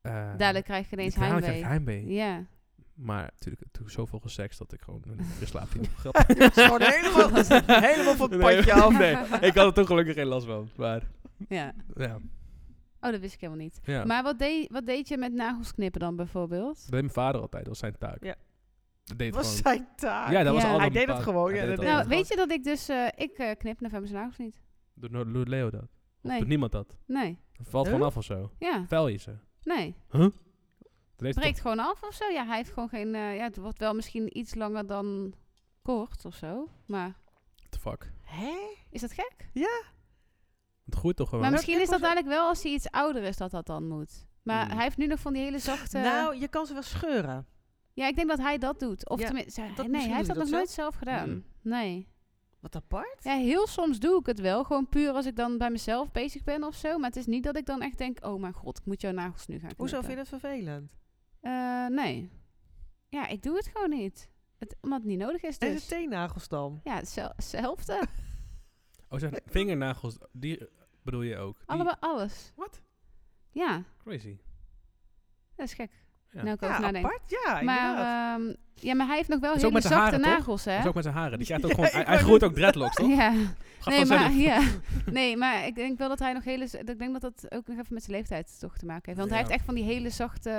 S1: Eh,
S2: Dadelijk krijg je ineens
S1: ik- dadelijk
S2: heimwee.
S1: krijg ik heimwee.
S2: Ja.
S1: Maar natuurlijk, toen zoveel geseks dat ik gewoon niet meer slaap.
S3: Het is gewoon helemaal, helemaal van het padje af.
S1: Nee, ik had er toen gelukkig geen last van. Maar
S2: ja.
S1: ja,
S2: Oh, dat wist ik helemaal niet.
S1: ja.
S2: Maar wat deed, wat deed je met nagels knippen dan bijvoorbeeld?
S1: dat deed mijn vader altijd. Dat was zijn taak.
S3: Ja.
S1: Dat deed
S3: was
S1: gewoon.
S3: zijn taak.
S1: Ja, dat was altijd
S2: Ja. Hij
S1: mijn
S3: deed het
S1: taak.
S3: gewoon,
S1: Hij
S3: ja,
S1: deed
S3: dat
S1: het
S2: Nou,
S3: dat
S1: altijd.
S2: weet je dat ik dus... eh, ik eh, knip november zijn nagels niet.
S1: Doet nooit- Doet Leo dat? Of
S2: Nee.
S1: doet niemand dat?
S2: Nee.
S1: Dat valt
S3: Huh?
S1: gewoon af of zo.
S2: Ja.
S1: Vuil je ze. Dat
S2: Nee.
S1: deed hij
S2: breekt gewoon af of zo. Ja, hij heeft gewoon geen... eh, ja, het wordt wel misschien iets langer dan kort of zo. Maar
S1: toch- the fuck.
S3: Hé?
S2: is dat gek?
S1: Het groeit toch gewoon.
S2: maar misschien
S3: Oh, ik
S2: is dat
S3: was-
S2: eigenlijk wel als hij iets ouder is dat dat dan moet. Maar
S1: Hmm.
S2: hij heeft nu nog van die hele zachte...
S3: Nou, je kan ze wel scheuren.
S2: ja, ik denk dat hij dat doet. Of
S3: Ja,
S2: tenminste... hij-
S3: dat-
S2: nee,
S3: misschien
S2: hij heeft
S3: doet
S2: dat nog
S3: hij dat
S2: nooit zelf gedaan.
S1: Hmm.
S2: Nee.
S3: Wat apart.
S2: Ja, heel soms doe ik het wel. Gewoon puur als ik dan bij mezelf bezig ben of zo. Maar het is niet dat ik dan echt denk... Oh mijn god, ik moet jouw nagels nu gaan knippen.
S3: Hoezo vind je dat vervelend?
S2: Eh, nee. Ja, ik doe het gewoon niet. Het, omdat het niet nodig is
S3: En de
S2: dus.
S3: teennagels dan?
S2: Ja, hetzel- hetzelfde.
S1: Oh, zijn vingernagels, die bedoel je ook? Die-
S2: Allemaal alles.
S3: Wat?
S2: Ja,
S1: Crazy.
S2: dat is gek.
S1: Ja.
S2: Nou, ik
S3: Ja,
S2: over nadenk.
S3: apart. Ja,
S2: maar,
S3: inderdaad.
S2: ehm, ja, maar hij heeft nog wel
S1: Is ook
S2: hele
S1: met de
S2: zachte
S1: haren, toch?
S2: nagels, hè?
S1: Dat is ook met zijn haren. Die krijgt ook
S3: Ja,
S1: gewoon,
S3: ik
S1: hij,
S3: wou
S1: hij groeit ook dreadlocks, toch?
S2: Ja,
S1: Gaat
S2: nee
S1: vanzelf.
S2: maar, ja. nee, maar ik denk wel dat hij nog hele... z- Ik denk dat dat ook nog even met zijn leeftijd toch te maken heeft. Want hij
S1: Ja.
S2: heeft echt van die hele zachte...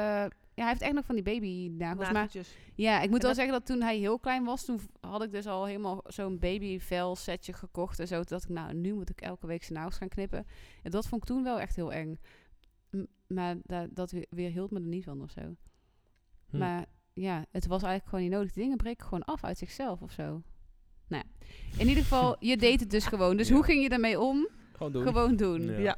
S2: Ja, hij heeft echt nog van die babynagels. Maar
S3: Nageltjes.
S2: Ja, ik moet wel
S3: dat-
S2: zeggen dat toen hij heel klein was, toen v- had ik dus al helemaal zo'n babyvel setje gekocht en zo. Toen dacht ik, nou, nu moet ik elke week zijn nagels gaan knippen. En dat vond ik toen wel echt heel eng. M- maar da- dat we- weer hield me er niet van of zo.
S1: Hm.
S2: Maar ja, het was eigenlijk gewoon niet nodig. Die dingen breken gewoon af uit zichzelf of zo. Nou, ja. in ieder geval, je deed het dus gewoon. Dus
S1: Ja.
S2: hoe ging je daarmee om?
S1: Gewoon doen.
S2: Gewoon doen.
S1: Ja.
S3: Ja.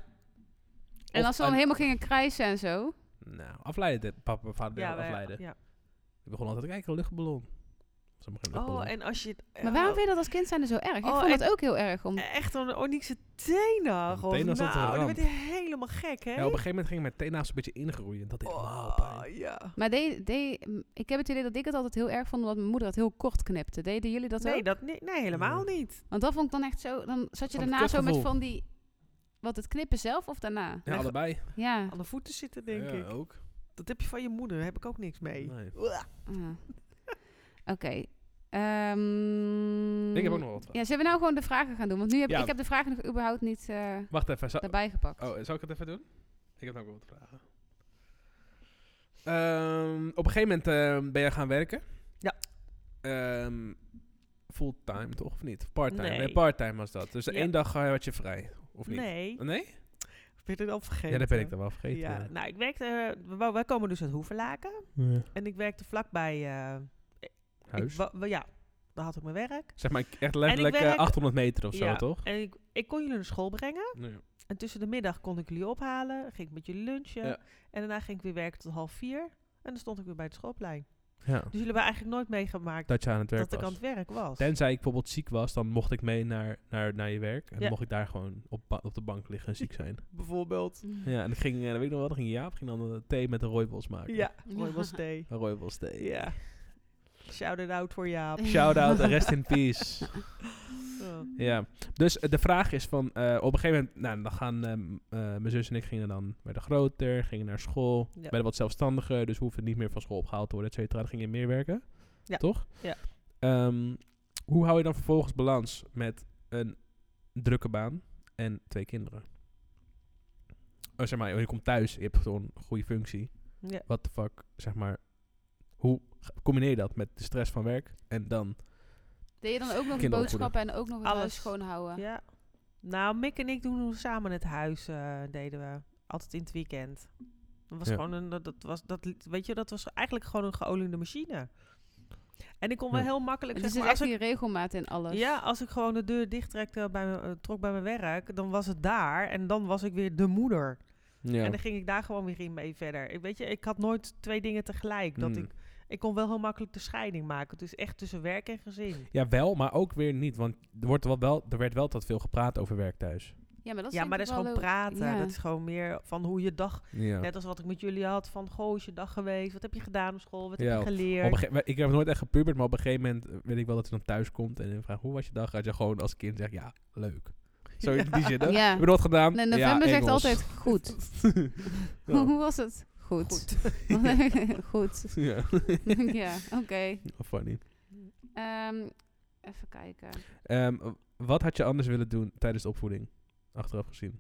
S2: En
S1: Of
S2: als ze dan
S1: aan-
S2: helemaal gingen krijsen en zo.
S1: Nou, afleiden. dit- Papa en vader
S3: Ja, wij-
S1: afleiden.
S3: ja.
S1: Ik begon altijd te kijken, een luchtballon. Sommige luchtballon.
S3: Oh, en als je...
S2: Maar waarom vind je dat als kind zijn zo erg? Ik
S3: Oh,
S2: vond
S3: en-
S2: dat ook heel erg. Om...
S3: Echt een Onyxe teenagel.
S1: Een teenagel, dat is een
S3: Nou, dan
S1: ramp.
S3: werd je helemaal gek, hè?
S1: Ja, op een gegeven moment ging mijn teenaast een beetje ingroeien. En dat deed helemaal pijn.
S3: Oh, ja.
S2: Maar de, ik heb het idee dat ik het altijd heel erg vond, omdat mijn moeder het heel kort knipte. Deden jullie dat
S3: nee,
S2: ook?
S3: dat, ni- nee, helemaal niet.
S2: Want dat vond ik dan echt zo... Dan zat je
S1: Van het
S2: daarna zo met
S1: kutgevoel.
S2: van die... Wat, het knippen zelf of daarna?
S1: Ja,
S3: Echt?
S1: allebei.
S2: Ja.
S3: Aan de voeten zitten, denk
S1: ja,
S3: ik.
S1: ook.
S3: Dat heb je van je moeder, daar heb ik ook niks mee.
S1: Nee.
S3: Uah.
S2: Ah. Oké. Ehm,
S1: Ik heb ook nog wat.
S2: Ja, zullen we nou gewoon de vragen gaan doen? Want nu heb
S1: Ja.
S2: ik heb de vragen nog überhaupt niet eh,
S1: Wacht even. zou-
S2: daarbij gepakt.
S1: Oh, zal ik het even doen? Ik heb nog wel wat vragen. Ehm, op een gegeven moment ehm, ben jij gaan werken.
S3: Ja.
S1: Ehm, fulltime toch, of niet? Parttime. Nee,
S3: Nee.
S1: parttime was dat. Dus
S3: Ja.
S1: één dag eh, had je vrij, of niet?
S3: Nee,
S1: Nee?
S3: ben je dat al vergeten?
S1: Ja, dat ben ik dan wel vergeten.
S3: Ja,
S1: Ja.
S3: nou, ik werkte... eh, we wou- wij komen dus uit Hoevelaken.
S1: Ja.
S3: En ik werkte vlakbij... eh, ik
S1: Huis.
S3: wa- wa- ja, daar had ik mijn werk.
S1: Zeg maar echt letterlijk eh,
S3: werk-
S1: 800 meter of zo,
S3: Ja,
S1: toch?
S3: En ik, ik kon jullie naar school brengen. En tussen de middag kon ik jullie ophalen. Ging ik met jullie lunchen.
S1: Ja.
S3: En daarna ging ik weer werken tot half vier. En dan stond ik weer bij het schoolplein.
S1: Ja.
S3: Dus jullie hebben eigenlijk nooit meegemaakt
S1: Dat je aan het werk
S3: dat ik aan
S1: was.
S3: het werk was.
S1: Tenzij ik bijvoorbeeld ziek was, dan mocht ik mee naar, naar, naar je werk. En dan
S3: Ja.
S1: mocht ik daar gewoon op, ba- op de bank liggen en ziek zijn.
S3: Bijvoorbeeld.
S2: Mhm.
S1: Ja, en ik ging, eh, dat weet ik nog wel, dan ging Jaap ging dan eh, thee met een rooibos maken.
S3: Ja, mooi was day.
S1: Een rooibos thee.
S3: Ja. Shout out voor Jaap.
S1: Shout-out en rest in peace.
S3: Oh.
S1: Ja, dus eh, de vraag is van, eh, op een gegeven moment, nou, dan gaan ehm, eh, mijn zus en ik gingen dan, werden groter, gingen naar school,
S3: Ja.
S1: werden wat zelfstandiger, dus hoefden niet meer van school opgehaald te worden, et cetera. Dan ging je meer werken,
S3: Ja.
S1: toch?
S3: Ja.
S1: Ehm, hoe hou je dan vervolgens balans met een drukke baan en twee kinderen? Oh, zeg maar, je komt thuis, je hebt gewoon een goede functie.
S3: Ja.
S1: What the fuck, zeg maar, hoe g- combineer je dat met de stress van werk en dan...
S2: Deed je dan ook nog de
S1: Kinderopvoeden.
S2: boodschappen en ook nog het huis
S3: Alles.
S2: schoonhouden?
S3: ja. Nou, Mick en ik doen samen het huis, eh, deden we. Altijd in het weekend. Dat was
S1: Ja.
S3: gewoon een, dat, dat was, dat, li- weet je, dat was eigenlijk gewoon een geoliede machine. En ik kon wel
S1: Ja.
S3: heel makkelijk,
S2: Dus
S3: zeg
S2: er zit
S3: maar, als
S2: echt
S3: ik,
S2: die regelmaat in alles.
S3: ja, als ik gewoon de deur dicht trekte bij mijn, eh, trok bij mijn werk, dan was het daar en dan was ik weer de moeder.
S1: Ja.
S3: En dan ging ik daar gewoon weer in mee verder. Ik weet je, ik had nooit twee dingen tegelijk. Dat
S1: Mm.
S3: ik, ik kon wel heel makkelijk de scheiding maken. Dus echt tussen werk en gezin.
S1: Ja, wel, maar ook weer niet. Want er, wordt wel, wel, er werd wel dat veel gepraat over werk thuis.
S2: ja, maar dat is,
S3: ja, maar
S2: denk
S3: dat
S2: ik
S3: is gewoon
S2: wel leuk.
S3: praten.
S2: Ja.
S3: Dat is gewoon meer van hoe je dag...
S1: Ja.
S3: Net als wat ik met jullie had van... Goh, is je dag geweest? Wat heb je gedaan op school? Wat
S1: Ja,
S3: heb je geleerd?
S1: Op een gege- we- ik heb nooit echt gepubert, maar op een gegeven moment eh, weet ik wel dat hij dan thuis komt en hij vraagt hoe was je dag? Als je gewoon als kind zegt ja, leuk. Zo in die zin. hè?
S2: Ja.
S1: Heb je dat gedaan?
S2: Nee,
S1: Ja,
S2: november zegt
S1: Engels.
S2: altijd goed. Hoe was het? Goed. Goed.
S1: ja, Oh,
S2: ja, oké.
S1: funny.
S2: Ehm, even kijken.
S1: Ehm, wat had je anders willen doen tijdens de opvoeding? Achteraf gezien.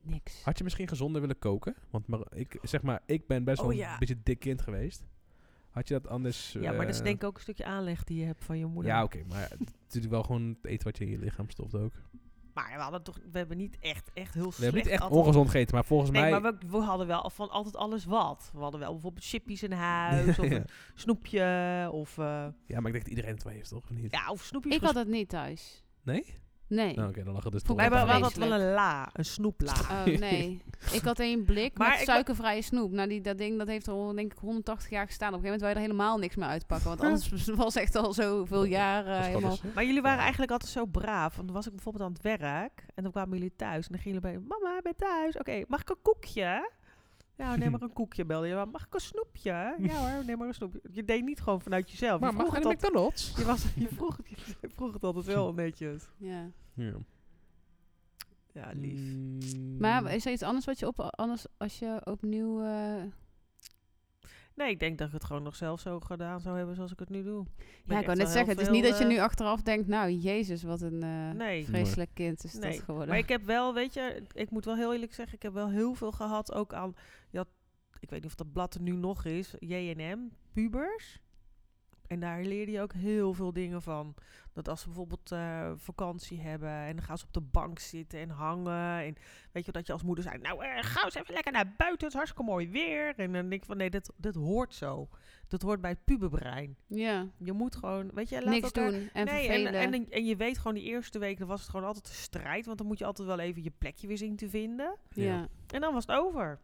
S2: Niks.
S1: Had je misschien gezonder willen koken? Want maar, ik, zeg maar, ik ben best
S3: Oh,
S1: wel
S3: ja.
S1: een beetje dik kind geweest. Had je dat anders...
S3: ja, maar dat is
S1: eh,
S3: denk ik ook een stukje aanleg die je hebt van je moeder.
S1: Ja, oké, maar het is natuurlijk wel gewoon het eten wat je in je lichaam stopt ook.
S3: Maar we hadden toch... We hebben niet echt, echt heel slecht...
S1: We hebben niet echt
S3: altijd-
S1: ongezond gegeten, maar volgens
S3: Nee,
S1: mij...
S3: maar we, we hadden wel van altijd alles wat. We hadden wel bijvoorbeeld chippies in huis. of
S1: ja.
S3: een snoepje. Of, eh,
S1: ja, maar ik denk dat iedereen het wel heeft, toch? Of niet?
S3: ja, of snoepjes.
S2: Ik had dat niet thuis.
S1: Nee?
S2: Nee.
S1: Nou, oké, dan lag het dus
S2: Voor
S1: toch
S3: maar we,
S2: mij
S1: wel
S3: we
S2: wel
S1: aan.
S3: hadden
S2: dat-
S3: wel een la. Een snoepla.
S2: Oh, nee. Ik had één blik
S3: Maar
S2: met
S3: ik wa-
S2: suikervrije snoep. Nou, die, dat ding dat heeft er al, denk ik 180 jaar gestaan. Op een gegeven moment wil je er helemaal niks meer uitpakken. Want anders was echt al zoveel jaar eh,
S1: Dat is gewoon
S2: helemaal...
S1: dus-
S3: Maar jullie waren
S1: Ja.
S3: eigenlijk altijd zo braaf. Want dan was ik bijvoorbeeld aan het werk. En dan kwamen jullie thuis. En dan gingen jullie bij mama, ik ben thuis. Oké, mag ik een koekje? Ja, neem maar een koekje, belde je. Mag ik een snoepje? Ja hoor, neem maar een snoepje. Je deed niet gewoon vanuit jezelf.
S1: Maar
S3: je,
S1: mag
S3: vroeg
S1: ik naar
S3: het altijd,
S1: McDonald's?
S3: je, was, je, vroeg, het- je vroeg het altijd wel netjes.
S2: Ja.
S1: Ja.
S3: Ja, lief.
S1: Mm.
S2: Maar is er iets anders wat je op... Anders als je opnieuw... eh,
S3: Nee, ik denk dat ik het gewoon nog zelf zo gedaan zou hebben zoals ik het nu doe.
S2: Ja, ik wou net zeggen. Het is niet dat je nu achteraf denkt... Nou, jezus, wat een eh,
S3: eh, Nee.
S2: vreselijk kind is
S3: Nee,
S2: dat geworden.
S3: Maar ik heb wel, weet je, ik moet wel heel eerlijk zeggen, ik heb wel heel veel gehad ook aan, je had, ik weet niet of dat blad er nu nog is, JNM, pubers. En daar leerde je ook heel veel dingen van. Dat als ze bijvoorbeeld eh, vakantie hebben en dan gaan ze op de bank zitten en hangen. En weet je, dat je als moeder zei, nou eh, ga eens even lekker naar buiten, het is hartstikke mooi weer. En dan denk ik van, nee, dat, dat hoort zo. Dat hoort bij het puberbrein.
S2: Ja,
S3: Je moet gewoon, weet je, laat
S2: niks
S3: elkaar-
S2: doen en
S3: nee,
S2: vervelen.
S3: En, en, en je weet gewoon, die eerste week dan was het gewoon altijd een strijd. Want dan moet je altijd wel even je plekje weer zien te vinden.
S1: Ja.
S2: ja.
S3: En dan was het over.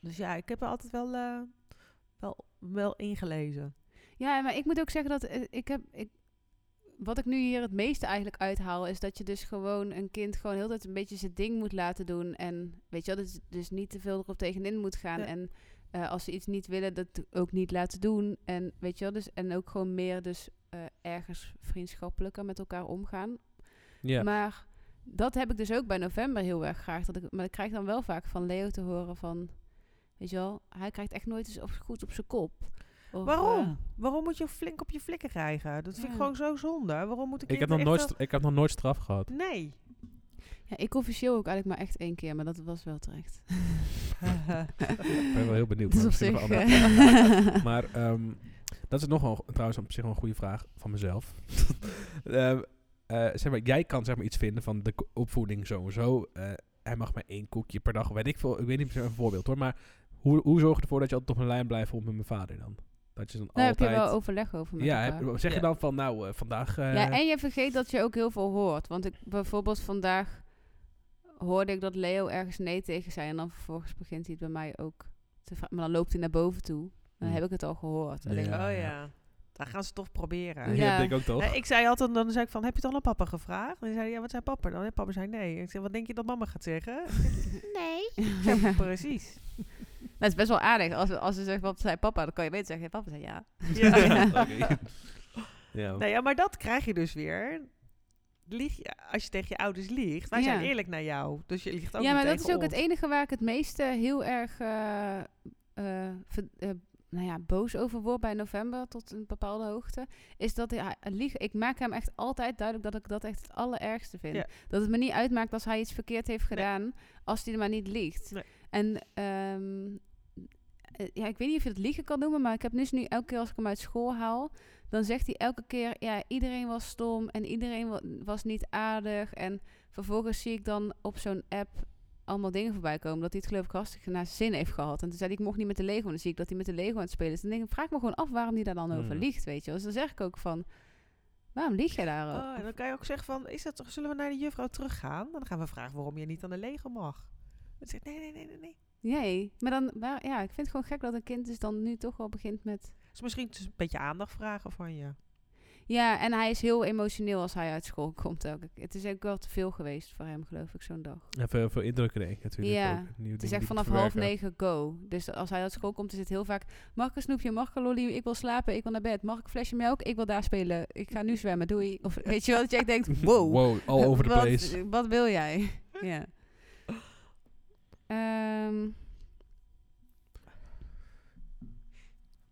S3: Dus ja, ik heb er altijd wel, eh, wel, wel ingelezen.
S2: Ja, maar ik moet ook zeggen dat eh, ik heb. Ik, wat ik nu hier het meeste eigenlijk uithaal, is dat je dus gewoon een kind gewoon heel de tijd een beetje zijn ding moet laten doen. En weet je wel, dus, dus niet te veel erop tegenin moet gaan.
S3: Ja.
S2: En eh, als ze iets niet willen, dat ook niet laten doen. En weet je wel, dus en ook gewoon meer dus eh, ergens vriendschappelijker met elkaar omgaan.
S1: Ja.
S2: Maar dat heb ik dus ook bij november heel erg graag. Dat ik, maar ik krijg dan wel vaak van Leo te horen van, weet je wel, hij krijgt echt nooit eens op, goed op zijn kop. Of,
S3: Waarom?
S2: eh,
S3: Waarom moet je flink op je flikken krijgen? Dat vind
S2: Ja.
S3: ik gewoon zo zonde. Waarom moet ik
S1: ik, heb nog nooit, stra- ik heb nog nooit straf gehad.
S3: Nee.
S2: Ja, ik officieel ook eigenlijk maar echt één keer, maar dat was wel terecht.
S1: Ik ben wel heel benieuwd.
S2: Dat is
S1: maar
S2: op
S1: misschien nog een
S2: zich. eh,
S1: andere- maar ehm, dat is nog wel, trouwens op zich wel een goede vraag van mezelf. Ehm, eh, zeg maar, jij kan zeg maar iets vinden van de ko- opvoeding sowieso. Eh, hij mag maar één koekje per dag. Weet ik veel. Ik weet niet precies een voorbeeld hoor. Maar hoe, hoe zorg je ervoor dat je altijd op een lijn blijft met mijn vader dan? Dat je dan
S2: Daar Nou, heb
S1: altijd...
S2: je wel overleg over met
S1: ja,
S2: elkaar.
S1: heb- zeg je
S3: Ja.
S1: dan van nou eh, vandaag... eh,
S2: ja, en je vergeet dat je ook heel veel hoort. Want ik bijvoorbeeld vandaag hoorde ik dat Leo ergens nee tegen zei. En dan vervolgens begint hij het bij mij ook te vragen. Maar dan loopt hij naar boven toe. Dan
S1: Hmm.
S2: heb ik het al gehoord. Alleen,
S1: Ja,
S3: oh
S1: ja.
S3: ja. Dan gaan ze toch proberen.
S1: ja,
S2: Ja.
S1: dat denk ik ook toch?
S3: Nee, ik zei altijd, dan zei ik van, heb je het al aan papa gevraagd? En hij zei, ja, wat zei papa dan? En papa zei nee. En ik zei, wat denk je dat mama gaat zeggen? nee. precies.
S2: Dat is best wel aardig. Als, als ze zegt, wat zei papa? Dan kan je beter zeggen, papa zei ja.
S3: Ja.
S1: Oké. ja.
S3: Nou ja, maar dat krijg je dus weer. Lieg je, als je tegen je ouders liegt. Wij
S2: Ja.
S3: zijn eerlijk naar jou. Dus je liegt ook
S2: ja,
S3: niet
S2: maar dat
S3: tegen
S2: is ook
S3: ons.
S2: het enige waar ik het meeste heel erg eh, eh, ver- eh, nou ja, boos over word bij november tot een bepaalde hoogte. Is dat hij, hij lieg- ik maak hem echt altijd duidelijk dat ik dat echt het allerergste vind.
S3: Ja.
S2: Dat het me niet uitmaakt als hij iets verkeerd heeft gedaan, als hij er maar niet liegt.
S3: Nee.
S2: En ehm, eh, ja, ik weet niet of je dat liegen kan noemen, maar ik heb dus nu elke keer als ik hem uit school haal, dan zegt hij elke keer, ja, iedereen was stom en iedereen wa- was niet aardig. En vervolgens zie ik dan op zo'n app allemaal dingen voorbij komen. Dat hij het geloof ik hartstikke naar zijn zin heeft gehad. En toen zei hij, ik mocht niet met de Lego. En dan zie ik dat hij met de Lego aan het spelen is. En dan denk ik, vraag me gewoon af waarom hij daar dan over
S1: Hmm.
S2: liegt, weet je wel. Dus dan zeg ik ook van, waarom lieg je daar?
S3: Oh, en dan kan je ook zeggen van, is dat, toch- zullen we naar de juffrouw teruggaan? Dan gaan we vragen waarom je niet aan de Lego mag. Dan zegt nee, nee, nee, nee, nee.
S2: Nee, maar dan, waar, ja, ik vind het gewoon gek dat een kind dus dan nu toch wel begint met...
S3: Dus misschien dus een beetje aandacht vragen van je.
S2: Ja, en hij is heel emotioneel als hij uit school komt elke keer. Het is ook wel te veel geweest voor hem, geloof ik, zo'n dag.
S1: En veel, veel indrukken denk ik natuurlijk
S2: Ja.
S1: ook. Nieuwe
S2: Het is
S1: dingen
S2: echt
S1: die
S2: vanaf
S1: te verwerken.
S2: half negen go. Dus als hij uit school komt, is het heel vaak... Mag ik een snoepje? Mag ik een lolly? Ik wil slapen. Ik wil naar bed. Mag ik een flesje melk? Ik wil daar spelen. Ik ga nu zwemmen. Doei. Of weet je wel, dat jij denkt... Wow.
S1: all over the
S2: wat,
S1: place.
S2: Wat wil jij? ja. Ehm,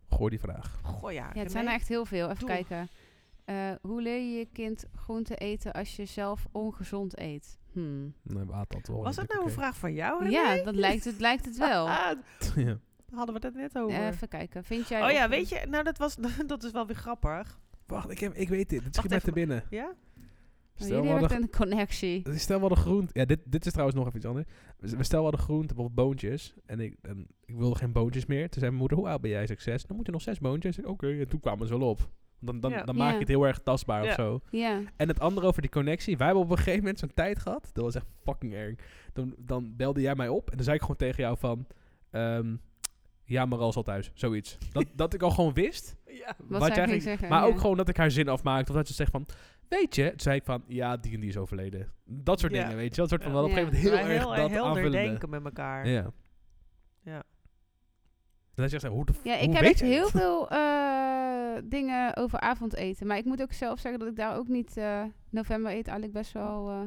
S1: Gooi die vraag.
S3: Goh ja.
S2: ja, het zijn
S3: René.
S2: er echt heel veel. Even
S3: Doe.
S2: kijken. Eh, hoe leer je je kind groente eten als je zelf ongezond eet? Hmm.
S1: Nee, we hadden al
S3: Was dat nou een vraag van jou? René?
S2: Ja, dat lijkt het, lijkt het wel. Eh,
S3: Ah,
S1: vraag? ja.
S3: daar hadden we dat net over.
S2: Even kijken. Vind jij
S3: oh ja,
S2: ook-
S3: weet je, nou dat, was, dat is wel weer grappig.
S1: Wacht, ik, heb, ik weet dit. Dit schiet mij
S3: even,
S1: te binnen.
S3: Ja?
S2: Oh,
S1: Stel
S2: jullie
S1: wel
S2: hebben
S1: de,
S2: echt een connectie.
S1: stel wel de groente... Ja, dit, dit is trouwens nog even iets anders. We we stel wel de groente, bijvoorbeeld boontjes. En ik, en ik wilde geen boontjes meer. Toen zei mijn moeder, hoe oud ben jij? Ik Zeg zes. Dan moet je nog zes boontjes. Ik zeg, Oké, en toen kwamen ze wel op. Dan, dan,
S3: Ja.
S1: dan maak
S2: Ja.
S1: je het heel erg tastbaar
S3: Ja.
S1: of zo.
S2: Ja.
S1: En het andere over die connectie. Wij hebben op een gegeven moment zo'n tijd gehad. Dat was echt fucking erg. Dan, dan belde jij mij op en dan zei ik gewoon tegen jou van... ehm, ja, maar al thuis. Zoiets. Dat, dat ik al gewoon wist.
S3: Ja.
S2: Wat
S1: jij
S2: zij ging
S1: ging-
S2: zeggen.
S1: Maar
S2: ja.
S1: ook gewoon dat ik haar zin afmaakte. Of dat ze zegt van... Weet je, toen zei ik van... Ja, die en die is overleden. Dat soort
S3: Ja.
S1: dingen, weet je. Dat soort van
S3: Ja.
S1: wel op een gegeven moment heel
S3: Heel, heel
S1: erg dat
S3: helder
S1: aanvullende.
S3: denken met elkaar.
S1: Ja.
S3: Ja.
S1: En dan zegt ze, hoe de f-
S2: Ja,
S1: hoe
S2: ik heb
S1: weet
S2: echt
S1: jij
S2: heel
S1: het?
S2: veel eh, dingen over avondeten. Maar ik moet ook zelf zeggen dat ik daar ook niet... eh, november eet eigenlijk best wel eh,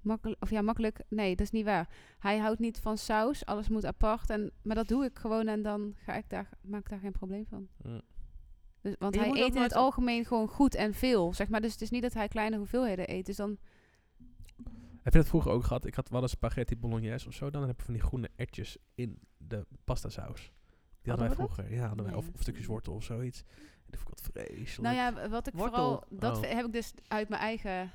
S2: makkelijk... Of ja, makkelijk... Nee, dat is niet waar. Hij houdt niet van saus. Alles moet apart. En, maar dat doe ik gewoon en dan ga ik daar, maak ik daar geen probleem van.
S3: Mm.
S1: Ja.
S2: Dus, want
S3: Je
S2: hij
S3: moet ook
S2: eet in het
S3: nooit-
S2: algemeen gewoon goed en veel, zeg maar. Dus het is niet dat hij kleine hoeveelheden eet. Dus dan...
S1: Heb je dat vroeger ook gehad? Ik had wel eens spaghetti bolognese of zo. Dan heb ik van die groene ertjes in de pastasaus. Die hadden,
S2: Hadden we
S1: wij
S2: dat?
S1: vroeger. Ja, hadden wij.
S2: Nee,
S1: Of,
S2: dat-
S1: of stukjes wortel of zoiets. En dat vond ik wat vreselijk.
S2: Nou ja, wat ik
S3: Wortel.
S2: vooral... Dat
S1: Oh.
S2: heb ik dus uit mijn eigen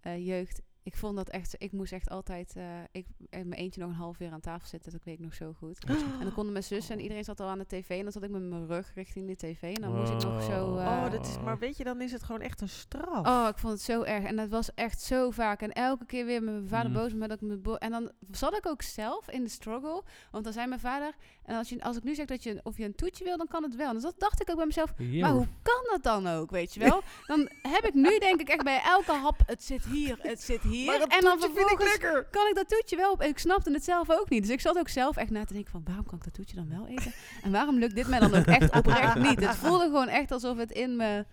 S2: eh, jeugd. Ik vond dat echt... Ik moest echt altijd... eh, ik in mijn eentje nog een half uur aan tafel zitten. Dat weet ik nog zo goed. En dan konden mijn zus
S1: Oh.
S2: en iedereen zat al aan de tv. En dan zat ik met mijn rug richting de tv. En dan moest ik nog zo...
S1: Oh.
S2: eh,
S3: Oh, dat is, maar weet je, dan is het gewoon echt een straf.
S2: Oh, ik vond het zo erg. En dat was echt zo vaak. En elke keer weer met mijn vader
S1: Mm.
S2: boos. Maar dat ik me bo- en dan zat ik ook zelf in de struggle. Want dan zei mijn vader... En als, je, als ik nu zeg dat je, of je een toetje wil, dan kan het wel. Dus dat dacht ik ook bij mezelf.
S1: Ja,
S2: Maar
S1: hoor.
S2: hoe kan dat dan ook, weet je wel? Dan heb ik nu denk ik echt bij elke hap... Het zit hier, het zit hier.
S3: Maar het
S2: en dan
S3: toetje vind ik
S2: vervolgens
S3: lekker.
S2: kan ik dat toetje wel op. Ik snapte het zelf ook niet. Dus ik zat ook zelf echt na te denken van... Waarom kan ik dat toetje dan wel eten? En waarom lukt dit mij dan ook echt oprecht niet? Het voelde gewoon echt alsof het in me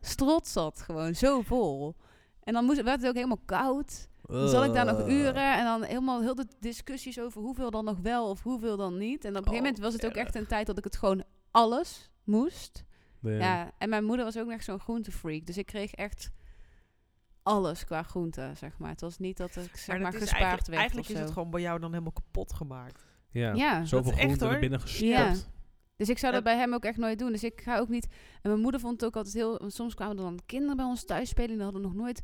S2: strot zat. Gewoon zo vol. En dan moest, werd het ook helemaal koud. Dan zat ik daar nog
S1: Ugh.
S2: uren. En dan helemaal heel de discussies over hoeveel dan nog wel of hoeveel dan niet. En op een gegeven
S1: Oh,
S2: moment was het ook
S1: erg.
S2: echt een tijd dat ik het gewoon alles moest.
S1: Nee.
S2: Ja, en mijn moeder was ook echt zo'n groentefreak. Dus ik kreeg echt alles qua groente, zeg maar. Het was niet dat ik zeg maar,
S3: dat is
S2: gespaard
S3: eigenlijk,
S2: werd
S3: eigenlijk
S2: of
S3: is
S2: zo.
S3: het gewoon bij jou dan helemaal kapot gemaakt.
S1: Ja.
S2: ja.
S1: Zoveel
S3: Dat is echt,
S1: groenten er
S3: hoor.
S1: binnen gestopt.
S2: Ja. Dus ik zou dat
S3: En-
S2: bij hem ook echt nooit doen. Dus ik ga ook niet. En mijn moeder vond het ook altijd heel. Want soms kwamen er dan kinderen bij ons thuis spelen. En die hadden nog nooit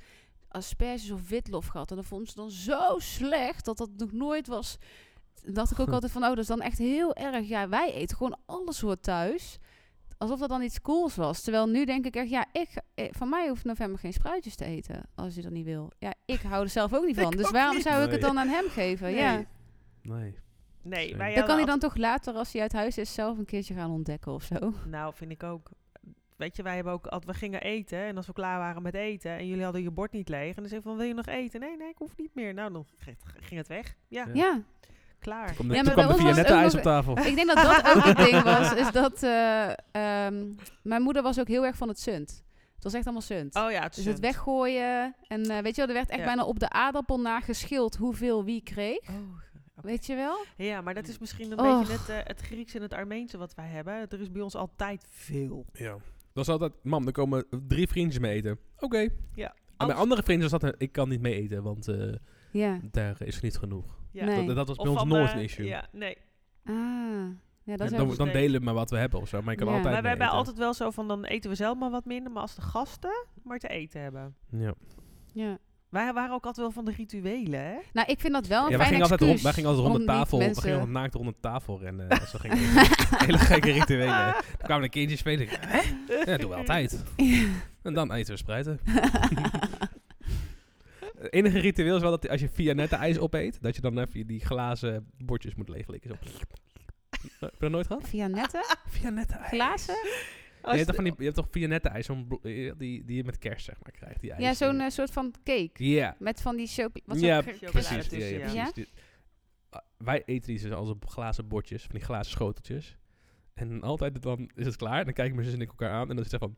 S2: asperges of witlof gehad. En dat vond ze dan zo slecht dat dat nog nooit was. Dacht ik ook altijd van, oh, dat is dan echt heel erg. Ja, wij eten gewoon alles voor thuis. Alsof dat dan iets cools was. Terwijl nu denk ik echt, ja, ik, eh, van mij hoeft november geen spruitjes te eten. Als je dat niet wil. Ja, ik hou er zelf ook niet
S3: Ik
S2: van. Dus
S3: ook
S2: waarom
S3: niet.
S2: zou ik het
S1: Nee.
S2: dan aan hem geven?
S3: Nee.
S2: Ja.
S1: Nee.
S3: Nee,
S1: Zeker.
S3: wij
S2: Dan kan hij
S3: hadden
S2: dan toch later, als hij uit huis is, zelf een keertje gaan ontdekken of zo.
S3: Nou, vind ik ook. Weet je, wij hebben ook altijd, we gingen eten en als we klaar waren met eten en jullie hadden je bord niet leeg en dan zei ik van wil je nog eten? Nee, nee, ik hoef niet meer. Nou, dan g- ging het weg. Ja,
S1: Ja.
S2: ja.
S3: klaar.
S1: Kom,
S2: maar
S1: toen
S2: bij
S1: kwam de
S2: ons was het
S1: Vianetta ijs
S2: ook
S1: op
S2: nog-
S1: tafel.
S2: Ik denk dat dat ook het ding was. Is dat, eh, ehm, mijn moeder was ook heel erg van het sunt. Het was echt allemaal sunt.
S3: Oh ja, het
S2: dus
S3: is
S2: het weggooien. En eh, weet je wel, er werd echt
S3: Ja.
S2: bijna op de aardappel nageschild hoeveel wie kreeg.
S3: Oh, oké.
S2: Weet je wel?
S3: Ja, maar dat is misschien een
S2: Och.
S3: beetje net eh, het Grieks en het Armeense wat wij hebben. Er is bij ons altijd veel.
S1: Ja. Dat is altijd, mam, er komen drie vriendjes mee eten. Oké.
S3: Ja.
S1: En
S3: Als-
S1: mijn andere vriendjes was dat, eh, ik kan niet mee eten, want eh,
S2: Ja.
S1: daar is niet genoeg.
S3: Ja.
S2: Nee.
S1: Dat, dat was
S3: Of
S1: bij ons
S3: van,
S1: nooit
S3: eh,
S1: een issue.
S3: Ja, nee.
S2: Ah. Ja, dat
S1: En
S2: is
S1: dan,
S2: ook-
S1: dan
S3: Nee.
S1: delen we maar wat we hebben of zo, maar ik kan
S2: Ja.
S1: altijd
S2: Maar
S3: Maar we
S1: mee
S3: hebben
S1: eten.
S3: altijd wel zo van dan eten we zelf maar wat minder, maar als de gasten maar te eten hebben.
S1: Ja.
S2: ja.
S3: Wij waren ook altijd wel van de rituelen, hè?
S2: Nou, ik vind dat wel een
S1: Ja, wij,
S2: fijn
S1: gingen altijd
S2: excuus
S1: rond, wij gingen altijd rond
S2: om
S1: de
S2: niet
S1: tafel, we
S2: mensen-
S1: gingen altijd naakt rond de tafel rennen. Als we gingen eten. hele gekke rituelen. Dan kwamen de kindjes spelen. Ik, Hè? Ja, dat doen we altijd. En dan eten we spruiten. Het enige ritueel is wel dat als je Vianetta ijs opeet, dat je dan even die glazen bordjes moet leeglikken. Zo. Eh, Heb je dat nooit gehad?
S2: Via netten?
S1: Vianetta ijs.
S2: Glazen?
S1: Je hebt, toch van die, je hebt toch Vianetta ijs, zo'n blo- eh, die, die je met kerst zeg maar krijgt. Die ijs.
S2: Ja, zo'n eh, soort van cake.
S1: Ja,
S2: Met van die soap... Wat
S1: Ja,
S2: zo'n kr-
S3: precies.
S1: precies. Ja, ja,
S3: ertussen,
S1: precies.
S2: ja.
S1: Die- Ah, wij eten die dus als op glazen bordjes, van die glazen schoteltjes. En altijd dan is het klaar. En dan kijken mijn zus en ik elkaar aan. En dan is het echt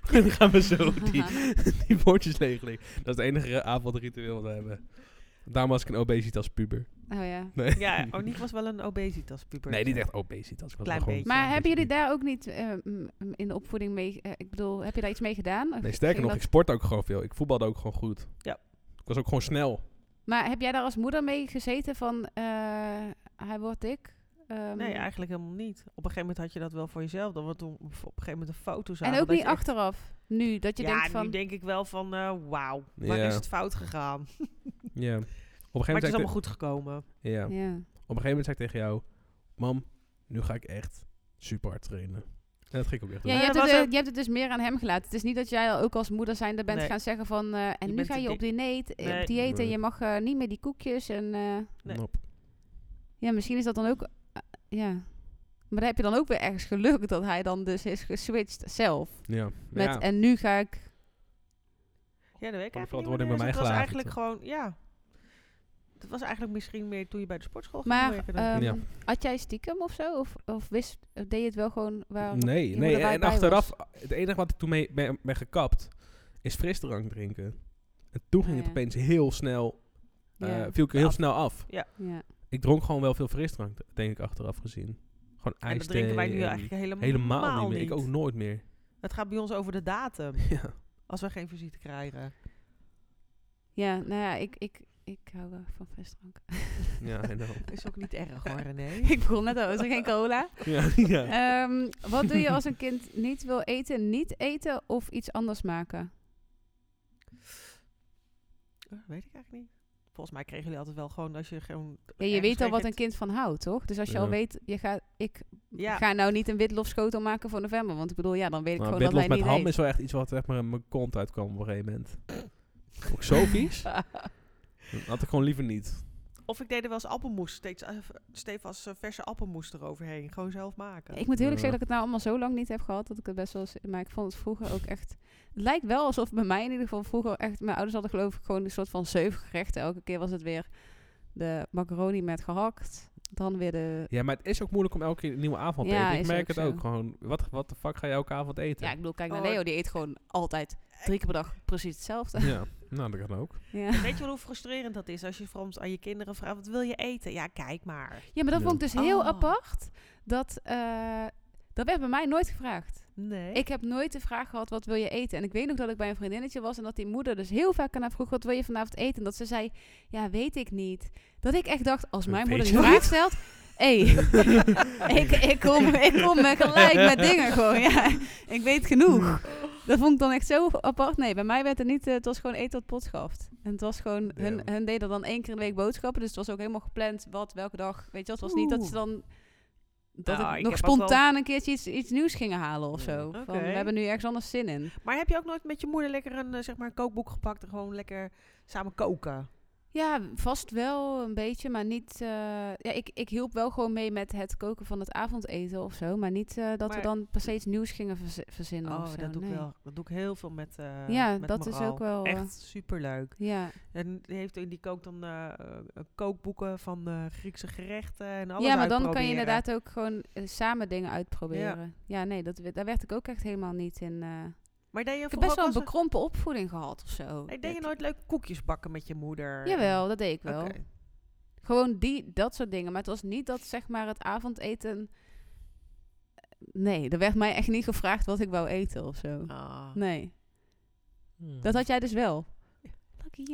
S1: van... en dan gaan we zo die, die bordjes leegleggen. Dat is het enige avondritueel dat we hebben. Daarom was ik een obesitas puber.
S2: Oh ja.
S1: Nee,
S3: Ja, Oniek was wel een obesitas puber.
S1: nee niet echt obesitas. Ik was
S3: Klein
S1: wel gewoon-
S3: beetje.
S2: Maar
S3: Ja,
S2: hebben jullie daar ook niet eh, m- m- in de opvoeding mee... eh, ik bedoel, heb je daar iets mee gedaan? Of
S1: Nee, sterker
S2: ging
S1: nog, ik
S2: dat-
S1: sport ook gewoon veel. Ik voetbalde ook gewoon goed.
S3: Ja.
S1: Ik was ook gewoon snel.
S2: Maar heb jij daar als moeder mee gezeten van... eh, hij wordt dik? Ehm,
S3: Nee, eigenlijk helemaal niet. Op een gegeven moment had je dat wel voor jezelf. Dan wordt toen op een gegeven moment een foto zagen.
S2: En ook
S3: dat
S2: niet
S3: je echt-
S2: achteraf? Nu, dat je
S3: ja,
S2: denkt
S3: nu
S2: van...
S3: denk ik wel van, eh, wauw, waar
S1: Ja.
S3: is het fout gegaan? Maar
S1: Ja. Op een gegeven
S3: het
S1: moment zei
S3: is
S1: ik
S3: allemaal goed gekomen.
S1: te- ja.
S2: ja.
S1: Op een gegeven moment zei ik tegen jou... Mam, nu ga ik echt super hard trainen. En dat ging ik ook echt
S2: Ja,
S1: doen.
S2: je,
S3: dat
S2: hebt het,
S3: was
S2: eh,
S3: ook-
S2: je hebt het dus meer aan hem gelaten. Het is niet dat jij ook als moeder zijnde bent
S3: Nee.
S2: gaan zeggen van... eh, en
S3: Je
S2: nu
S3: bent
S2: ga
S3: te
S2: je op dieet, eh,
S3: Nee.
S2: op dieet en
S1: Nee.
S2: je mag eh, niet meer die koekjes. En eh,
S3: Nee.
S1: Nop.
S2: ja, misschien is dat dan ook... eh, ja. Maar daar heb je dan ook weer ergens geluk dat hij dan dus is geswitcht zelf.
S1: Ja.
S2: Met,
S1: ja.
S2: En nu ga ik...
S3: Ja, dat weet ik
S1: Van de
S3: eigenlijk
S1: verantwoording
S3: niet
S1: bij mij
S3: meer. Dus Het was
S1: gelaten.
S3: eigenlijk gewoon, ja. Het was eigenlijk misschien meer toen je bij de sportschool ging
S2: Maar
S3: werken. dan.
S2: ehm,
S1: Ja.
S2: had jij stiekem of zo? Of, of wist, of deed je het wel gewoon waar?
S1: nee, nee.
S2: je moeder bij-
S1: En
S2: bij
S1: achteraf, het enige wat ik toen mee ben, ben gekapt, is frisdrank drinken. En toen ging
S2: Ah,
S1: het
S2: ja.
S1: opeens heel snel, eh,
S2: Ja.
S1: viel ik heel
S3: Af.
S1: snel af.
S2: Ja.
S1: Ik dronk gewoon wel veel frisdrank, denk ik, achteraf gezien. Gewoon ijs.
S3: en dat drinken wij nu eigenlijk helemaal,
S1: helemaal niet meer. Ik ook nooit meer.
S3: Het gaat bij ons over de datum.
S1: ja.
S3: Als we geen visite krijgen.
S2: ja, nou ja, ik, ik, ik hou wel van frisdrank.
S1: Ja, en dan.
S3: Is ook niet erg
S1: Eh.
S3: hoor, René.
S2: ik begon net al, is er geen cola?
S1: Ja, ja.
S2: Ehm, wat doe je als een kind niet wil eten? Niet eten of iets anders maken?
S3: Oh, weet ik eigenlijk niet. Volgens mij kregen jullie altijd wel gewoon als je gewoon...
S2: Ja, je
S3: ergens
S2: weet al wat
S3: geen-
S2: een kind van houdt, toch? Dus als je
S1: Ja.
S2: al weet, je gaat, ik
S3: Ja,
S2: ga nou niet een witlofschotel maken voor november. Want ik bedoel, ja, dan weet ik
S1: Maar
S2: gewoon dat
S1: witlof
S2: hij
S1: met
S2: niet
S1: ham
S2: eet.
S1: is wel echt iets wat echt maar in mijn kont uitkwam op een gegeven moment. Vond ik zo vies. Dat had ik gewoon liever niet.
S3: of ik deed er wel eens appelmoes, steeds, eh, stevig als eh, verse appelmoes eroverheen. Gewoon zelf maken.
S2: Ik moet eerlijk
S1: Ja.
S2: zeggen dat ik het nou allemaal zo lang niet heb gehad dat ik het best wel eens. Maar ik vond het vroeger ook echt. Het lijkt wel alsof bij mij in ieder geval vroeger echt. Mijn ouders hadden geloof ik gewoon een soort van zeven gerechten. Elke keer was het weer de macaroni met gehakt. Dan weer de.
S1: Ja, maar het is ook moeilijk om elke keer een nieuwe avond te
S2: Ja,
S1: eten. Ik
S2: is
S1: merk
S2: ook
S1: het
S2: zo.
S1: ook gewoon. Wat, wat de fuck ga je elke avond eten?
S2: Ja, ik bedoel, kijk
S3: Oh,
S2: naar Leo, die eet gewoon altijd drie keer per dag precies hetzelfde.
S1: Ja, nou dat kan ook.
S2: Ja,
S3: Weet je wel hoe frustrerend dat is als je soms aan je kinderen vraagt, wat wil je eten? Ja, kijk maar.
S2: ja maar dat
S1: Ja.
S2: vond ik dus heel
S3: Oh.
S2: apart. Dat, eh, dat werd bij mij nooit gevraagd.
S3: Nee.
S2: Ik heb nooit de vraag gehad, wat wil je eten? En ik weet nog dat ik bij een vriendinnetje was en dat die moeder dus heel vaak aan haar vroeg, wat wil je vanavond eten? En dat ze zei, ja, weet ik niet. Dat ik echt dacht, als mijn
S1: Weet
S2: moeder
S1: je
S2: die vraag stelt, hé, ik, ik kom, ik kom eh, gelijk met dingen gewoon, ja, ik weet genoeg. Dat vond ik dan echt zo apart. Nee, bij mij werd het niet, eh, het was gewoon eten tot pot schaft. En het was gewoon, hun,
S1: Damn.
S2: hun deden dan één keer in de week boodschappen, dus het was ook helemaal gepland, wat, welke dag, weet je wel. Het was niet dat ze dan... Dat
S3: Nou,
S2: ik
S3: ik
S2: nog
S3: heb ook wel-
S2: spontaan aan een keertje iets, iets nieuws gingen halen of zo.
S3: Mm,
S2: Van,
S3: oké.
S2: we hebben nu ergens anders zin in.
S3: Maar heb je ook nooit met je moeder lekker een, eh, zeg maar, een kookboek gepakt en gewoon lekker samen koken?
S2: Ja, vast wel een beetje, maar niet... eh, ja, ik, ik hielp wel gewoon mee met het koken van het avondeten of zo. Maar niet eh, dat we
S3: Maar-
S2: dan per se iets nieuws gingen verzi- verzinnen
S3: oh,
S2: of zo.
S3: dat doe ik
S2: nee.
S3: wel. Dat doe ik heel veel met eh
S2: Ja,
S3: met
S2: dat is
S3: Moraal.
S2: ook wel, eh,
S3: Echt superleuk.
S2: Ja,
S3: En die heeft in die kook dan eh, eh, kookboeken van eh, Griekse gerechten en alles
S2: ja maar dan kan je
S3: uitproberen.
S2: inderdaad ook gewoon eh, samen dingen uitproberen. Ja, nee, dat, we- daar werd ik ook echt helemaal niet in... eh.
S3: Maar deed je
S2: Ik heb
S3: vroeger
S2: best wel een
S3: ook als een-
S2: bekrompen opvoeding gehad of zo.
S3: Nee, deed je
S2: Ik-
S3: nooit leuk koekjes bakken met je moeder?
S2: Jawel, dat deed ik wel.
S3: Oké.
S2: Gewoon die, dat soort dingen. Maar het was niet dat zeg maar het avondeten. eh, Nee, er werd mij echt niet gevraagd wat ik wou eten of zo.
S3: Ah.
S2: Nee, dat had jij dus wel.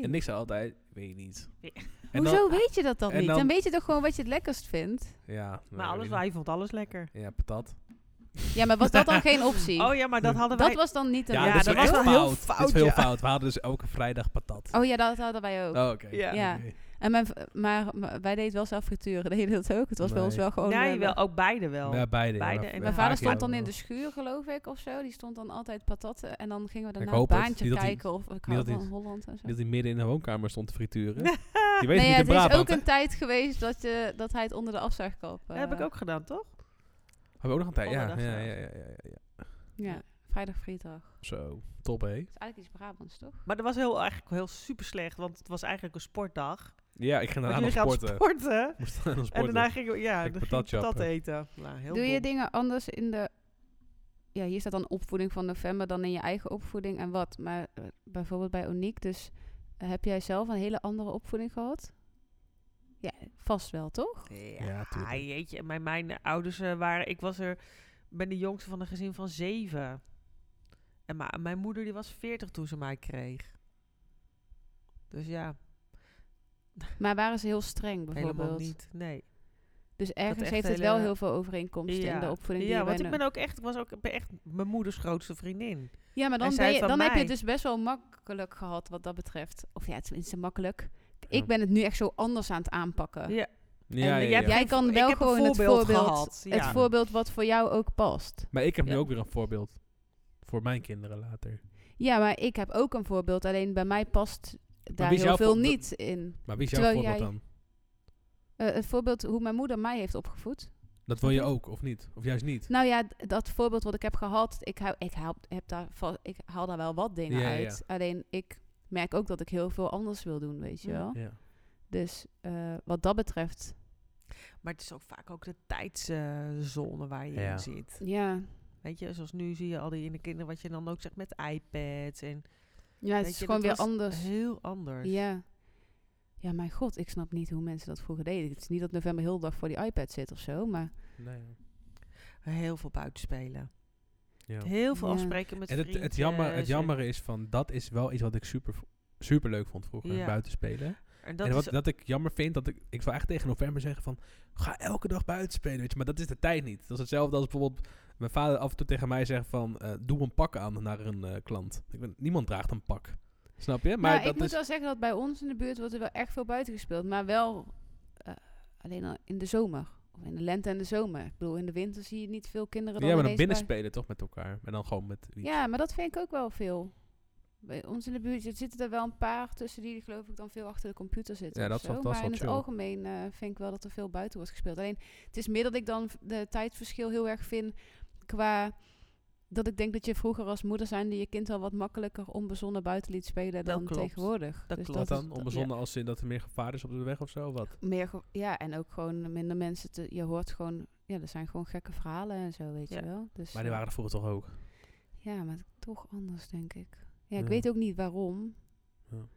S1: En ik zei altijd, weet je niet.
S3: Ja.
S1: En
S2: Hoezo
S1: dan-
S2: weet je dat dan
S1: en
S2: niet? Dan,
S1: dan-
S2: weet je toch gewoon wat je het lekkerst vindt?
S1: Ja, nee,
S3: Maar
S1: weet
S3: alles,
S1: ik
S3: hij vond alles lekker.
S1: niet. Ja, patat.
S2: Ja, maar was dat dan geen optie?
S3: Oh ja, maar dat hadden
S2: dat
S3: wij...
S2: was dan niet een
S1: Ja,
S3: Ja,
S1: dat,
S3: dat
S1: was
S3: was
S1: echt
S3: wel heel
S1: fout. Dat
S3: fout,
S1: is heel
S3: ja.
S1: fout. We hadden dus elke vrijdag patat.
S2: Oh ja, dat hadden wij ook.
S1: Oh, oké.
S3: Ja.
S2: Ja.
S1: Oké.
S2: En mijn, v- maar, maar wij deden wel zelf frituren. Deden jullie dat ook? Het was bij
S1: Nee.
S2: ons wel gewoon...
S3: nee,
S2: eh,
S3: wel, ook beide wel.
S1: Ja, beide. ja.
S3: Beide.
S1: Maar-
S3: En
S1: ja,
S2: Mijn
S1: vaak
S2: vader stond
S1: ja.
S2: dan in de schuur, geloof ik, of zo. Die stond dan altijd patatten. En dan gingen we daarna
S1: hoop
S2: een
S1: het.
S2: baantje
S1: Niet dat hij-
S2: kijken. Of ik
S1: niet
S2: hou
S1: dat hij-
S2: van Holland en zo.
S1: Dat hij midden in de woonkamer stond te frituren. Je weet het
S2: Nee, ja,
S1: niet in
S2: het is
S1: Brabant.
S2: ook
S1: hè?
S2: een tijd geweest dat, je, dat hij het onder de afzuigkap...
S3: Dat
S2: eh,
S3: heb ik ook gedaan, toch?
S1: Hebben we ook nog een tijd? Ja,
S3: Onderdag
S1: ja, ja,
S3: zelfs.
S1: ja, ja, ja, ja.
S2: Ja, vrijdag, vrijdag.
S1: Zo, top hé.
S2: Het is eigenlijk iets Brabants, toch?
S3: Maar dat was heel, eigenlijk heel super slecht, want het was eigenlijk een sportdag.
S1: Ja, ik ging
S3: Want
S1: daarna nog
S3: jullie gaan
S1: sporten.
S3: sporten.
S1: Moest daarna nog
S3: En
S1: sporten.
S3: daarna gingen we, ja,
S1: Ik
S3: dan ging
S1: patat
S3: ik patat
S1: chappen.
S3: eten. Nou, heel
S2: Doe je
S3: dom.
S2: dingen anders in de... Ja, hier staat dan opvoeding van november dan in je eigen opvoeding en wat. Maar eh, bijvoorbeeld bij Oniek, dus eh, heb jij zelf een hele andere opvoeding gehad? Ja, vast wel, toch?
S3: Ja,
S1: Ja, tuurlijk.
S3: jeetje. En Mijn, mijn ouders eh, waren... Ik was er... ben de jongste van een gezin van zeven. En ma- mijn moeder die was veertig toen ze mij kreeg. Dus ja,
S2: Maar waren ze heel streng, bijvoorbeeld?
S3: helemaal niet. Nee.
S2: Dus ergens
S3: echt
S2: heeft het
S3: hele-
S2: wel heel veel overeenkomsten in de opvoeding die
S3: ja
S2: je bij
S3: want ik
S2: een-
S3: ben ook echt, ik was ook ik ben echt mijn moeders grootste vriendin.
S2: Ja, maar dan,
S3: Hij
S2: ben
S3: zei
S2: je,
S3: van
S2: dan heb je het
S3: mij.
S2: dus best wel makkelijk gehad wat dat betreft. Of ja, tenminste makkelijk.
S1: Ja.
S2: Ik ben het nu echt zo anders aan het aanpakken.
S3: Ja.
S1: Ja,
S3: En eh,
S1: ja,
S3: jij
S1: ja.
S3: hebt-
S2: Jij
S3: Ik
S2: kan
S3: heb
S2: wel
S3: een
S2: gewoon het
S3: voorbeeld
S2: voorbeeld,
S3: gehad,
S2: het
S3: ja.
S2: voorbeeld wat voor jou ook past.
S1: Maar ik heb nu
S3: Ja.
S1: ook weer een voorbeeld. Voor mijn kinderen later.
S2: Ja, maar ik heb ook een voorbeeld, alleen bij mij past daar
S1: wie is jouw
S2: heel veel
S1: voorbe-
S2: niet in.
S1: Maar wie is jouw
S2: Terwijl
S1: voorbeeld
S2: jij-
S1: dan?
S2: Eh, het voorbeeld hoe mijn moeder mij heeft opgevoed.
S1: Dat wil je ook, of niet? Of juist niet?
S2: Nou ja, d- dat voorbeeld wat ik heb gehad, ik, hou, ik, haal, heb daar, va- ik haal daar wel wat dingen
S1: Ja, ja, ja.
S2: uit. Alleen ik merk ook dat ik heel veel anders wil doen, weet je
S3: Mhm.
S2: wel.
S1: Ja.
S2: Dus eh, wat dat betreft,
S3: Maar het is ook vaak ook de tijdszone waar je
S1: Ja.
S3: in zit.
S2: ja,
S3: Weet je, zoals nu zie je al die in de kinderen wat je dan ook zegt met iPads en
S2: ja het
S3: Weet
S2: is
S3: je,
S2: gewoon
S3: dat was
S2: weer anders.
S3: heel anders.
S2: Ja. Ja, mijn god, ik snap niet hoe mensen dat vroeger deden. Het is niet dat november heel de dag voor die iPad zit of zo, maar...
S1: Nee.
S3: Heel veel buitenspelen.
S1: Ja.
S3: Heel veel
S2: Ja.
S3: afspreken met
S1: En het, het,
S3: vriendjes
S1: jammer, het
S3: en-
S1: jammer is van, dat is wel iets wat ik super, super leuk vond vroeger,
S3: Ja.
S1: buiten spelen.
S3: En dat
S1: en wat
S3: is
S1: dat ik jammer vind, dat ik, ik zou echt tegen november zeggen van, ga elke dag buiten spelen, weet je. Maar dat is de tijd niet. Dat is hetzelfde als bijvoorbeeld mijn vader af en toe tegen mij zegt van, eh, doe een pak aan naar een eh, klant. Ik ben, niemand draagt een pak. Snap je?
S2: Maar
S1: Maar
S2: nou, ik
S1: dat
S2: moet
S1: is,
S2: wel zeggen dat bij ons in de buurt wordt er wel echt veel buiten gespeeld. Maar wel eh, alleen al in de zomer. Of in de lente en de zomer. Ik bedoel, in de winter zie je niet veel kinderen dan
S1: ja, maar dan
S2: ineens
S1: binnen
S2: bij-
S1: spelen toch met elkaar. En dan gewoon met iets.
S2: Ja, maar dat vind ik ook wel veel. Bij ons in de buurt zit- zitten er wel een paar tussen die geloof ik dan veel achter de computer zitten.
S1: Ja,
S2: of
S1: dat is
S2: zo.
S1: wel- dat is
S2: maar in
S1: wel
S2: het
S1: chill.
S2: algemeen eh, vind ik wel dat er veel buiten wordt gespeeld. Alleen het is meer dat ik dan v- de tijdverschil heel erg vind qua dat ik denk dat je vroeger als moeder zijn die je kind wel wat makkelijker onbezonnen buiten liet spelen dan
S3: klopt.
S2: tegenwoordig. Dus
S3: Dat klopt.
S1: Wat
S2: is-
S1: dan? Onbezonnen als in dat er meer gevaar is op de weg of zo? Wat?
S2: meer ge- ja, en ook gewoon minder mensen. Te, je hoort gewoon, ja, er zijn gewoon gekke verhalen en zo, weet
S3: Ja.
S2: je wel. Dus,
S1: Maar die
S2: eh,
S1: waren er vroeger toch ook?
S2: Ja, maar toch anders, denk ik. Ja, ik
S1: Ja.
S2: weet ook niet waarom.
S1: Ja.
S2: Want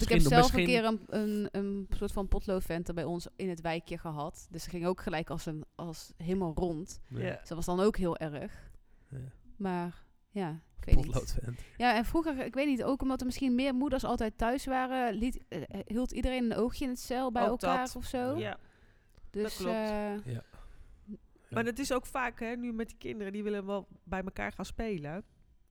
S1: Misschien
S2: ik
S1: door-
S2: heb zelf
S1: misschien-
S2: een keer een, een, een soort van potloodventer bij ons in het wijkje gehad. Dus ze ging ook gelijk als, een, als helemaal rond.
S3: Ja.
S1: Ja.
S2: Dus dat was dan ook heel erg.
S1: Ja.
S2: Maar ja, ik weet niet.
S1: Potloodvent.
S2: Ja, en vroeger, ik weet niet, ook omdat er misschien meer moeders altijd thuis waren, liet, eh, hield iedereen een oogje in het cel bij
S3: Ook
S2: elkaar
S3: dat.
S2: of zo.
S1: Ja.
S3: Ja.
S2: Dus,
S3: klopt.
S2: eh,
S3: Maar het is ook vaak, hè, nu met die kinderen, die willen wel bij elkaar gaan spelen.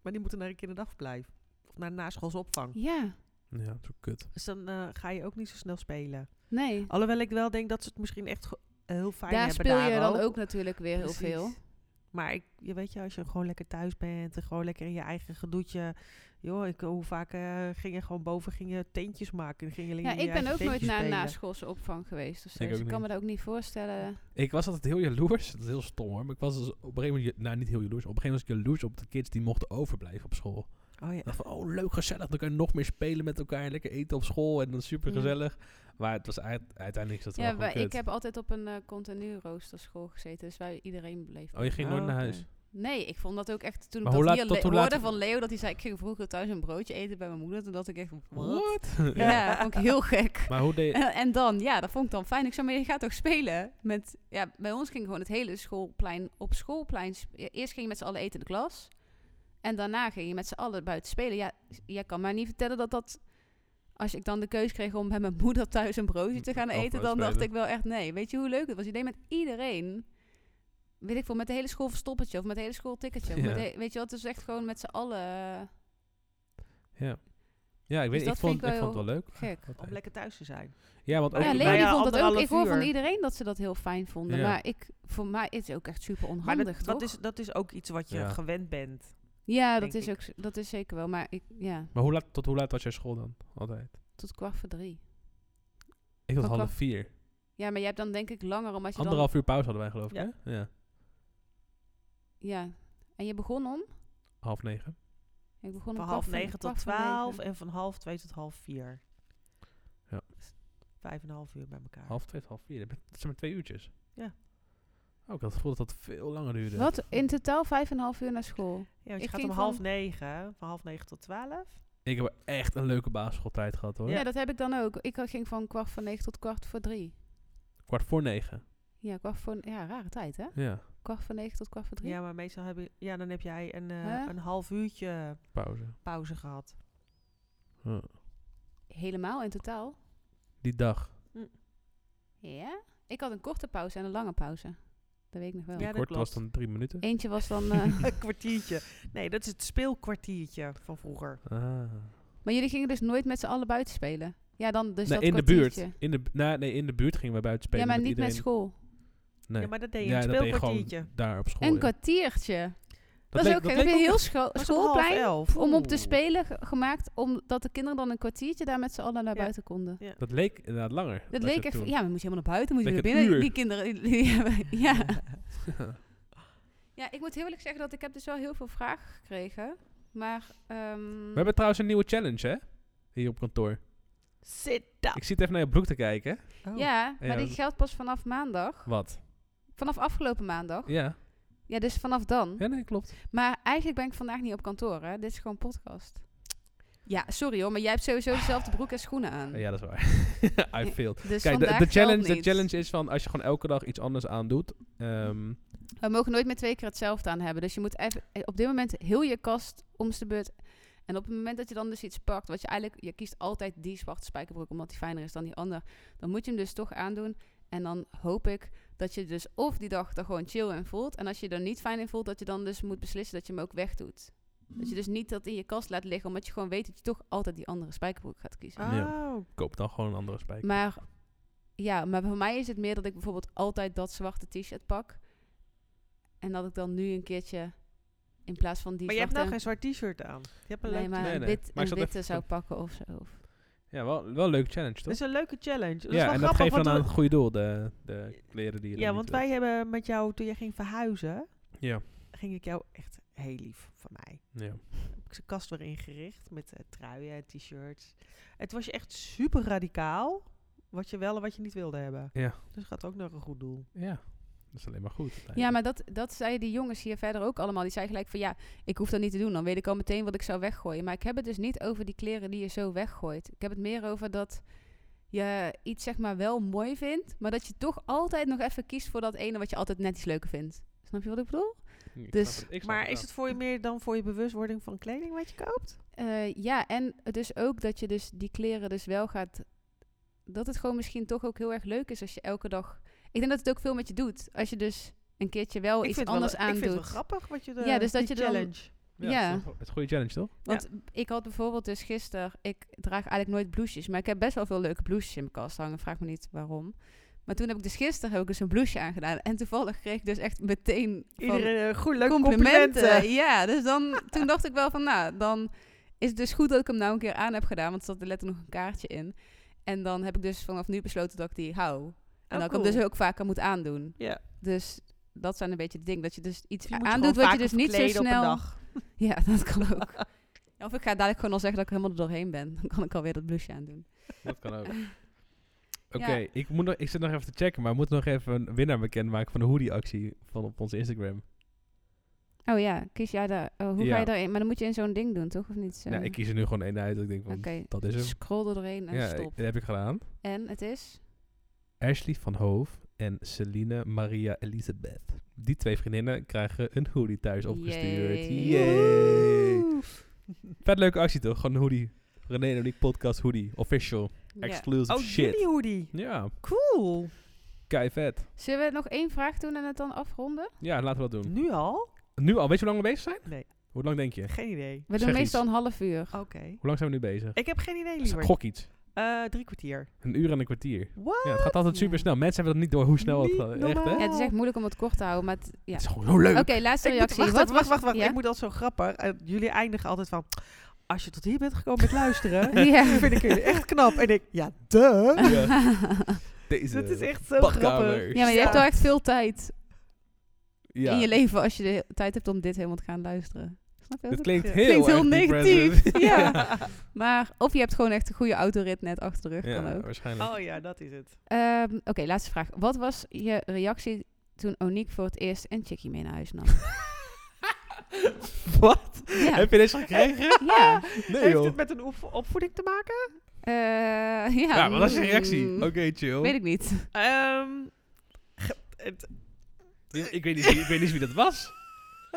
S3: Maar die moeten naar een kinderdagverblijf. Of naar een naschoolsopvang.
S2: ja,
S1: Ja, dat is ook kut.
S3: Dus dan eh, ga je ook niet zo snel spelen.
S2: nee.
S3: Alhoewel ik wel denk dat ze het misschien echt go- heel fijn
S2: Daar
S3: hebben
S2: speel je
S3: daar
S2: dan
S3: ook.
S2: ook natuurlijk weer
S3: Precies.
S2: heel veel.
S3: Maar ik, je weet je, als je gewoon lekker thuis bent en gewoon lekker in je eigen gedoetje. Joh, ik, hoe vaak eh, ging je gewoon boven, ging je teentjes maken. Ging je in
S2: Ja,
S3: je
S2: ik ben
S3: eigen
S2: ook nooit
S3: teentjes
S2: naar een
S3: spelen.
S2: naschoolse opvang geweest. Of zo.
S1: Ik
S2: Dus
S1: ook
S2: ik kan me
S1: niet.
S2: dat ook niet voorstellen.
S1: Ik was altijd heel jaloers. Dat is heel stom hoor. Maar ik was dus op een gegeven moment... je- Nou, niet heel jaloers. Op een gegeven moment was ik jaloers op de kids die mochten overblijven op school.
S3: Oh ja.
S1: Ik dacht van, oh leuk, gezellig. Dan kan je nog meer spelen met elkaar. En lekker eten op school. En dan super
S3: Mm.
S1: gezellig. Maar het was uit- uiteindelijk is dat
S2: Ja,
S1: wel gewoon
S2: maar ik
S1: kut.
S2: heb altijd op een eh continu roosterschool gezeten. Dus waar iedereen bleef.
S1: Oh, je ging nooit
S3: Oh,
S1: naar
S3: oké.
S1: huis?
S2: Nee, ik vond dat ook echt... Toen
S1: Maar
S2: ik
S1: hoe
S2: dat
S1: laat-
S2: hier
S1: tot
S2: le-
S1: hoe laat-
S2: hoorde van Leo, dat hij zei... Ik ging vroeger thuis een broodje eten bij mijn moeder. Toen dacht ik echt... Wat?
S1: Ja.
S2: Ja, vond ik heel gek.
S1: Maar hoe deed...
S2: En, en dan, ja, dat vond ik dan fijn. Ik zei, maar je gaat toch spelen? Met, ja, bij ons ging gewoon het hele schoolplein op schoolplein. sp- ja, Eerst ging je met z'n allen eten in de klas. En daarna ging je met z'n allen buiten spelen. Ja, s- jij kan mij niet vertellen dat dat... Als ik dan de keus kreeg om bij mijn moeder thuis een broodje te gaan
S1: Of
S2: eten... dan
S1: buiten
S2: dacht
S1: spelen.
S2: ik wel echt, nee. Weet je hoe leuk het was? Je deed met iedereen... Weet ik veel, met de hele school verstoppertje of met de hele school tikkertje. of
S1: Ja.
S2: met de he- weet je wat, dus echt gewoon met z'n allen eh,
S1: Ja. Ja, ik weet
S2: Dus dat
S1: ik vond,
S2: vind ik
S1: ik
S2: wel
S1: vond het wel leuk.
S2: gek.
S3: Om lekker thuis te zijn.
S1: Ja, want ook...
S2: Ja,
S3: bij-
S2: Leo
S3: bij,
S2: die
S3: eh,
S2: vond dat ook.
S3: anderhalf
S2: Ik hoor van
S3: uur.
S2: iedereen dat ze dat heel fijn vonden.
S1: Ja.
S2: Maar ik, voor mij is het ook echt super
S3: Maar
S2: onhandig,
S3: dat,
S2: toch?
S3: dat, is, dat is ook iets wat je
S1: Ja.
S3: gewend bent.
S2: ja, dat
S3: denk
S2: is,
S3: ik.
S2: ook, z- dat is zeker wel. Maar ik, ja,
S1: Maar hoe laat, tot hoe laat was jij school dan? Altijd.
S2: tot kwart voor drie.
S1: Ik tot
S2: Van
S1: half
S2: kwart-
S1: vier.
S2: Ja, maar jij hebt dan denk ik langer omdat je
S1: Anderhalf uur pauze hadden wij geloof ik,
S3: Ja.
S1: hè? Ja.
S2: dan... Ja. En je begon om?
S1: Half negen.
S2: Ik begon
S3: Van
S2: om
S3: half
S2: kwart voor-
S3: negen tot
S2: kwart voor negen.
S3: twaalf en van half twee tot half vier.
S1: Ja.
S3: Dus Vijf en een half uur bij elkaar.
S1: Half twee, tot half vier. Dat zijn maar twee uurtjes.
S3: Ja.
S1: Oh, ik had het gevoel dat dat veel langer duurde.
S2: Wat? In totaal vijf en een half uur naar school?
S3: Ja, want je
S2: Ik
S3: gaat om
S2: ging
S3: half
S2: van-
S3: negen, van half negen tot twaalf.
S1: Ik heb echt een leuke basisschooltijd gehad hoor.
S2: Ja. dat heb ik dan ook. Ik ging van kwart voor negen tot kwart voor drie.
S1: Kwart voor negen.
S2: Ja, kwart voor... Ja, rare tijd, hè?
S1: Ja.
S2: Kwart voor negen tot kwart voor drie.
S3: Ja, maar meestal heb je, ja, dan heb jij een, eh,
S2: Hè?
S3: een half uurtje
S1: Pauze.
S3: pauze gehad.
S1: Ja.
S2: Helemaal in totaal.
S1: Die dag.
S2: Ja? Ik had een korte pauze en een lange pauze. Dat weet ik nog wel.
S3: Ja, dat
S1: Kort
S3: klopt.
S1: was dan drie minuten.
S2: Eentje was dan. eh,
S3: Een kwartiertje. Nee, dat is het speelkwartiertje van vroeger.
S1: Ah.
S2: maar jullie gingen dus nooit met z'n allen buiten spelen. Ja, dan dus
S1: Nee,
S2: dat
S1: in de buurt.
S2: kwartiertje.
S1: In de, bu- nou, nee, in de buurt gingen we buiten spelen.
S2: ja, maar
S1: met
S2: niet met
S1: iedereen.
S2: school.
S1: Nee.
S3: Ja, maar dat deed je
S1: Ja,
S3: een
S1: dat deed je
S3: speelkwartiertje.
S1: gewoon daar op school.
S2: een
S1: ja.
S2: kwartiertje. Dat, is
S1: leek-
S2: ook dat
S1: leek
S2: een heel
S1: echt-
S2: scho-
S3: Was om half
S2: schoolplein
S3: elf.
S2: om op te
S3: Oeh.
S2: spelen ge- gemaakt, omdat de kinderen dan een kwartiertje daar met z'n allen naar
S3: Ja.
S2: buiten konden.
S1: Dat leek inderdaad langer. als
S2: Dat
S1: je
S2: leek echt,
S1: toen-
S2: van, ja, we moeten helemaal naar buiten, moeten we
S1: Leek
S2: naar
S1: een
S2: binnen.
S1: uur.
S2: Die kinderen, die, die hebben, ja. ja, ik moet heel eerlijk zeggen dat ik heb dus wel heel veel vragen gekregen. Maar, ehm,
S1: We hebben trouwens een nieuwe challenge, hè? Hier op kantoor.
S3: Sit down.
S1: Ik zit even naar je broek te kijken.
S2: ja, maar
S1: Oh. Ja,
S2: die
S1: dat-
S2: geldt pas vanaf maandag.
S1: Wat?
S2: Vanaf afgelopen maandag.
S1: Ja.
S2: Ja, dus vanaf dan.
S1: Ja, nee, klopt.
S2: Maar eigenlijk ben ik vandaag niet op kantoor, hè. Dit is gewoon podcast. Ja, sorry hoor, maar jij hebt sowieso dezelfde broek en schoenen aan.
S1: Ja, dat is waar. I
S2: Ja,
S1: failed.
S2: Dus
S1: Kijk, de,
S2: vandaag
S1: de
S2: geldt
S1: challenge, de
S2: niet.
S1: challenge is van als je gewoon elke dag iets anders aandoet. ehm
S2: We mogen nooit meer twee keer hetzelfde aan hebben. Dus je moet even eh, op dit moment heel je kast om de beurt En op het moment dat je dan dus iets pakt, wat je eigenlijk, je kiest altijd die zwarte spijkerbroek omdat die fijner is dan die ander, dan moet je hem dus toch aandoen. En dan hoop ik dat je dus of die dag er gewoon chill in voelt. En als je er niet fijn in voelt, dat je dan dus moet beslissen dat je hem ook wegdoet. Dat je dus niet dat in je kast laat liggen, omdat je gewoon weet dat je toch altijd die andere spijkerbroek gaat kiezen.
S3: Oh,
S1: Ja. Koop dan gewoon een andere spijker.
S2: Maar ja, maar voor mij is het meer dat ik bijvoorbeeld altijd dat zwarte t-shirt pak. En dat ik dan nu een keertje in plaats van die
S3: maar je hebt
S2: zwarte...
S3: nou geen zwart t-shirt aan. Je hebt een
S2: nee,
S3: leuk
S2: maar
S1: Nee,
S2: een,
S1: nee.
S2: wit,
S1: Maar ik
S2: een
S1: zat
S2: witte
S1: even-
S2: zou pakken of zo. Of-
S1: Ja, wel, wel een leuk challenge,
S3: Dat
S2: Dus-
S1: toch?
S3: is een leuke challenge. Dat is
S1: ja,
S3: wel
S1: en dat
S3: grappig,
S1: geeft dan
S3: want
S1: aan
S3: we-
S1: het goede doel, de, de kleren die je
S3: Ja,
S1: dan
S3: want
S1: niet
S3: wij hebben met jou, toen jij ging verhuizen,
S1: wilt. Ja,
S3: ging ik jou echt heel lief van mij.
S1: ja.
S3: Heb ik zijn kast weer ingericht met eh, truien en t-shirts. Het was je echt super radicaal, wat je wel en wat je niet wilde hebben.
S1: Ja.
S3: Dus gaat ook naar een goed doel.
S1: ja. Dat is alleen maar goed.
S2: Ja, maar dat, dat zeiden die jongens hier verder ook allemaal. Die zeiden gelijk van ja, ik hoef dat niet te doen. Dan weet ik al meteen wat ik zou weggooien. Maar ik heb het dus niet over die kleren die je zo weggooit. Ik heb het meer over dat je iets zeg maar wel mooi vindt. Maar dat je toch altijd nog even kiest voor dat ene wat je altijd net iets leuker vindt. Snap je wat ik bedoel?
S1: Ik
S2: dus-
S1: snap het, ik snap
S3: Maar is het voor je meer dan voor je bewustwording van kleding wat je koopt?
S2: Eh, ja, en dus ook dat je dus die kleren dus wel gaat... Dat het gewoon misschien toch ook heel erg leuk is als je elke dag... Ik denk dat het ook veel met je doet. Als je dus een keertje wel iets
S3: vind
S2: anders
S3: het wel,
S2: aandoet.
S3: Ik vind het wel grappig wat je de,
S2: Ja, dus dat
S3: die
S2: je dan-
S3: challenge.
S1: Ja,
S2: ja.
S1: Het is een- het goede challenge, toch?
S2: Want ik had bijvoorbeeld dus gisteren, ik draag eigenlijk nooit blouses, maar ik heb best wel veel leuke blouses in mijn kast hangen. Vraag me niet waarom. Maar toen heb ik dus gisteren heb ik dus een blouseje aangedaan. En toevallig kreeg ik dus echt meteen van
S3: Iedereen eh, goed leuke
S2: complimenten.
S3: complimenten.
S2: Ja, dus dan, toen dacht ik wel van, nou, dan is het dus goed dat ik hem nou een keer aan heb gedaan. Want er zat er letterlijk nog een kaartje in. En dan heb ik dus vanaf nu besloten dat ik die hou. En
S3: Oh,
S2: dat ik hem
S3: cool.
S2: dus ook vaker moet aandoen.
S3: Ja.
S2: Dus dat zijn een beetje de dingen. Dat je dus iets
S3: Die moet je
S2: aandoet
S3: gewoon
S2: wat je
S3: vaker
S2: dus niet zo
S3: verkleden op een
S2: snel...
S3: dag.
S2: Ja, dat kan ook. Of ik ga dadelijk gewoon al zeggen dat ik helemaal er doorheen ben. Dan kan ik alweer dat blusje aandoen.
S1: Dat kan ook. Oké,
S2: Ja.
S1: ik, moet nog- ik zit nog even te checken, maar we moeten nog even een winnaar bekendmaken van de hoodie-actie van op onze Instagram.
S2: Oh ja, kies jij daar. oh, hoe
S1: Ja.
S2: ga je daarin? Maar dan moet je in zo'n ding doen, toch? Of niet? Zo?
S1: Nou, ik kies er nu gewoon één uit. dat Ik denk van,
S2: Oké,
S1: dat is hem.
S2: scroll er doorheen en
S1: Ja, ik-
S2: stop.
S1: dat heb ik gedaan.
S2: En het is?
S1: Ashley van Hoof en Celine Maria Elisabeth. Die twee vriendinnen krijgen een hoodie thuis opgestuurd.
S2: Yay.
S1: Yay!
S3: Woehoe.
S1: Vet leuke actie toch? Gewoon een hoodie. René en Uniek podcast hoodie. Official. Exclusive
S3: Oh,
S1: shit.
S3: jullie hoodie.
S1: Ja,
S3: Cool.
S1: kei vet.
S2: Zullen we nog één vraag doen en het dan afronden?
S1: Ja, laten we dat doen.
S3: Nu al?
S1: Nu al, weet je hoe lang we bezig zijn?
S3: Nee.
S1: Hoe lang denk je?
S3: Geen idee.
S2: We doen
S1: Zeg
S2: meestal
S1: iets.
S2: een half uur.
S3: Oké.
S1: Hoe lang zijn we nu bezig?
S3: Ik heb geen idee,
S1: Dus
S3: liever.
S1: gok iets.
S3: drie kwartier.
S1: Een uur en een kwartier.
S3: What?
S1: Ja, het gaat altijd
S2: Ja.
S1: super snel. Mensen hebben dat niet door hoe snel het
S3: Niet
S1: gaat. Echt, hè?
S3: normaal.
S2: Ja, het is echt moeilijk om het kort te houden, maar het, ja.
S1: Het is gewoon zo leuk.
S2: Oké, laatste
S3: Oh. Ik moet, wacht,
S2: reactie. Wat
S3: wacht, wacht,
S2: was-
S3: wacht, wacht.
S2: ja?
S3: Ik moet dat zo grappig. En jullie eindigen altijd van... Als je tot hier bent gekomen met luisteren,
S2: Ja.
S3: vind ik jullie echt knap. En ik, ja, duh.
S1: Ja. Deze.
S3: Dat is echt zo
S1: badkamers.
S3: grappig.
S2: Ja, maar je hebt wel echt veel tijd
S1: Ja.
S2: in je leven als je de tijd hebt om dit helemaal te gaan luisteren. Snap je? wat
S1: Het
S2: ik-
S1: klinkt
S3: Ja.
S1: heel,
S2: Klinkt heel
S1: erg
S2: negatief.
S1: depressive.
S2: Ja. Maar of je hebt gewoon echt een goede autorit net achter de rug,
S1: Ja,
S2: kan ook.
S1: waarschijnlijk.
S3: Oh ja, dat is het.
S2: Ehm, Oké, laatste vraag. Wat was je reactie toen Oniek voor het eerst een chickie mee naar huis nam?
S1: Wat?
S2: Ja.
S1: Heb je deze gekregen?
S2: ja.
S1: Nee,
S3: Heeft
S1: joh.
S3: het met een oef- opvoeding te maken?
S2: Eh, ja.
S1: Ja, wat was je
S2: mm,
S1: reactie? Oké, chill.
S2: Weet ik niet.
S3: Ehm, ge- het-
S1: Ik, ik weet niet, wie- ik weet niet wie dat was.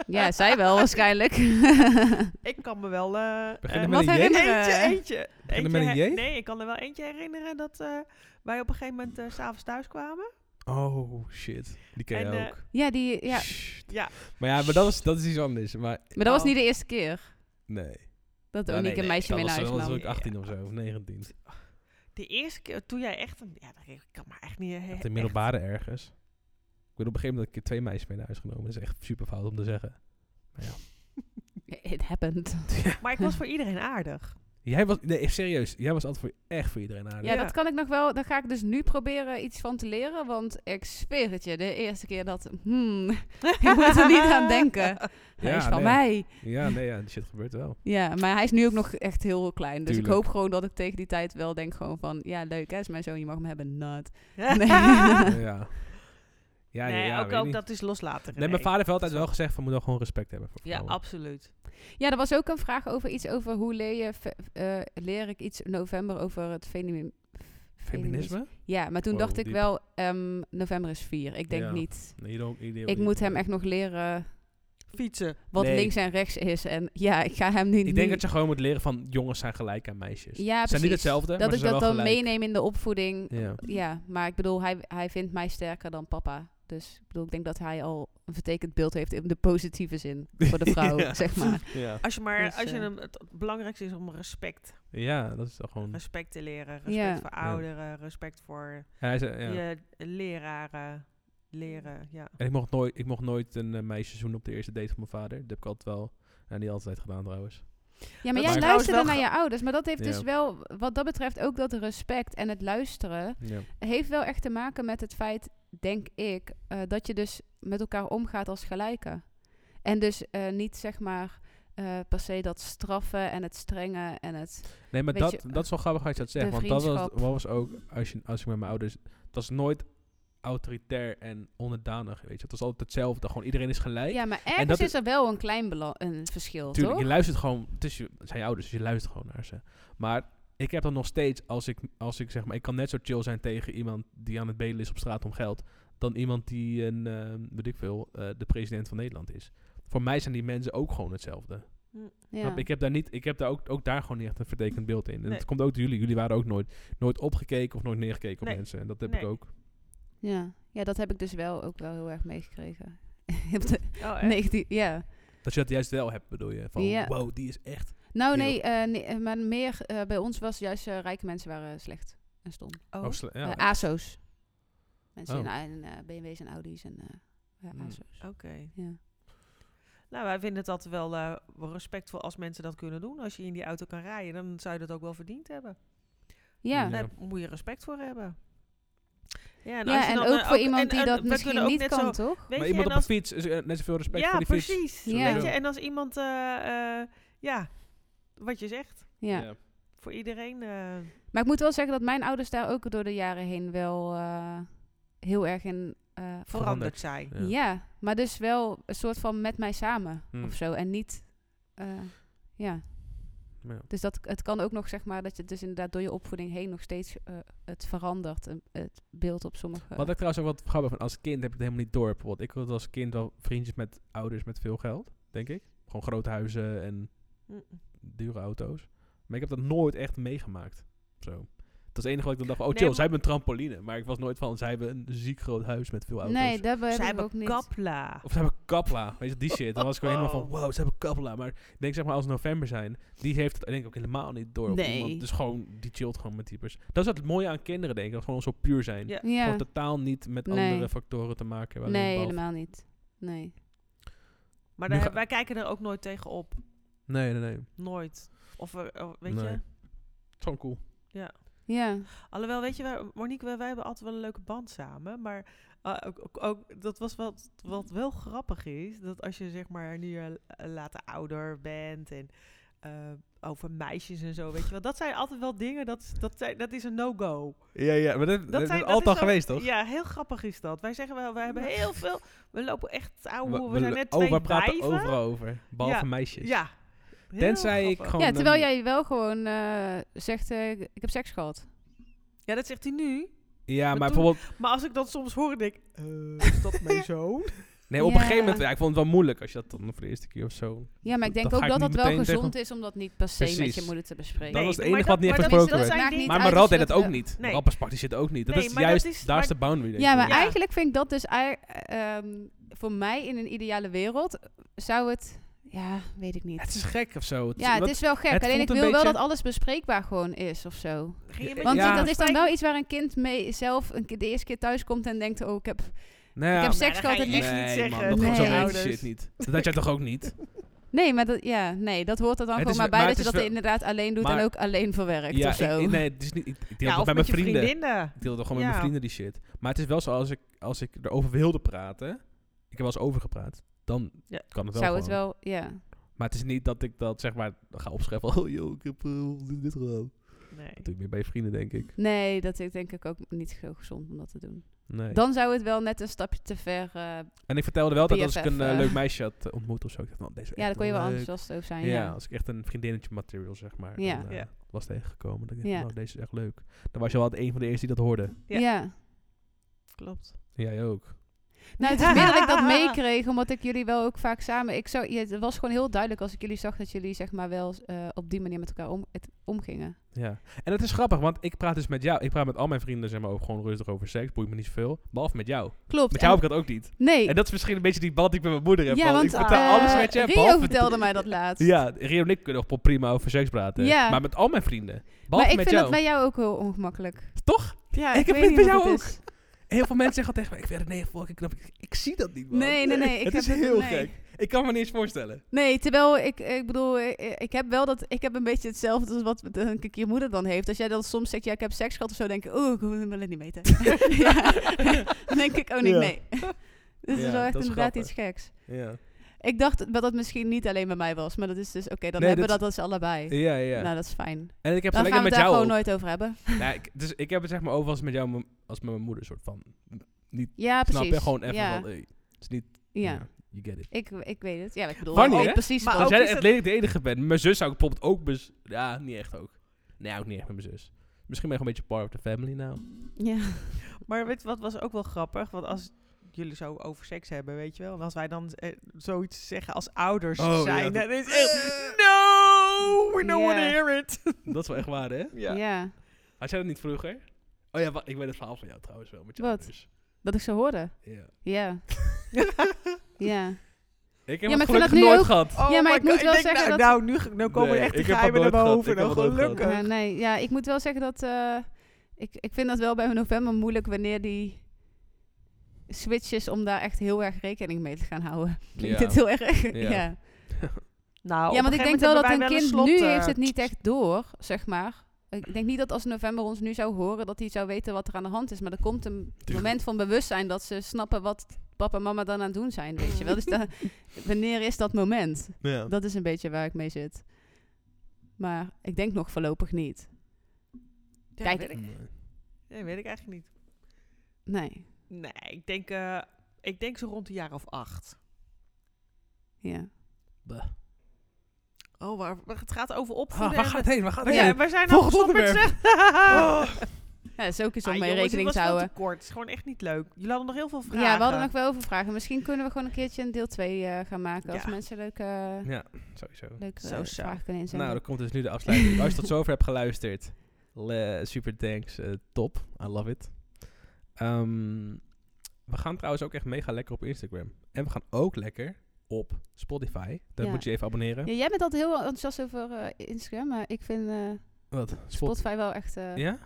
S2: Ja, zij wel waarschijnlijk.
S3: ik kan me wel... eh,
S1: Beginnen
S3: eh,
S1: met
S2: Wat
S1: een J?
S2: herinner-
S3: Eentje,
S2: Kinderen.
S3: eentje.
S1: Beginnen met een
S3: Eentje
S1: J?
S3: her- Nee, ik kan er wel eentje herinneren dat eh, wij op een gegeven moment eh, s s'avonds thuis kwamen.
S1: Oh, shit. Die ken
S3: En,
S1: je
S3: eh,
S1: ook.
S2: Ja, die, ja.
S1: Shit.
S3: Ja.
S1: Maar ja, maar dat, was, dat is iets anders. Maar
S2: maar dat was
S3: Oh.
S2: niet de eerste keer
S1: nee.
S2: dat
S1: Ja,
S2: Oniek
S1: nee,
S2: een
S1: nee,
S2: meisje
S1: dat
S2: mee
S1: was-
S2: naar huis
S1: Dat was
S2: nam.
S1: ook 18 of zo, of 19.
S3: De eerste keer toen jij echt... Een, ja, dat- ik kan me echt niet... eh,
S1: Op
S3: Echt
S1: de middelbare ergens. Ik bedoel, op een gegeven moment dat ik een keer twee meisjes mee naar huis genomen. Dat is echt super fout om te zeggen.
S2: It happened.
S3: Maar ik was voor iedereen aardig.
S1: Jij was, nee, echt serieus. Jij was altijd voor, echt voor iedereen aardig.
S2: Ja, dat kan ik nog wel. Daar ga ik dus nu proberen iets van te leren. Want ik zweer het je, de eerste keer dat... Hmm, ik moet er niet aan denken. Hij
S1: Ja,
S2: is van
S1: nee.
S2: mij.
S1: Ja, nee, ja, die shit gebeurt wel.
S2: Ja, maar hij is nu ook nog echt heel klein. Dus
S1: Tuurlijk.
S2: ik hoop gewoon dat ik tegen die tijd wel denk gewoon van... Ja, leuk hè, is mijn zoon, je mag hem hebben. Not.
S3: nee,
S1: ja. Ja, ja, ja,
S3: ook,
S1: weet
S3: ook
S1: niet.
S3: dat is loslaten.
S1: Nee, mijn vader Oh. heeft altijd wel gezegd van moet dan gewoon respect hebben voor
S3: Ja,
S1: vrouwen.
S3: absoluut.
S2: Ja, er was ook een vraag over iets over hoe leer, je, fe- eh, leer ik iets in november over het feminisme.
S1: Feminisme?
S2: Ja, maar toen
S1: Wow,
S2: dacht ik
S1: diep.
S2: wel, ehm, november is vier. Ik denk
S1: Ja.
S2: niet.
S1: Nee, you don't- you don't
S2: Ik
S1: need
S2: moet hem
S1: to.
S2: echt nog leren
S3: fietsen.
S2: Wat
S1: Nee.
S2: links en rechts is. En ja, ik ga hem nu
S1: Ik denk
S2: nu-
S1: dat je gewoon moet leren van jongens zijn gelijk aan meisjes.
S2: Ja,
S1: zijn
S2: precies.
S1: niet hetzelfde,
S2: Dat
S1: maar
S2: ik
S1: ze zijn
S2: dat
S1: wel
S2: dan
S1: gelijk.
S2: meeneem in de opvoeding.
S1: Ja.
S2: Ja, maar ik bedoel, hij, hij vindt mij sterker dan papa. Dus ik bedoel, ik denk dat hij al een vertekend beeld heeft in de positieve zin voor de vrouw,
S1: Ja.
S2: zeg maar.
S1: Ja.
S3: Als je maar,
S2: Dus,
S3: als je
S2: eh,
S3: hem, het het belangrijkste is om respect,
S1: ja, dat is wel gewoon...
S3: respect te leren. Respect
S2: Ja.
S3: voor ouderen, respect voor
S1: Ja, hij zei- ja.
S3: je leraren, leren, ja.
S1: En ik mocht nooit, ik mocht nooit een eh, meisje zoenen op de eerste date van mijn vader. Dat heb ik altijd wel... En die altijd gedaan trouwens.
S2: Ja, maar
S1: is
S2: jij
S1: trouwens
S2: luisterde
S3: wel
S2: naar
S3: ge-
S2: je ouders. Maar dat heeft
S1: Ja.
S2: dus wel, wat dat betreft, ook dat respect en het luisteren...
S1: Ja.
S2: heeft wel echt te maken met het feit, denk ik, eh, dat je dus met elkaar omgaat als gelijken. En dus eh, niet zeg maar eh, per se dat straffen en het strengen en het.
S1: Nee, maar
S2: Weet
S1: dat,
S2: je,
S1: dat is wel grappig als je dat zegt.
S2: de
S1: Want dat was,
S2: vriendschap.
S1: wat was ook, als, je, als ik met mijn ouders... Het was nooit autoritair en onderdanig, weet je. Het was altijd hetzelfde. Gewoon iedereen is gelijk.
S2: Ja, maar
S1: dat
S2: ergens
S1: is-
S2: is er wel een klein bela- een verschil,
S1: Tuurlijk,
S2: toch?
S1: je luistert gewoon. Het, is je, het zijn je ouders, dus je luistert gewoon naar ze. Maar ik heb dan nog steeds, als ik, als ik zeg maar, ik kan net zo chill zijn tegen iemand die aan het bedelen is op straat om geld, dan iemand die een, eh, weet ik veel, eh, de president van Nederland is. Voor mij zijn die mensen ook gewoon hetzelfde.
S2: Ja.
S1: Snap je? Ik heb daar, niet, ik heb daar ook, ook daar gewoon niet echt een vertekend beeld in. En
S3: Nee.
S1: dat komt ook door jullie. Jullie waren ook nooit, nooit opgekeken of nooit neergekeken op
S3: Nee.
S1: mensen. En dat heb ik
S3: Nee.
S1: ook.
S2: Ja. ja, dat heb ik dus wel ook wel heel erg meegekregen. Op de
S3: Oh, echt?
S2: 19 ja.
S1: Dat je dat juist wel hebt, bedoel je? Van,
S2: Ja.
S1: wow, die is echt.
S2: Nou,
S1: Ja.
S2: nee, eh, nee, eh, maar meer eh, bij ons was juist eh, rijke mensen waren slecht en stom.
S3: Oh.
S1: Oh, sle- ja.
S2: Eh, ASO's. Mensen
S1: Oh.
S2: in, eh, in, eh, BMW's en Audi's en eh, ja,
S1: Hmm.
S2: ASO's.
S3: Oké.
S2: Ja.
S3: Nou, wij vinden dat wel eh, wel respectvol als mensen dat kunnen doen. Als je in die auto kan rijden, dan zou je dat ook wel verdiend hebben.
S2: ja,
S1: Ja.
S3: Daar moet je respect voor hebben. en,
S2: ja,
S3: als je
S2: en
S3: dan,
S2: ook
S3: eh,
S2: voor
S3: en-
S2: iemand
S3: en-
S2: die
S3: en
S2: dat
S3: we
S2: misschien
S3: kunnen ook
S2: niet
S3: net
S2: kan,
S3: zo-
S2: toch?
S1: maar
S3: Weet je,
S1: iemand
S3: en
S1: op een
S3: als,
S1: fiets, is er net zoveel respect
S3: ja,
S1: voor die fiets.
S3: precies.
S1: Zo
S2: Ja.
S3: Weet
S1: bedoel
S3: je,
S1: ik.
S3: en als iemand, eh, eh, ja, wat je zegt,
S2: Ja.
S1: Ja.
S3: voor iedereen. eh,
S2: Maar ik moet wel zeggen dat mijn ouders daar ook door de jaren heen wel eh, heel erg in... eh,
S1: Veranderd.
S3: veranderd zijn.
S2: ja. maar dus wel een soort van met mij samen
S1: Hmm.
S2: of zo. En niet... eh, ja,
S1: Ja.
S2: dus dat, het kan ook nog, zeg maar, dat je dus inderdaad door je opvoeding heen nog steeds eh, het verandert. eh, Het beeld op sommige...
S1: Wat ik trouwens ook wat grappig van als kind heb ik het helemaal niet door. Bijvoorbeeld, ik had als kind wel vriendjes met ouders met veel geld, denk ik. Gewoon grote huizen en
S3: Mm-mm.
S1: dure auto's. Maar ik heb dat nooit echt meegemaakt. Zo. Dat is het enige wat ik dan dacht van, oh
S3: Nee,
S1: chill,
S3: maar-
S1: zij hebben een trampoline. Maar ik was nooit van, zij hebben een ziek groot huis met veel auto's.
S2: nee, dat
S3: Zij
S2: heb ik ook
S3: hebben
S2: niet.
S3: kapla.
S1: Of ze hebben Kapla, weet je, die shit. Dan was ik gewoon helemaal van,
S3: Wow.
S1: wow, ze hebben Kapla. Maar ik denk zeg maar als november zijn, die heeft het denk ik ook helemaal niet door. Of
S2: Nee.
S1: iemand, dus gewoon, die chillt gewoon met types. Dat is het mooie aan kinderen, denk ik. Dat ze gewoon zo puur zijn.
S3: Ja.
S2: Ja,
S1: Gewoon totaal niet met
S2: Nee.
S1: andere factoren te maken. hebben, alleen
S2: nee,
S1: behalve-
S2: helemaal niet. Nee.
S3: Maar
S1: Nu
S3: daar-
S1: ga-
S3: wij kijken er ook nooit tegen op.
S1: Nee, nee, nee. Het
S3: Nooit. Of, we- eh, weet
S1: Nee.
S3: je?
S1: is gewoon cool.
S2: Ja,
S3: Alhoewel, weet je, wij- Monique, wij, wij hebben altijd wel een leuke band samen. Maar eh, ook, ook, ook- dat was wat, wat wel grappig is. Dat als je zeg maar nu eh, later ouder bent en eh, over meisjes en zo, weet je wel. Dat zijn altijd wel dingen, dat, dat, zijn, dat is een no-go.
S1: Ja, ja, maar dat,
S3: zijn- zo-
S1: geweest,
S3: Ja, heel grappig is dat. Wij zeggen wel, wij hebben heel veel... We lopen echt ouwe,
S1: We,
S3: hoeren. we, zijn net twee
S1: oh, we praten
S3: wijven.
S1: overal over. Behalve
S3: Ja.
S1: meisjes.
S3: Ja. Heel
S1: Tenzij ik
S3: grappig.
S1: gewoon...
S2: ja terwijl
S1: een-
S2: jij wel gewoon eh, zegt, eh, ik heb seks gehad.
S3: Ja, dat zegt hij nu.
S1: Ja, maar
S3: Maar
S1: bijvoorbeeld...
S3: Maar als ik dat soms hoor, denk ik... eh, is dat mijn zoon?
S1: Nee, op
S2: Ja.
S1: een gegeven moment... Ja, ik vond het wel moeilijk als je dat dan voor de eerste keer of zo...
S2: Ja, maar ik denk
S1: Dan ga
S2: ook
S1: ik
S2: dat dat
S1: niet
S2: wel
S1: meteen
S2: gezond
S1: tegen-
S2: is om dat niet per se met je
S1: Precies.
S2: moeder te bespreken.
S1: Dat was het
S3: maar
S1: enige
S3: dat-
S1: wat niet
S3: maar
S1: echt
S3: dat is-
S1: besproken werd.
S3: dat zijn
S2: maakt
S3: dingen-
S2: niet
S1: Maar
S2: uit
S1: Maral
S2: of je
S1: deed dat
S2: wel-
S1: ook niet.
S3: Nee.
S1: Rappers die zit ook niet. Dat
S3: Nee,
S1: is
S3: maar dat
S1: juist...
S3: is-
S1: daar is
S3: maar-
S1: de boundary, denk
S2: Ja,
S1: ik.
S2: maar
S3: Ja.
S2: eigenlijk vind ik dat dus ei- ehm, voor mij in een ideale wereld zou het... Ja, weet ik niet.
S1: Het is gek of zo.
S2: Ja, het
S1: wat-
S2: is wel gek.
S1: het
S2: Alleen ik
S1: voelt
S2: wil
S1: een
S2: wel
S1: beetje-
S2: dat alles bespreekbaar gewoon is of zo.
S3: Ging je met
S2: Want
S3: je
S1: Ja.
S2: dat is dan
S3: afspreken?
S2: wel iets waar een kind mee zelf een keer- de eerste keer thuis komt en denkt... Oh, ik heb...
S1: Nou ja,
S2: ik heb
S3: Nou, dat
S2: seks
S3: ga
S2: gehad
S3: je
S2: en
S3: echt niet
S1: nee, man,
S3: zeggen.
S1: dat
S2: Nee.
S1: nee. zo weet
S3: Ouders.
S1: je shit niet. Dat had jij toch ook niet?
S2: Nee, maar dat, ja, nee, dat hoort er dan
S1: Het
S2: gewoon
S1: is-
S2: maar bij
S1: maar
S2: dat je
S1: het
S2: dat
S1: is wel-
S2: inderdaad alleen doet en
S1: maar-
S2: ook alleen verwerkt
S1: ja,
S2: of zo.
S1: ik- ik- nee, het is niet... Ik, ik deel
S3: Ja,
S1: dat
S3: of
S1: bij mijn
S3: met je
S1: vrienden.
S3: vriendinnen.
S1: Ik deelde gewoon met
S3: Ja.
S1: mijn vrienden die shit. Maar het is wel zo, als ik, als ik erover wilde praten, ik heb wel eens over gepraat, dan
S3: Ja.
S1: kan het wel
S2: Zou het
S1: gewoon.
S2: wel, ja.
S1: Maar het is niet dat ik dat zeg maar ga opschrijven. Oh joh, ik heb eh, dit- dit gedaan.
S3: Nee.
S1: Dat doe ik meer bij je vrienden, denk ik.
S2: Nee, dat is denk ik ook niet zo gezond om dat te doen.
S1: Nee.
S2: Dan zou het wel net een stapje te ver... eh,
S1: en ik vertelde wel dat als ik
S2: BFF,
S1: een eh,
S2: eh.
S1: leuk meisje had eh, ontmoet of zo, ik dacht, nou, deze is
S2: ja, dan
S1: echt
S2: kon je wel
S1: leuk.
S2: enthousiast over zijn.
S1: Ja,
S2: Ja.
S1: als ik echt een vriendinnetje material, zeg maar,
S2: Ja.
S1: dan, eh,
S3: Ja.
S1: was tegengekomen. Dan dacht ik,
S2: Ja.
S1: nou, deze is echt leuk. Dan was je wel een van de eerste die dat hoorde.
S2: Ja.
S3: Klopt.
S1: Jij ook.
S2: Nou, het is meer dat ik dat meekreeg, omdat ik jullie wel ook vaak samen... Ik zou, ja, het was gewoon heel duidelijk als ik jullie zag dat jullie zeg maar wel eh, op die manier met elkaar om, het, omgingen.
S1: Ja. En het is grappig, want ik praat dus met jou. Ik praat met al mijn vrienden zeg maar ook gewoon rustig over seks. Boeit me niet zoveel. Behalve met jou.
S2: Klopt.
S1: Met jou
S2: en-
S1: heb ik dat ook niet.
S2: nee.
S1: En dat is misschien een beetje die band die ik met mijn moeder heb.
S2: ja, want
S1: ik vertel
S2: eh,
S1: alles met je.
S2: Rio
S1: behalve-
S2: vertelde mij dat laatst.
S1: Ja, Rio en ik kunnen nog prima over seks praten.
S2: Ja.
S1: Maar met al mijn vrienden. Behalve
S2: maar
S1: met
S2: ik vind
S1: jou.
S2: dat bij jou ook heel ongemakkelijk.
S1: Toch?
S2: Ja,
S1: Ik
S2: ik,
S1: heb
S2: weet
S1: het
S2: niet
S1: bij
S2: wat
S1: jou
S2: het is.
S1: Heel veel mensen zeggen tegen mij, ik werk nee, fucking knap. Ik, ik zie dat niet, man.
S2: Nee, nee, nee, ik
S1: het
S2: heb
S1: is
S2: het-
S1: heel
S2: nee.
S1: gek. Ik kan me niet eens voorstellen.
S2: Nee, terwijl ik, ik bedoel, eh, eh, ik heb wel dat, ik heb een beetje hetzelfde als wat een keer je moeder dan heeft. Als jij dan soms zegt, ja, ik heb seks gehad of zo, denk ik, oeh, ik wil het niet meten. ja. Dan denk ik, oh nee,
S1: Ja.
S2: nee. Dit
S1: Ja,
S2: is wel echt
S1: dat is
S2: inderdaad
S1: grappig.
S2: iets geks.
S1: Ja,
S2: Ik dacht dat dat misschien niet alleen bij mij was, maar dat is dus, oké, dan
S1: Nee,
S2: hebben we
S1: dat-
S2: dat als allebei.
S1: ja, ja.
S2: Nou, dat is fijn.
S1: en ik heb het
S2: Dan
S1: alleen maar
S2: gaan we het
S1: met
S2: daar
S1: jou
S2: gewoon
S1: ook.
S2: nooit over hebben.
S1: Nou, ik, dus ik heb het zeg maar over als met jou mo- als met mijn moeder soort van.
S2: Ja, precies.
S1: Snap je? Gewoon even
S2: ja.
S1: van, hey, het is niet...
S2: ja.
S1: ja, you get it.
S2: Ik, ik weet het. Ja, ik bedoel,
S1: Funny,
S2: ook
S1: hè?
S2: precies
S3: Maar
S2: wat-
S1: Als
S3: ook
S1: jij
S3: is
S1: echt
S3: het-
S1: lelijk de enige bent. Mijn zus zou ik bijvoorbeeld ook... Bes ja, niet echt ook. Nee, ook niet echt met mijn zus. Misschien ben ik gewoon een beetje part of the family nou.
S2: Ja.
S3: Maar weet je wat was ook wel grappig? Want als jullie zo over seks hebben, weet je wel. En als wij dan eh, zoiets zeggen als ouders
S1: Oh, ja,
S3: zijn.
S1: dat-
S3: dan is echt, no, we don't want to
S2: Ja.
S3: hear it.
S1: Dat is wel echt waar, hè?
S2: Ja.
S1: Had jij dat niet vroeger? Oh ja, wa- ik weet het verhaal van jou trouwens wel. Met je
S2: Wat?
S1: ouders.
S2: Dat ik ze hoorde.
S1: Ja.
S2: Ja. ja.
S1: Ik
S2: Ja,
S1: heb het
S2: maar ik vind
S1: gelukkig
S2: dat nu
S1: nooit
S2: ook-
S1: gehad.
S3: Oh
S2: Ja, maar
S3: my
S2: ik moet
S3: God,
S2: wel
S3: denk, nou,
S2: zeggen dat-
S3: nou, nu, ge- nou komen
S1: Nee,
S3: echt de
S1: ik heb dat
S3: geheimen naar
S1: nooit gehad,
S3: boven.
S1: ik heb
S3: Nou,
S1: dat nooit gehad.
S3: gelukkig.
S2: Ja, nee, ja, ik moet wel zeggen dat eh, ik, ik vind dat wel bij november moeilijk wanneer die switch is om daar echt heel erg rekening mee te gaan houden. Klinkt
S1: Ja.
S2: dit heel erg? Ja,
S1: Ja.
S2: ja.
S3: Nou, op
S2: want ik
S3: gegeven
S2: denk
S3: moment
S2: wel dat
S3: hebben
S2: een
S3: wij
S2: kind
S3: slot,
S2: nu
S3: eh,
S2: heeft het niet echt door, zeg maar. Ik denk niet dat als november ons nu zou horen dat hij zou weten wat er aan de hand is. Maar er komt een
S1: Tuurlijk.
S2: moment van bewustzijn dat ze snappen wat papa en mama dan aan het doen zijn, weet je wel. Dus da- wanneer is dat moment?
S1: Ja.
S2: Dat is een beetje waar ik mee zit. Maar ik denk nog voorlopig niet.
S3: Ja,
S2: Kijk.
S3: Weet ik, ja, weet ik eigenlijk niet.
S2: Nee,
S3: Nee, ik denk, eh, ik denk zo rond een jaar of acht.
S2: ja.
S3: Oh, waar, waar- het gaat over
S1: Ah,
S3: opvoeden.
S2: Oh,
S1: waar
S3: en-
S1: gaat het heen? Waar gaat het
S3: Oh, ja,
S1: heen?
S3: wij zijn al
S1: Volgend
S3: gestopt met
S1: onderwerp.
S3: zeggen.
S2: Ja, dat Oh, is ook iets om
S3: Ah,
S2: mee
S3: jongens, dit
S2: rekening
S3: was
S2: te
S3: veel
S2: houden.
S3: kort. Het is gewoon echt niet leuk. Jullie hadden nog heel veel vragen.
S2: Ja, we hadden nog wel over vragen. Misschien kunnen we gewoon een keertje een deel 2 gaan maken. Als
S3: Ja.
S2: mensen leuke,
S1: Ja, sowieso.
S2: leuke
S3: Zo,
S2: eh,
S3: zo.
S2: vragen kunnen inzenden.
S1: Nou, dan komt dus nu de afsluiting. Als je tot zover hebt geluisterd, le- super thanks, eh, top. I love it. Ehm, we gaan trouwens ook echt mega lekker op Instagram. En we gaan ook lekker op Spotify. Daar
S2: Ja.
S1: moet je even abonneren.
S2: ja, jij bent altijd heel enthousiast over eh, Instagram. Maar ik vind eh,
S1: Wat? Spot
S2: Spotify wel echt... eh, ja?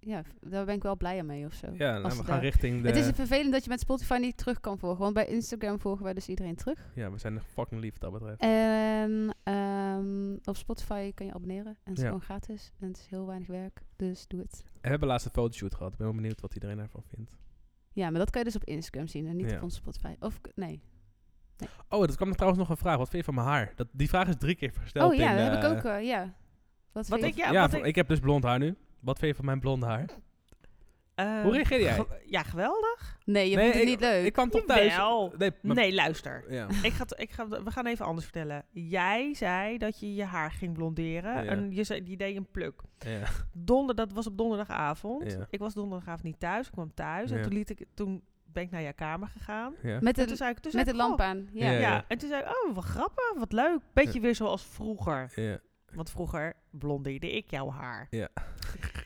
S1: ja?
S2: daar ben ik wel blij mee of zo.
S1: Ja, nou,
S2: Oh, als
S1: we
S2: het
S1: gaan
S2: daar-
S1: richting de...
S2: Het is vervelend dat je met Spotify niet terug kan volgen. Want bij Instagram volgen wij dus iedereen terug.
S1: Ja, we zijn echt fucking lief wat dat betreft.
S2: En ehm, op Spotify kan je abonneren. En het is
S1: Ja.
S2: gewoon gratis. En het is heel weinig werk. Dus doe het.
S1: En we hebben laatst een fotoshoot gehad. Ik ben wel benieuwd wat iedereen daarvan vindt.
S2: Ja, maar dat kan je dus op Instagram zien. En niet
S1: Ja.
S2: op onze Spotify. Of k- nee.
S1: Oh, dat kwam er trouwens nog een vraag. Wat vind je van mijn haar? Dat, die vraag is drie keer gesteld.
S2: Oh ja,
S1: in,
S2: dat heb ik
S1: eh,
S2: ook. eh, ja. Wat,
S3: Wat
S2: vind
S3: ik,
S2: je?
S3: ja,
S1: ja,
S3: wat
S1: voor-
S3: ik,
S1: ik heb dus blond haar nu. Wat vind je van mijn blond haar?
S3: eh,
S1: Hoe reageer jij?
S3: ge- ja, geweldig.
S2: Nee, je
S1: Nee,
S2: vindt
S1: ik-
S2: het niet leuk.
S1: Ik kwam toch thuis.
S3: Jawel.
S1: Nee, maar-
S3: Nee, luister.
S1: Ja.
S3: Ik ga, t- ik ga, we gaan even anders vertellen. Jij zei dat je je haar ging blonderen.
S1: Ja.
S3: En je, zei, je deed een pluk.
S1: ja.
S3: Donder, dat was op donderdagavond.
S1: Ja.
S3: Ik was donderdagavond niet thuis. Ik kwam thuis.
S1: Ja.
S3: En toen, liet ik, toen ben ik naar jouw kamer gegaan.
S1: ja.
S2: met
S3: En toen
S2: de,
S3: zei ik... Toen zei
S2: met de
S3: ik,
S2: lamp
S3: oh.
S2: aan.
S1: Ja,
S2: Ja.
S3: Ja.
S1: ja.
S3: en toen zei ik, oh, wat grappig, wat leuk. Beetje weer zoals vroeger.
S1: Ja.
S3: Want vroeger blondeerde ik jouw haar.
S1: Ja.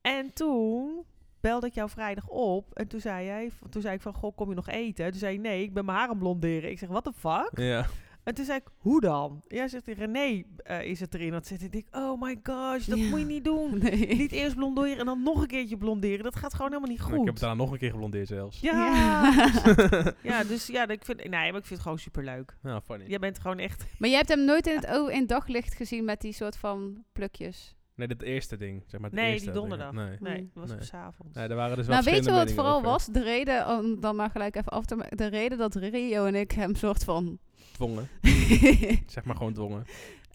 S3: En toen belde ik jou vrijdag op. En toen zei, jij, toen zei ik van, goh, kom je nog eten? Toen zei je, nee, ik ben mijn haar aan het blonderen. Ik zeg, what the fuck?
S1: Ja.
S3: En toen zei ik, hoe dan? Jij zegt, René eh, is het erin. Dat zit en ik, denk, oh my gosh, dat
S2: Ja.
S3: moet je niet doen.
S2: Nee.
S3: Niet eerst blonderen en dan nog een keertje blonderen. Dat gaat gewoon helemaal niet
S1: Maar Nou, ik heb
S3: goed.
S1: het daarna nog een keer geblondeerd zelfs.
S3: ja. ja, dus ja, ik vind, nee, maar ik vind het gewoon superleuk.
S1: Nou, funny.
S3: Jij bent gewoon echt...
S2: Maar jij hebt hem nooit in het oog in het daglicht gezien met die soort van plukjes.
S1: Nee, dat eerste ding. Zeg maar, het
S3: Nee,
S1: eerste
S3: die
S1: ding.
S3: donderdag.
S1: Nee.
S3: Nee,
S2: Nee.
S3: dat was
S1: Nee.
S3: op s'avonds.
S1: Nee, daar waren dus wel
S2: nou, weet je wat het
S1: verschillende meningen
S2: vooral was? De reden, om dan maar gelijk even af te maken. De reden dat Rio en ik hem soort van...
S1: over. Dwongen. Zeg maar gewoon dwongen.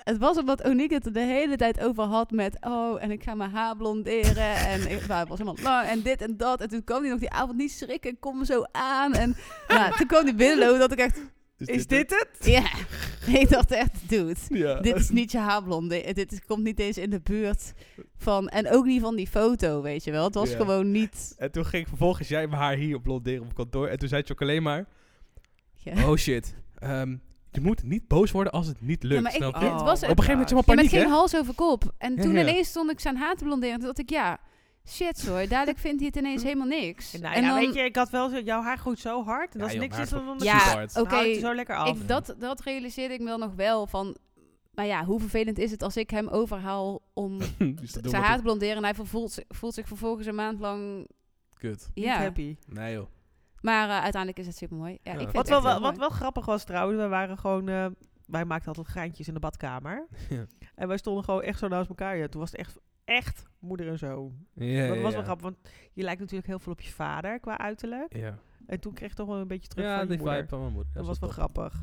S2: het was omdat Oniek het er de hele tijd over had met... Oh, en ik ga mijn haar blonderen. en ik nou, het was helemaal lang. En dit en dat. En toen kwam hij nog die avond niet schrikken. Kom me zo aan. En nou, toen kwam hij binnenlopen dat ik echt...
S3: Is dit het?
S2: Ja. ik dacht echt, dude,
S1: Ja.
S2: dit is niet je haarblond. Dit, dit is- komt niet eens in de buurt van... En ook niet van die foto, weet je wel. Het was
S1: Ja.
S2: gewoon niet...
S1: En toen ging ik vervolgens jij mijn haar hier blonderen op kantoor. En toen zei je ook alleen maar,
S2: Ja.
S1: oh shit, ehm, je moet niet boos worden als het niet lukt.
S2: Ja, maar ik-
S1: snap je?
S2: dit
S3: Oh
S2: was
S1: Op een gegeven moment is
S2: Ja,
S1: helemaal
S2: met
S1: paniek,
S2: geen
S1: hè?
S2: hals over kop. En
S1: Ja,
S2: toen
S1: ja.
S2: ineens stond ik zijn haar te blonderen. Toen dacht ik, ja, shit hoor. Dadelijk vindt hij het ineens helemaal niks.
S3: Nou
S2: en
S3: ja,
S2: dan,
S3: weet je, ik had wel zo, jouw haar groeit zo hard. En
S1: Ja,
S3: als
S1: joh,
S3: niks
S1: haar
S3: is,
S1: is
S3: dan dan
S1: super
S2: Ja,
S1: hard.
S2: oké.
S3: houdt Nou, het zo lekker af.
S2: ik, dat, dat realiseerde ik me dan nog wel van... Maar ja, hoe vervelend is het als ik hem overhaal om
S1: dus dat doen
S2: zijn
S1: we
S2: haar
S1: toch
S2: te blonderen... en hij voelt, zich- voelt zich vervolgens een maand lang...
S1: kut.
S3: Niet
S2: Ja,
S3: happy.
S1: Nee joh.
S2: maar eh, uiteindelijk is het supermooi.
S1: Ja.
S2: Ja, ik vind
S1: Wat
S2: het
S3: Wat
S2: echt
S3: wel,
S2: heel
S3: wat
S2: mooi.
S3: wel grappig was trouwens, wij waren gewoon... eh, wij maakten altijd geintjes in de badkamer.
S1: Ja.
S3: En wij stonden gewoon echt zo naast elkaar. Ja, toen was het echt, echt moeder en zoon.
S1: Ja,
S3: dat
S1: ja,
S3: was
S1: ja.
S3: wel grappig, want je lijkt natuurlijk heel veel op je vader qua uiterlijk.
S1: Ja,
S3: En toen kreeg ik toch wel een beetje terug
S1: ja
S3: van je
S1: die
S3: moeder.
S1: vibe van mijn moeder.
S3: Dat was wel
S1: top.
S3: grappig.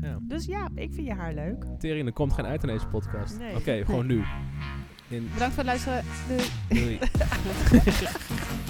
S1: Ja.
S3: Dus ja, ik vind je haar leuk.
S1: Tering, er komt geen uit in deze podcast.
S3: Nee.
S1: Oké, gewoon nu. In,
S2: Bedankt voor het luisteren. Doei.
S1: doei.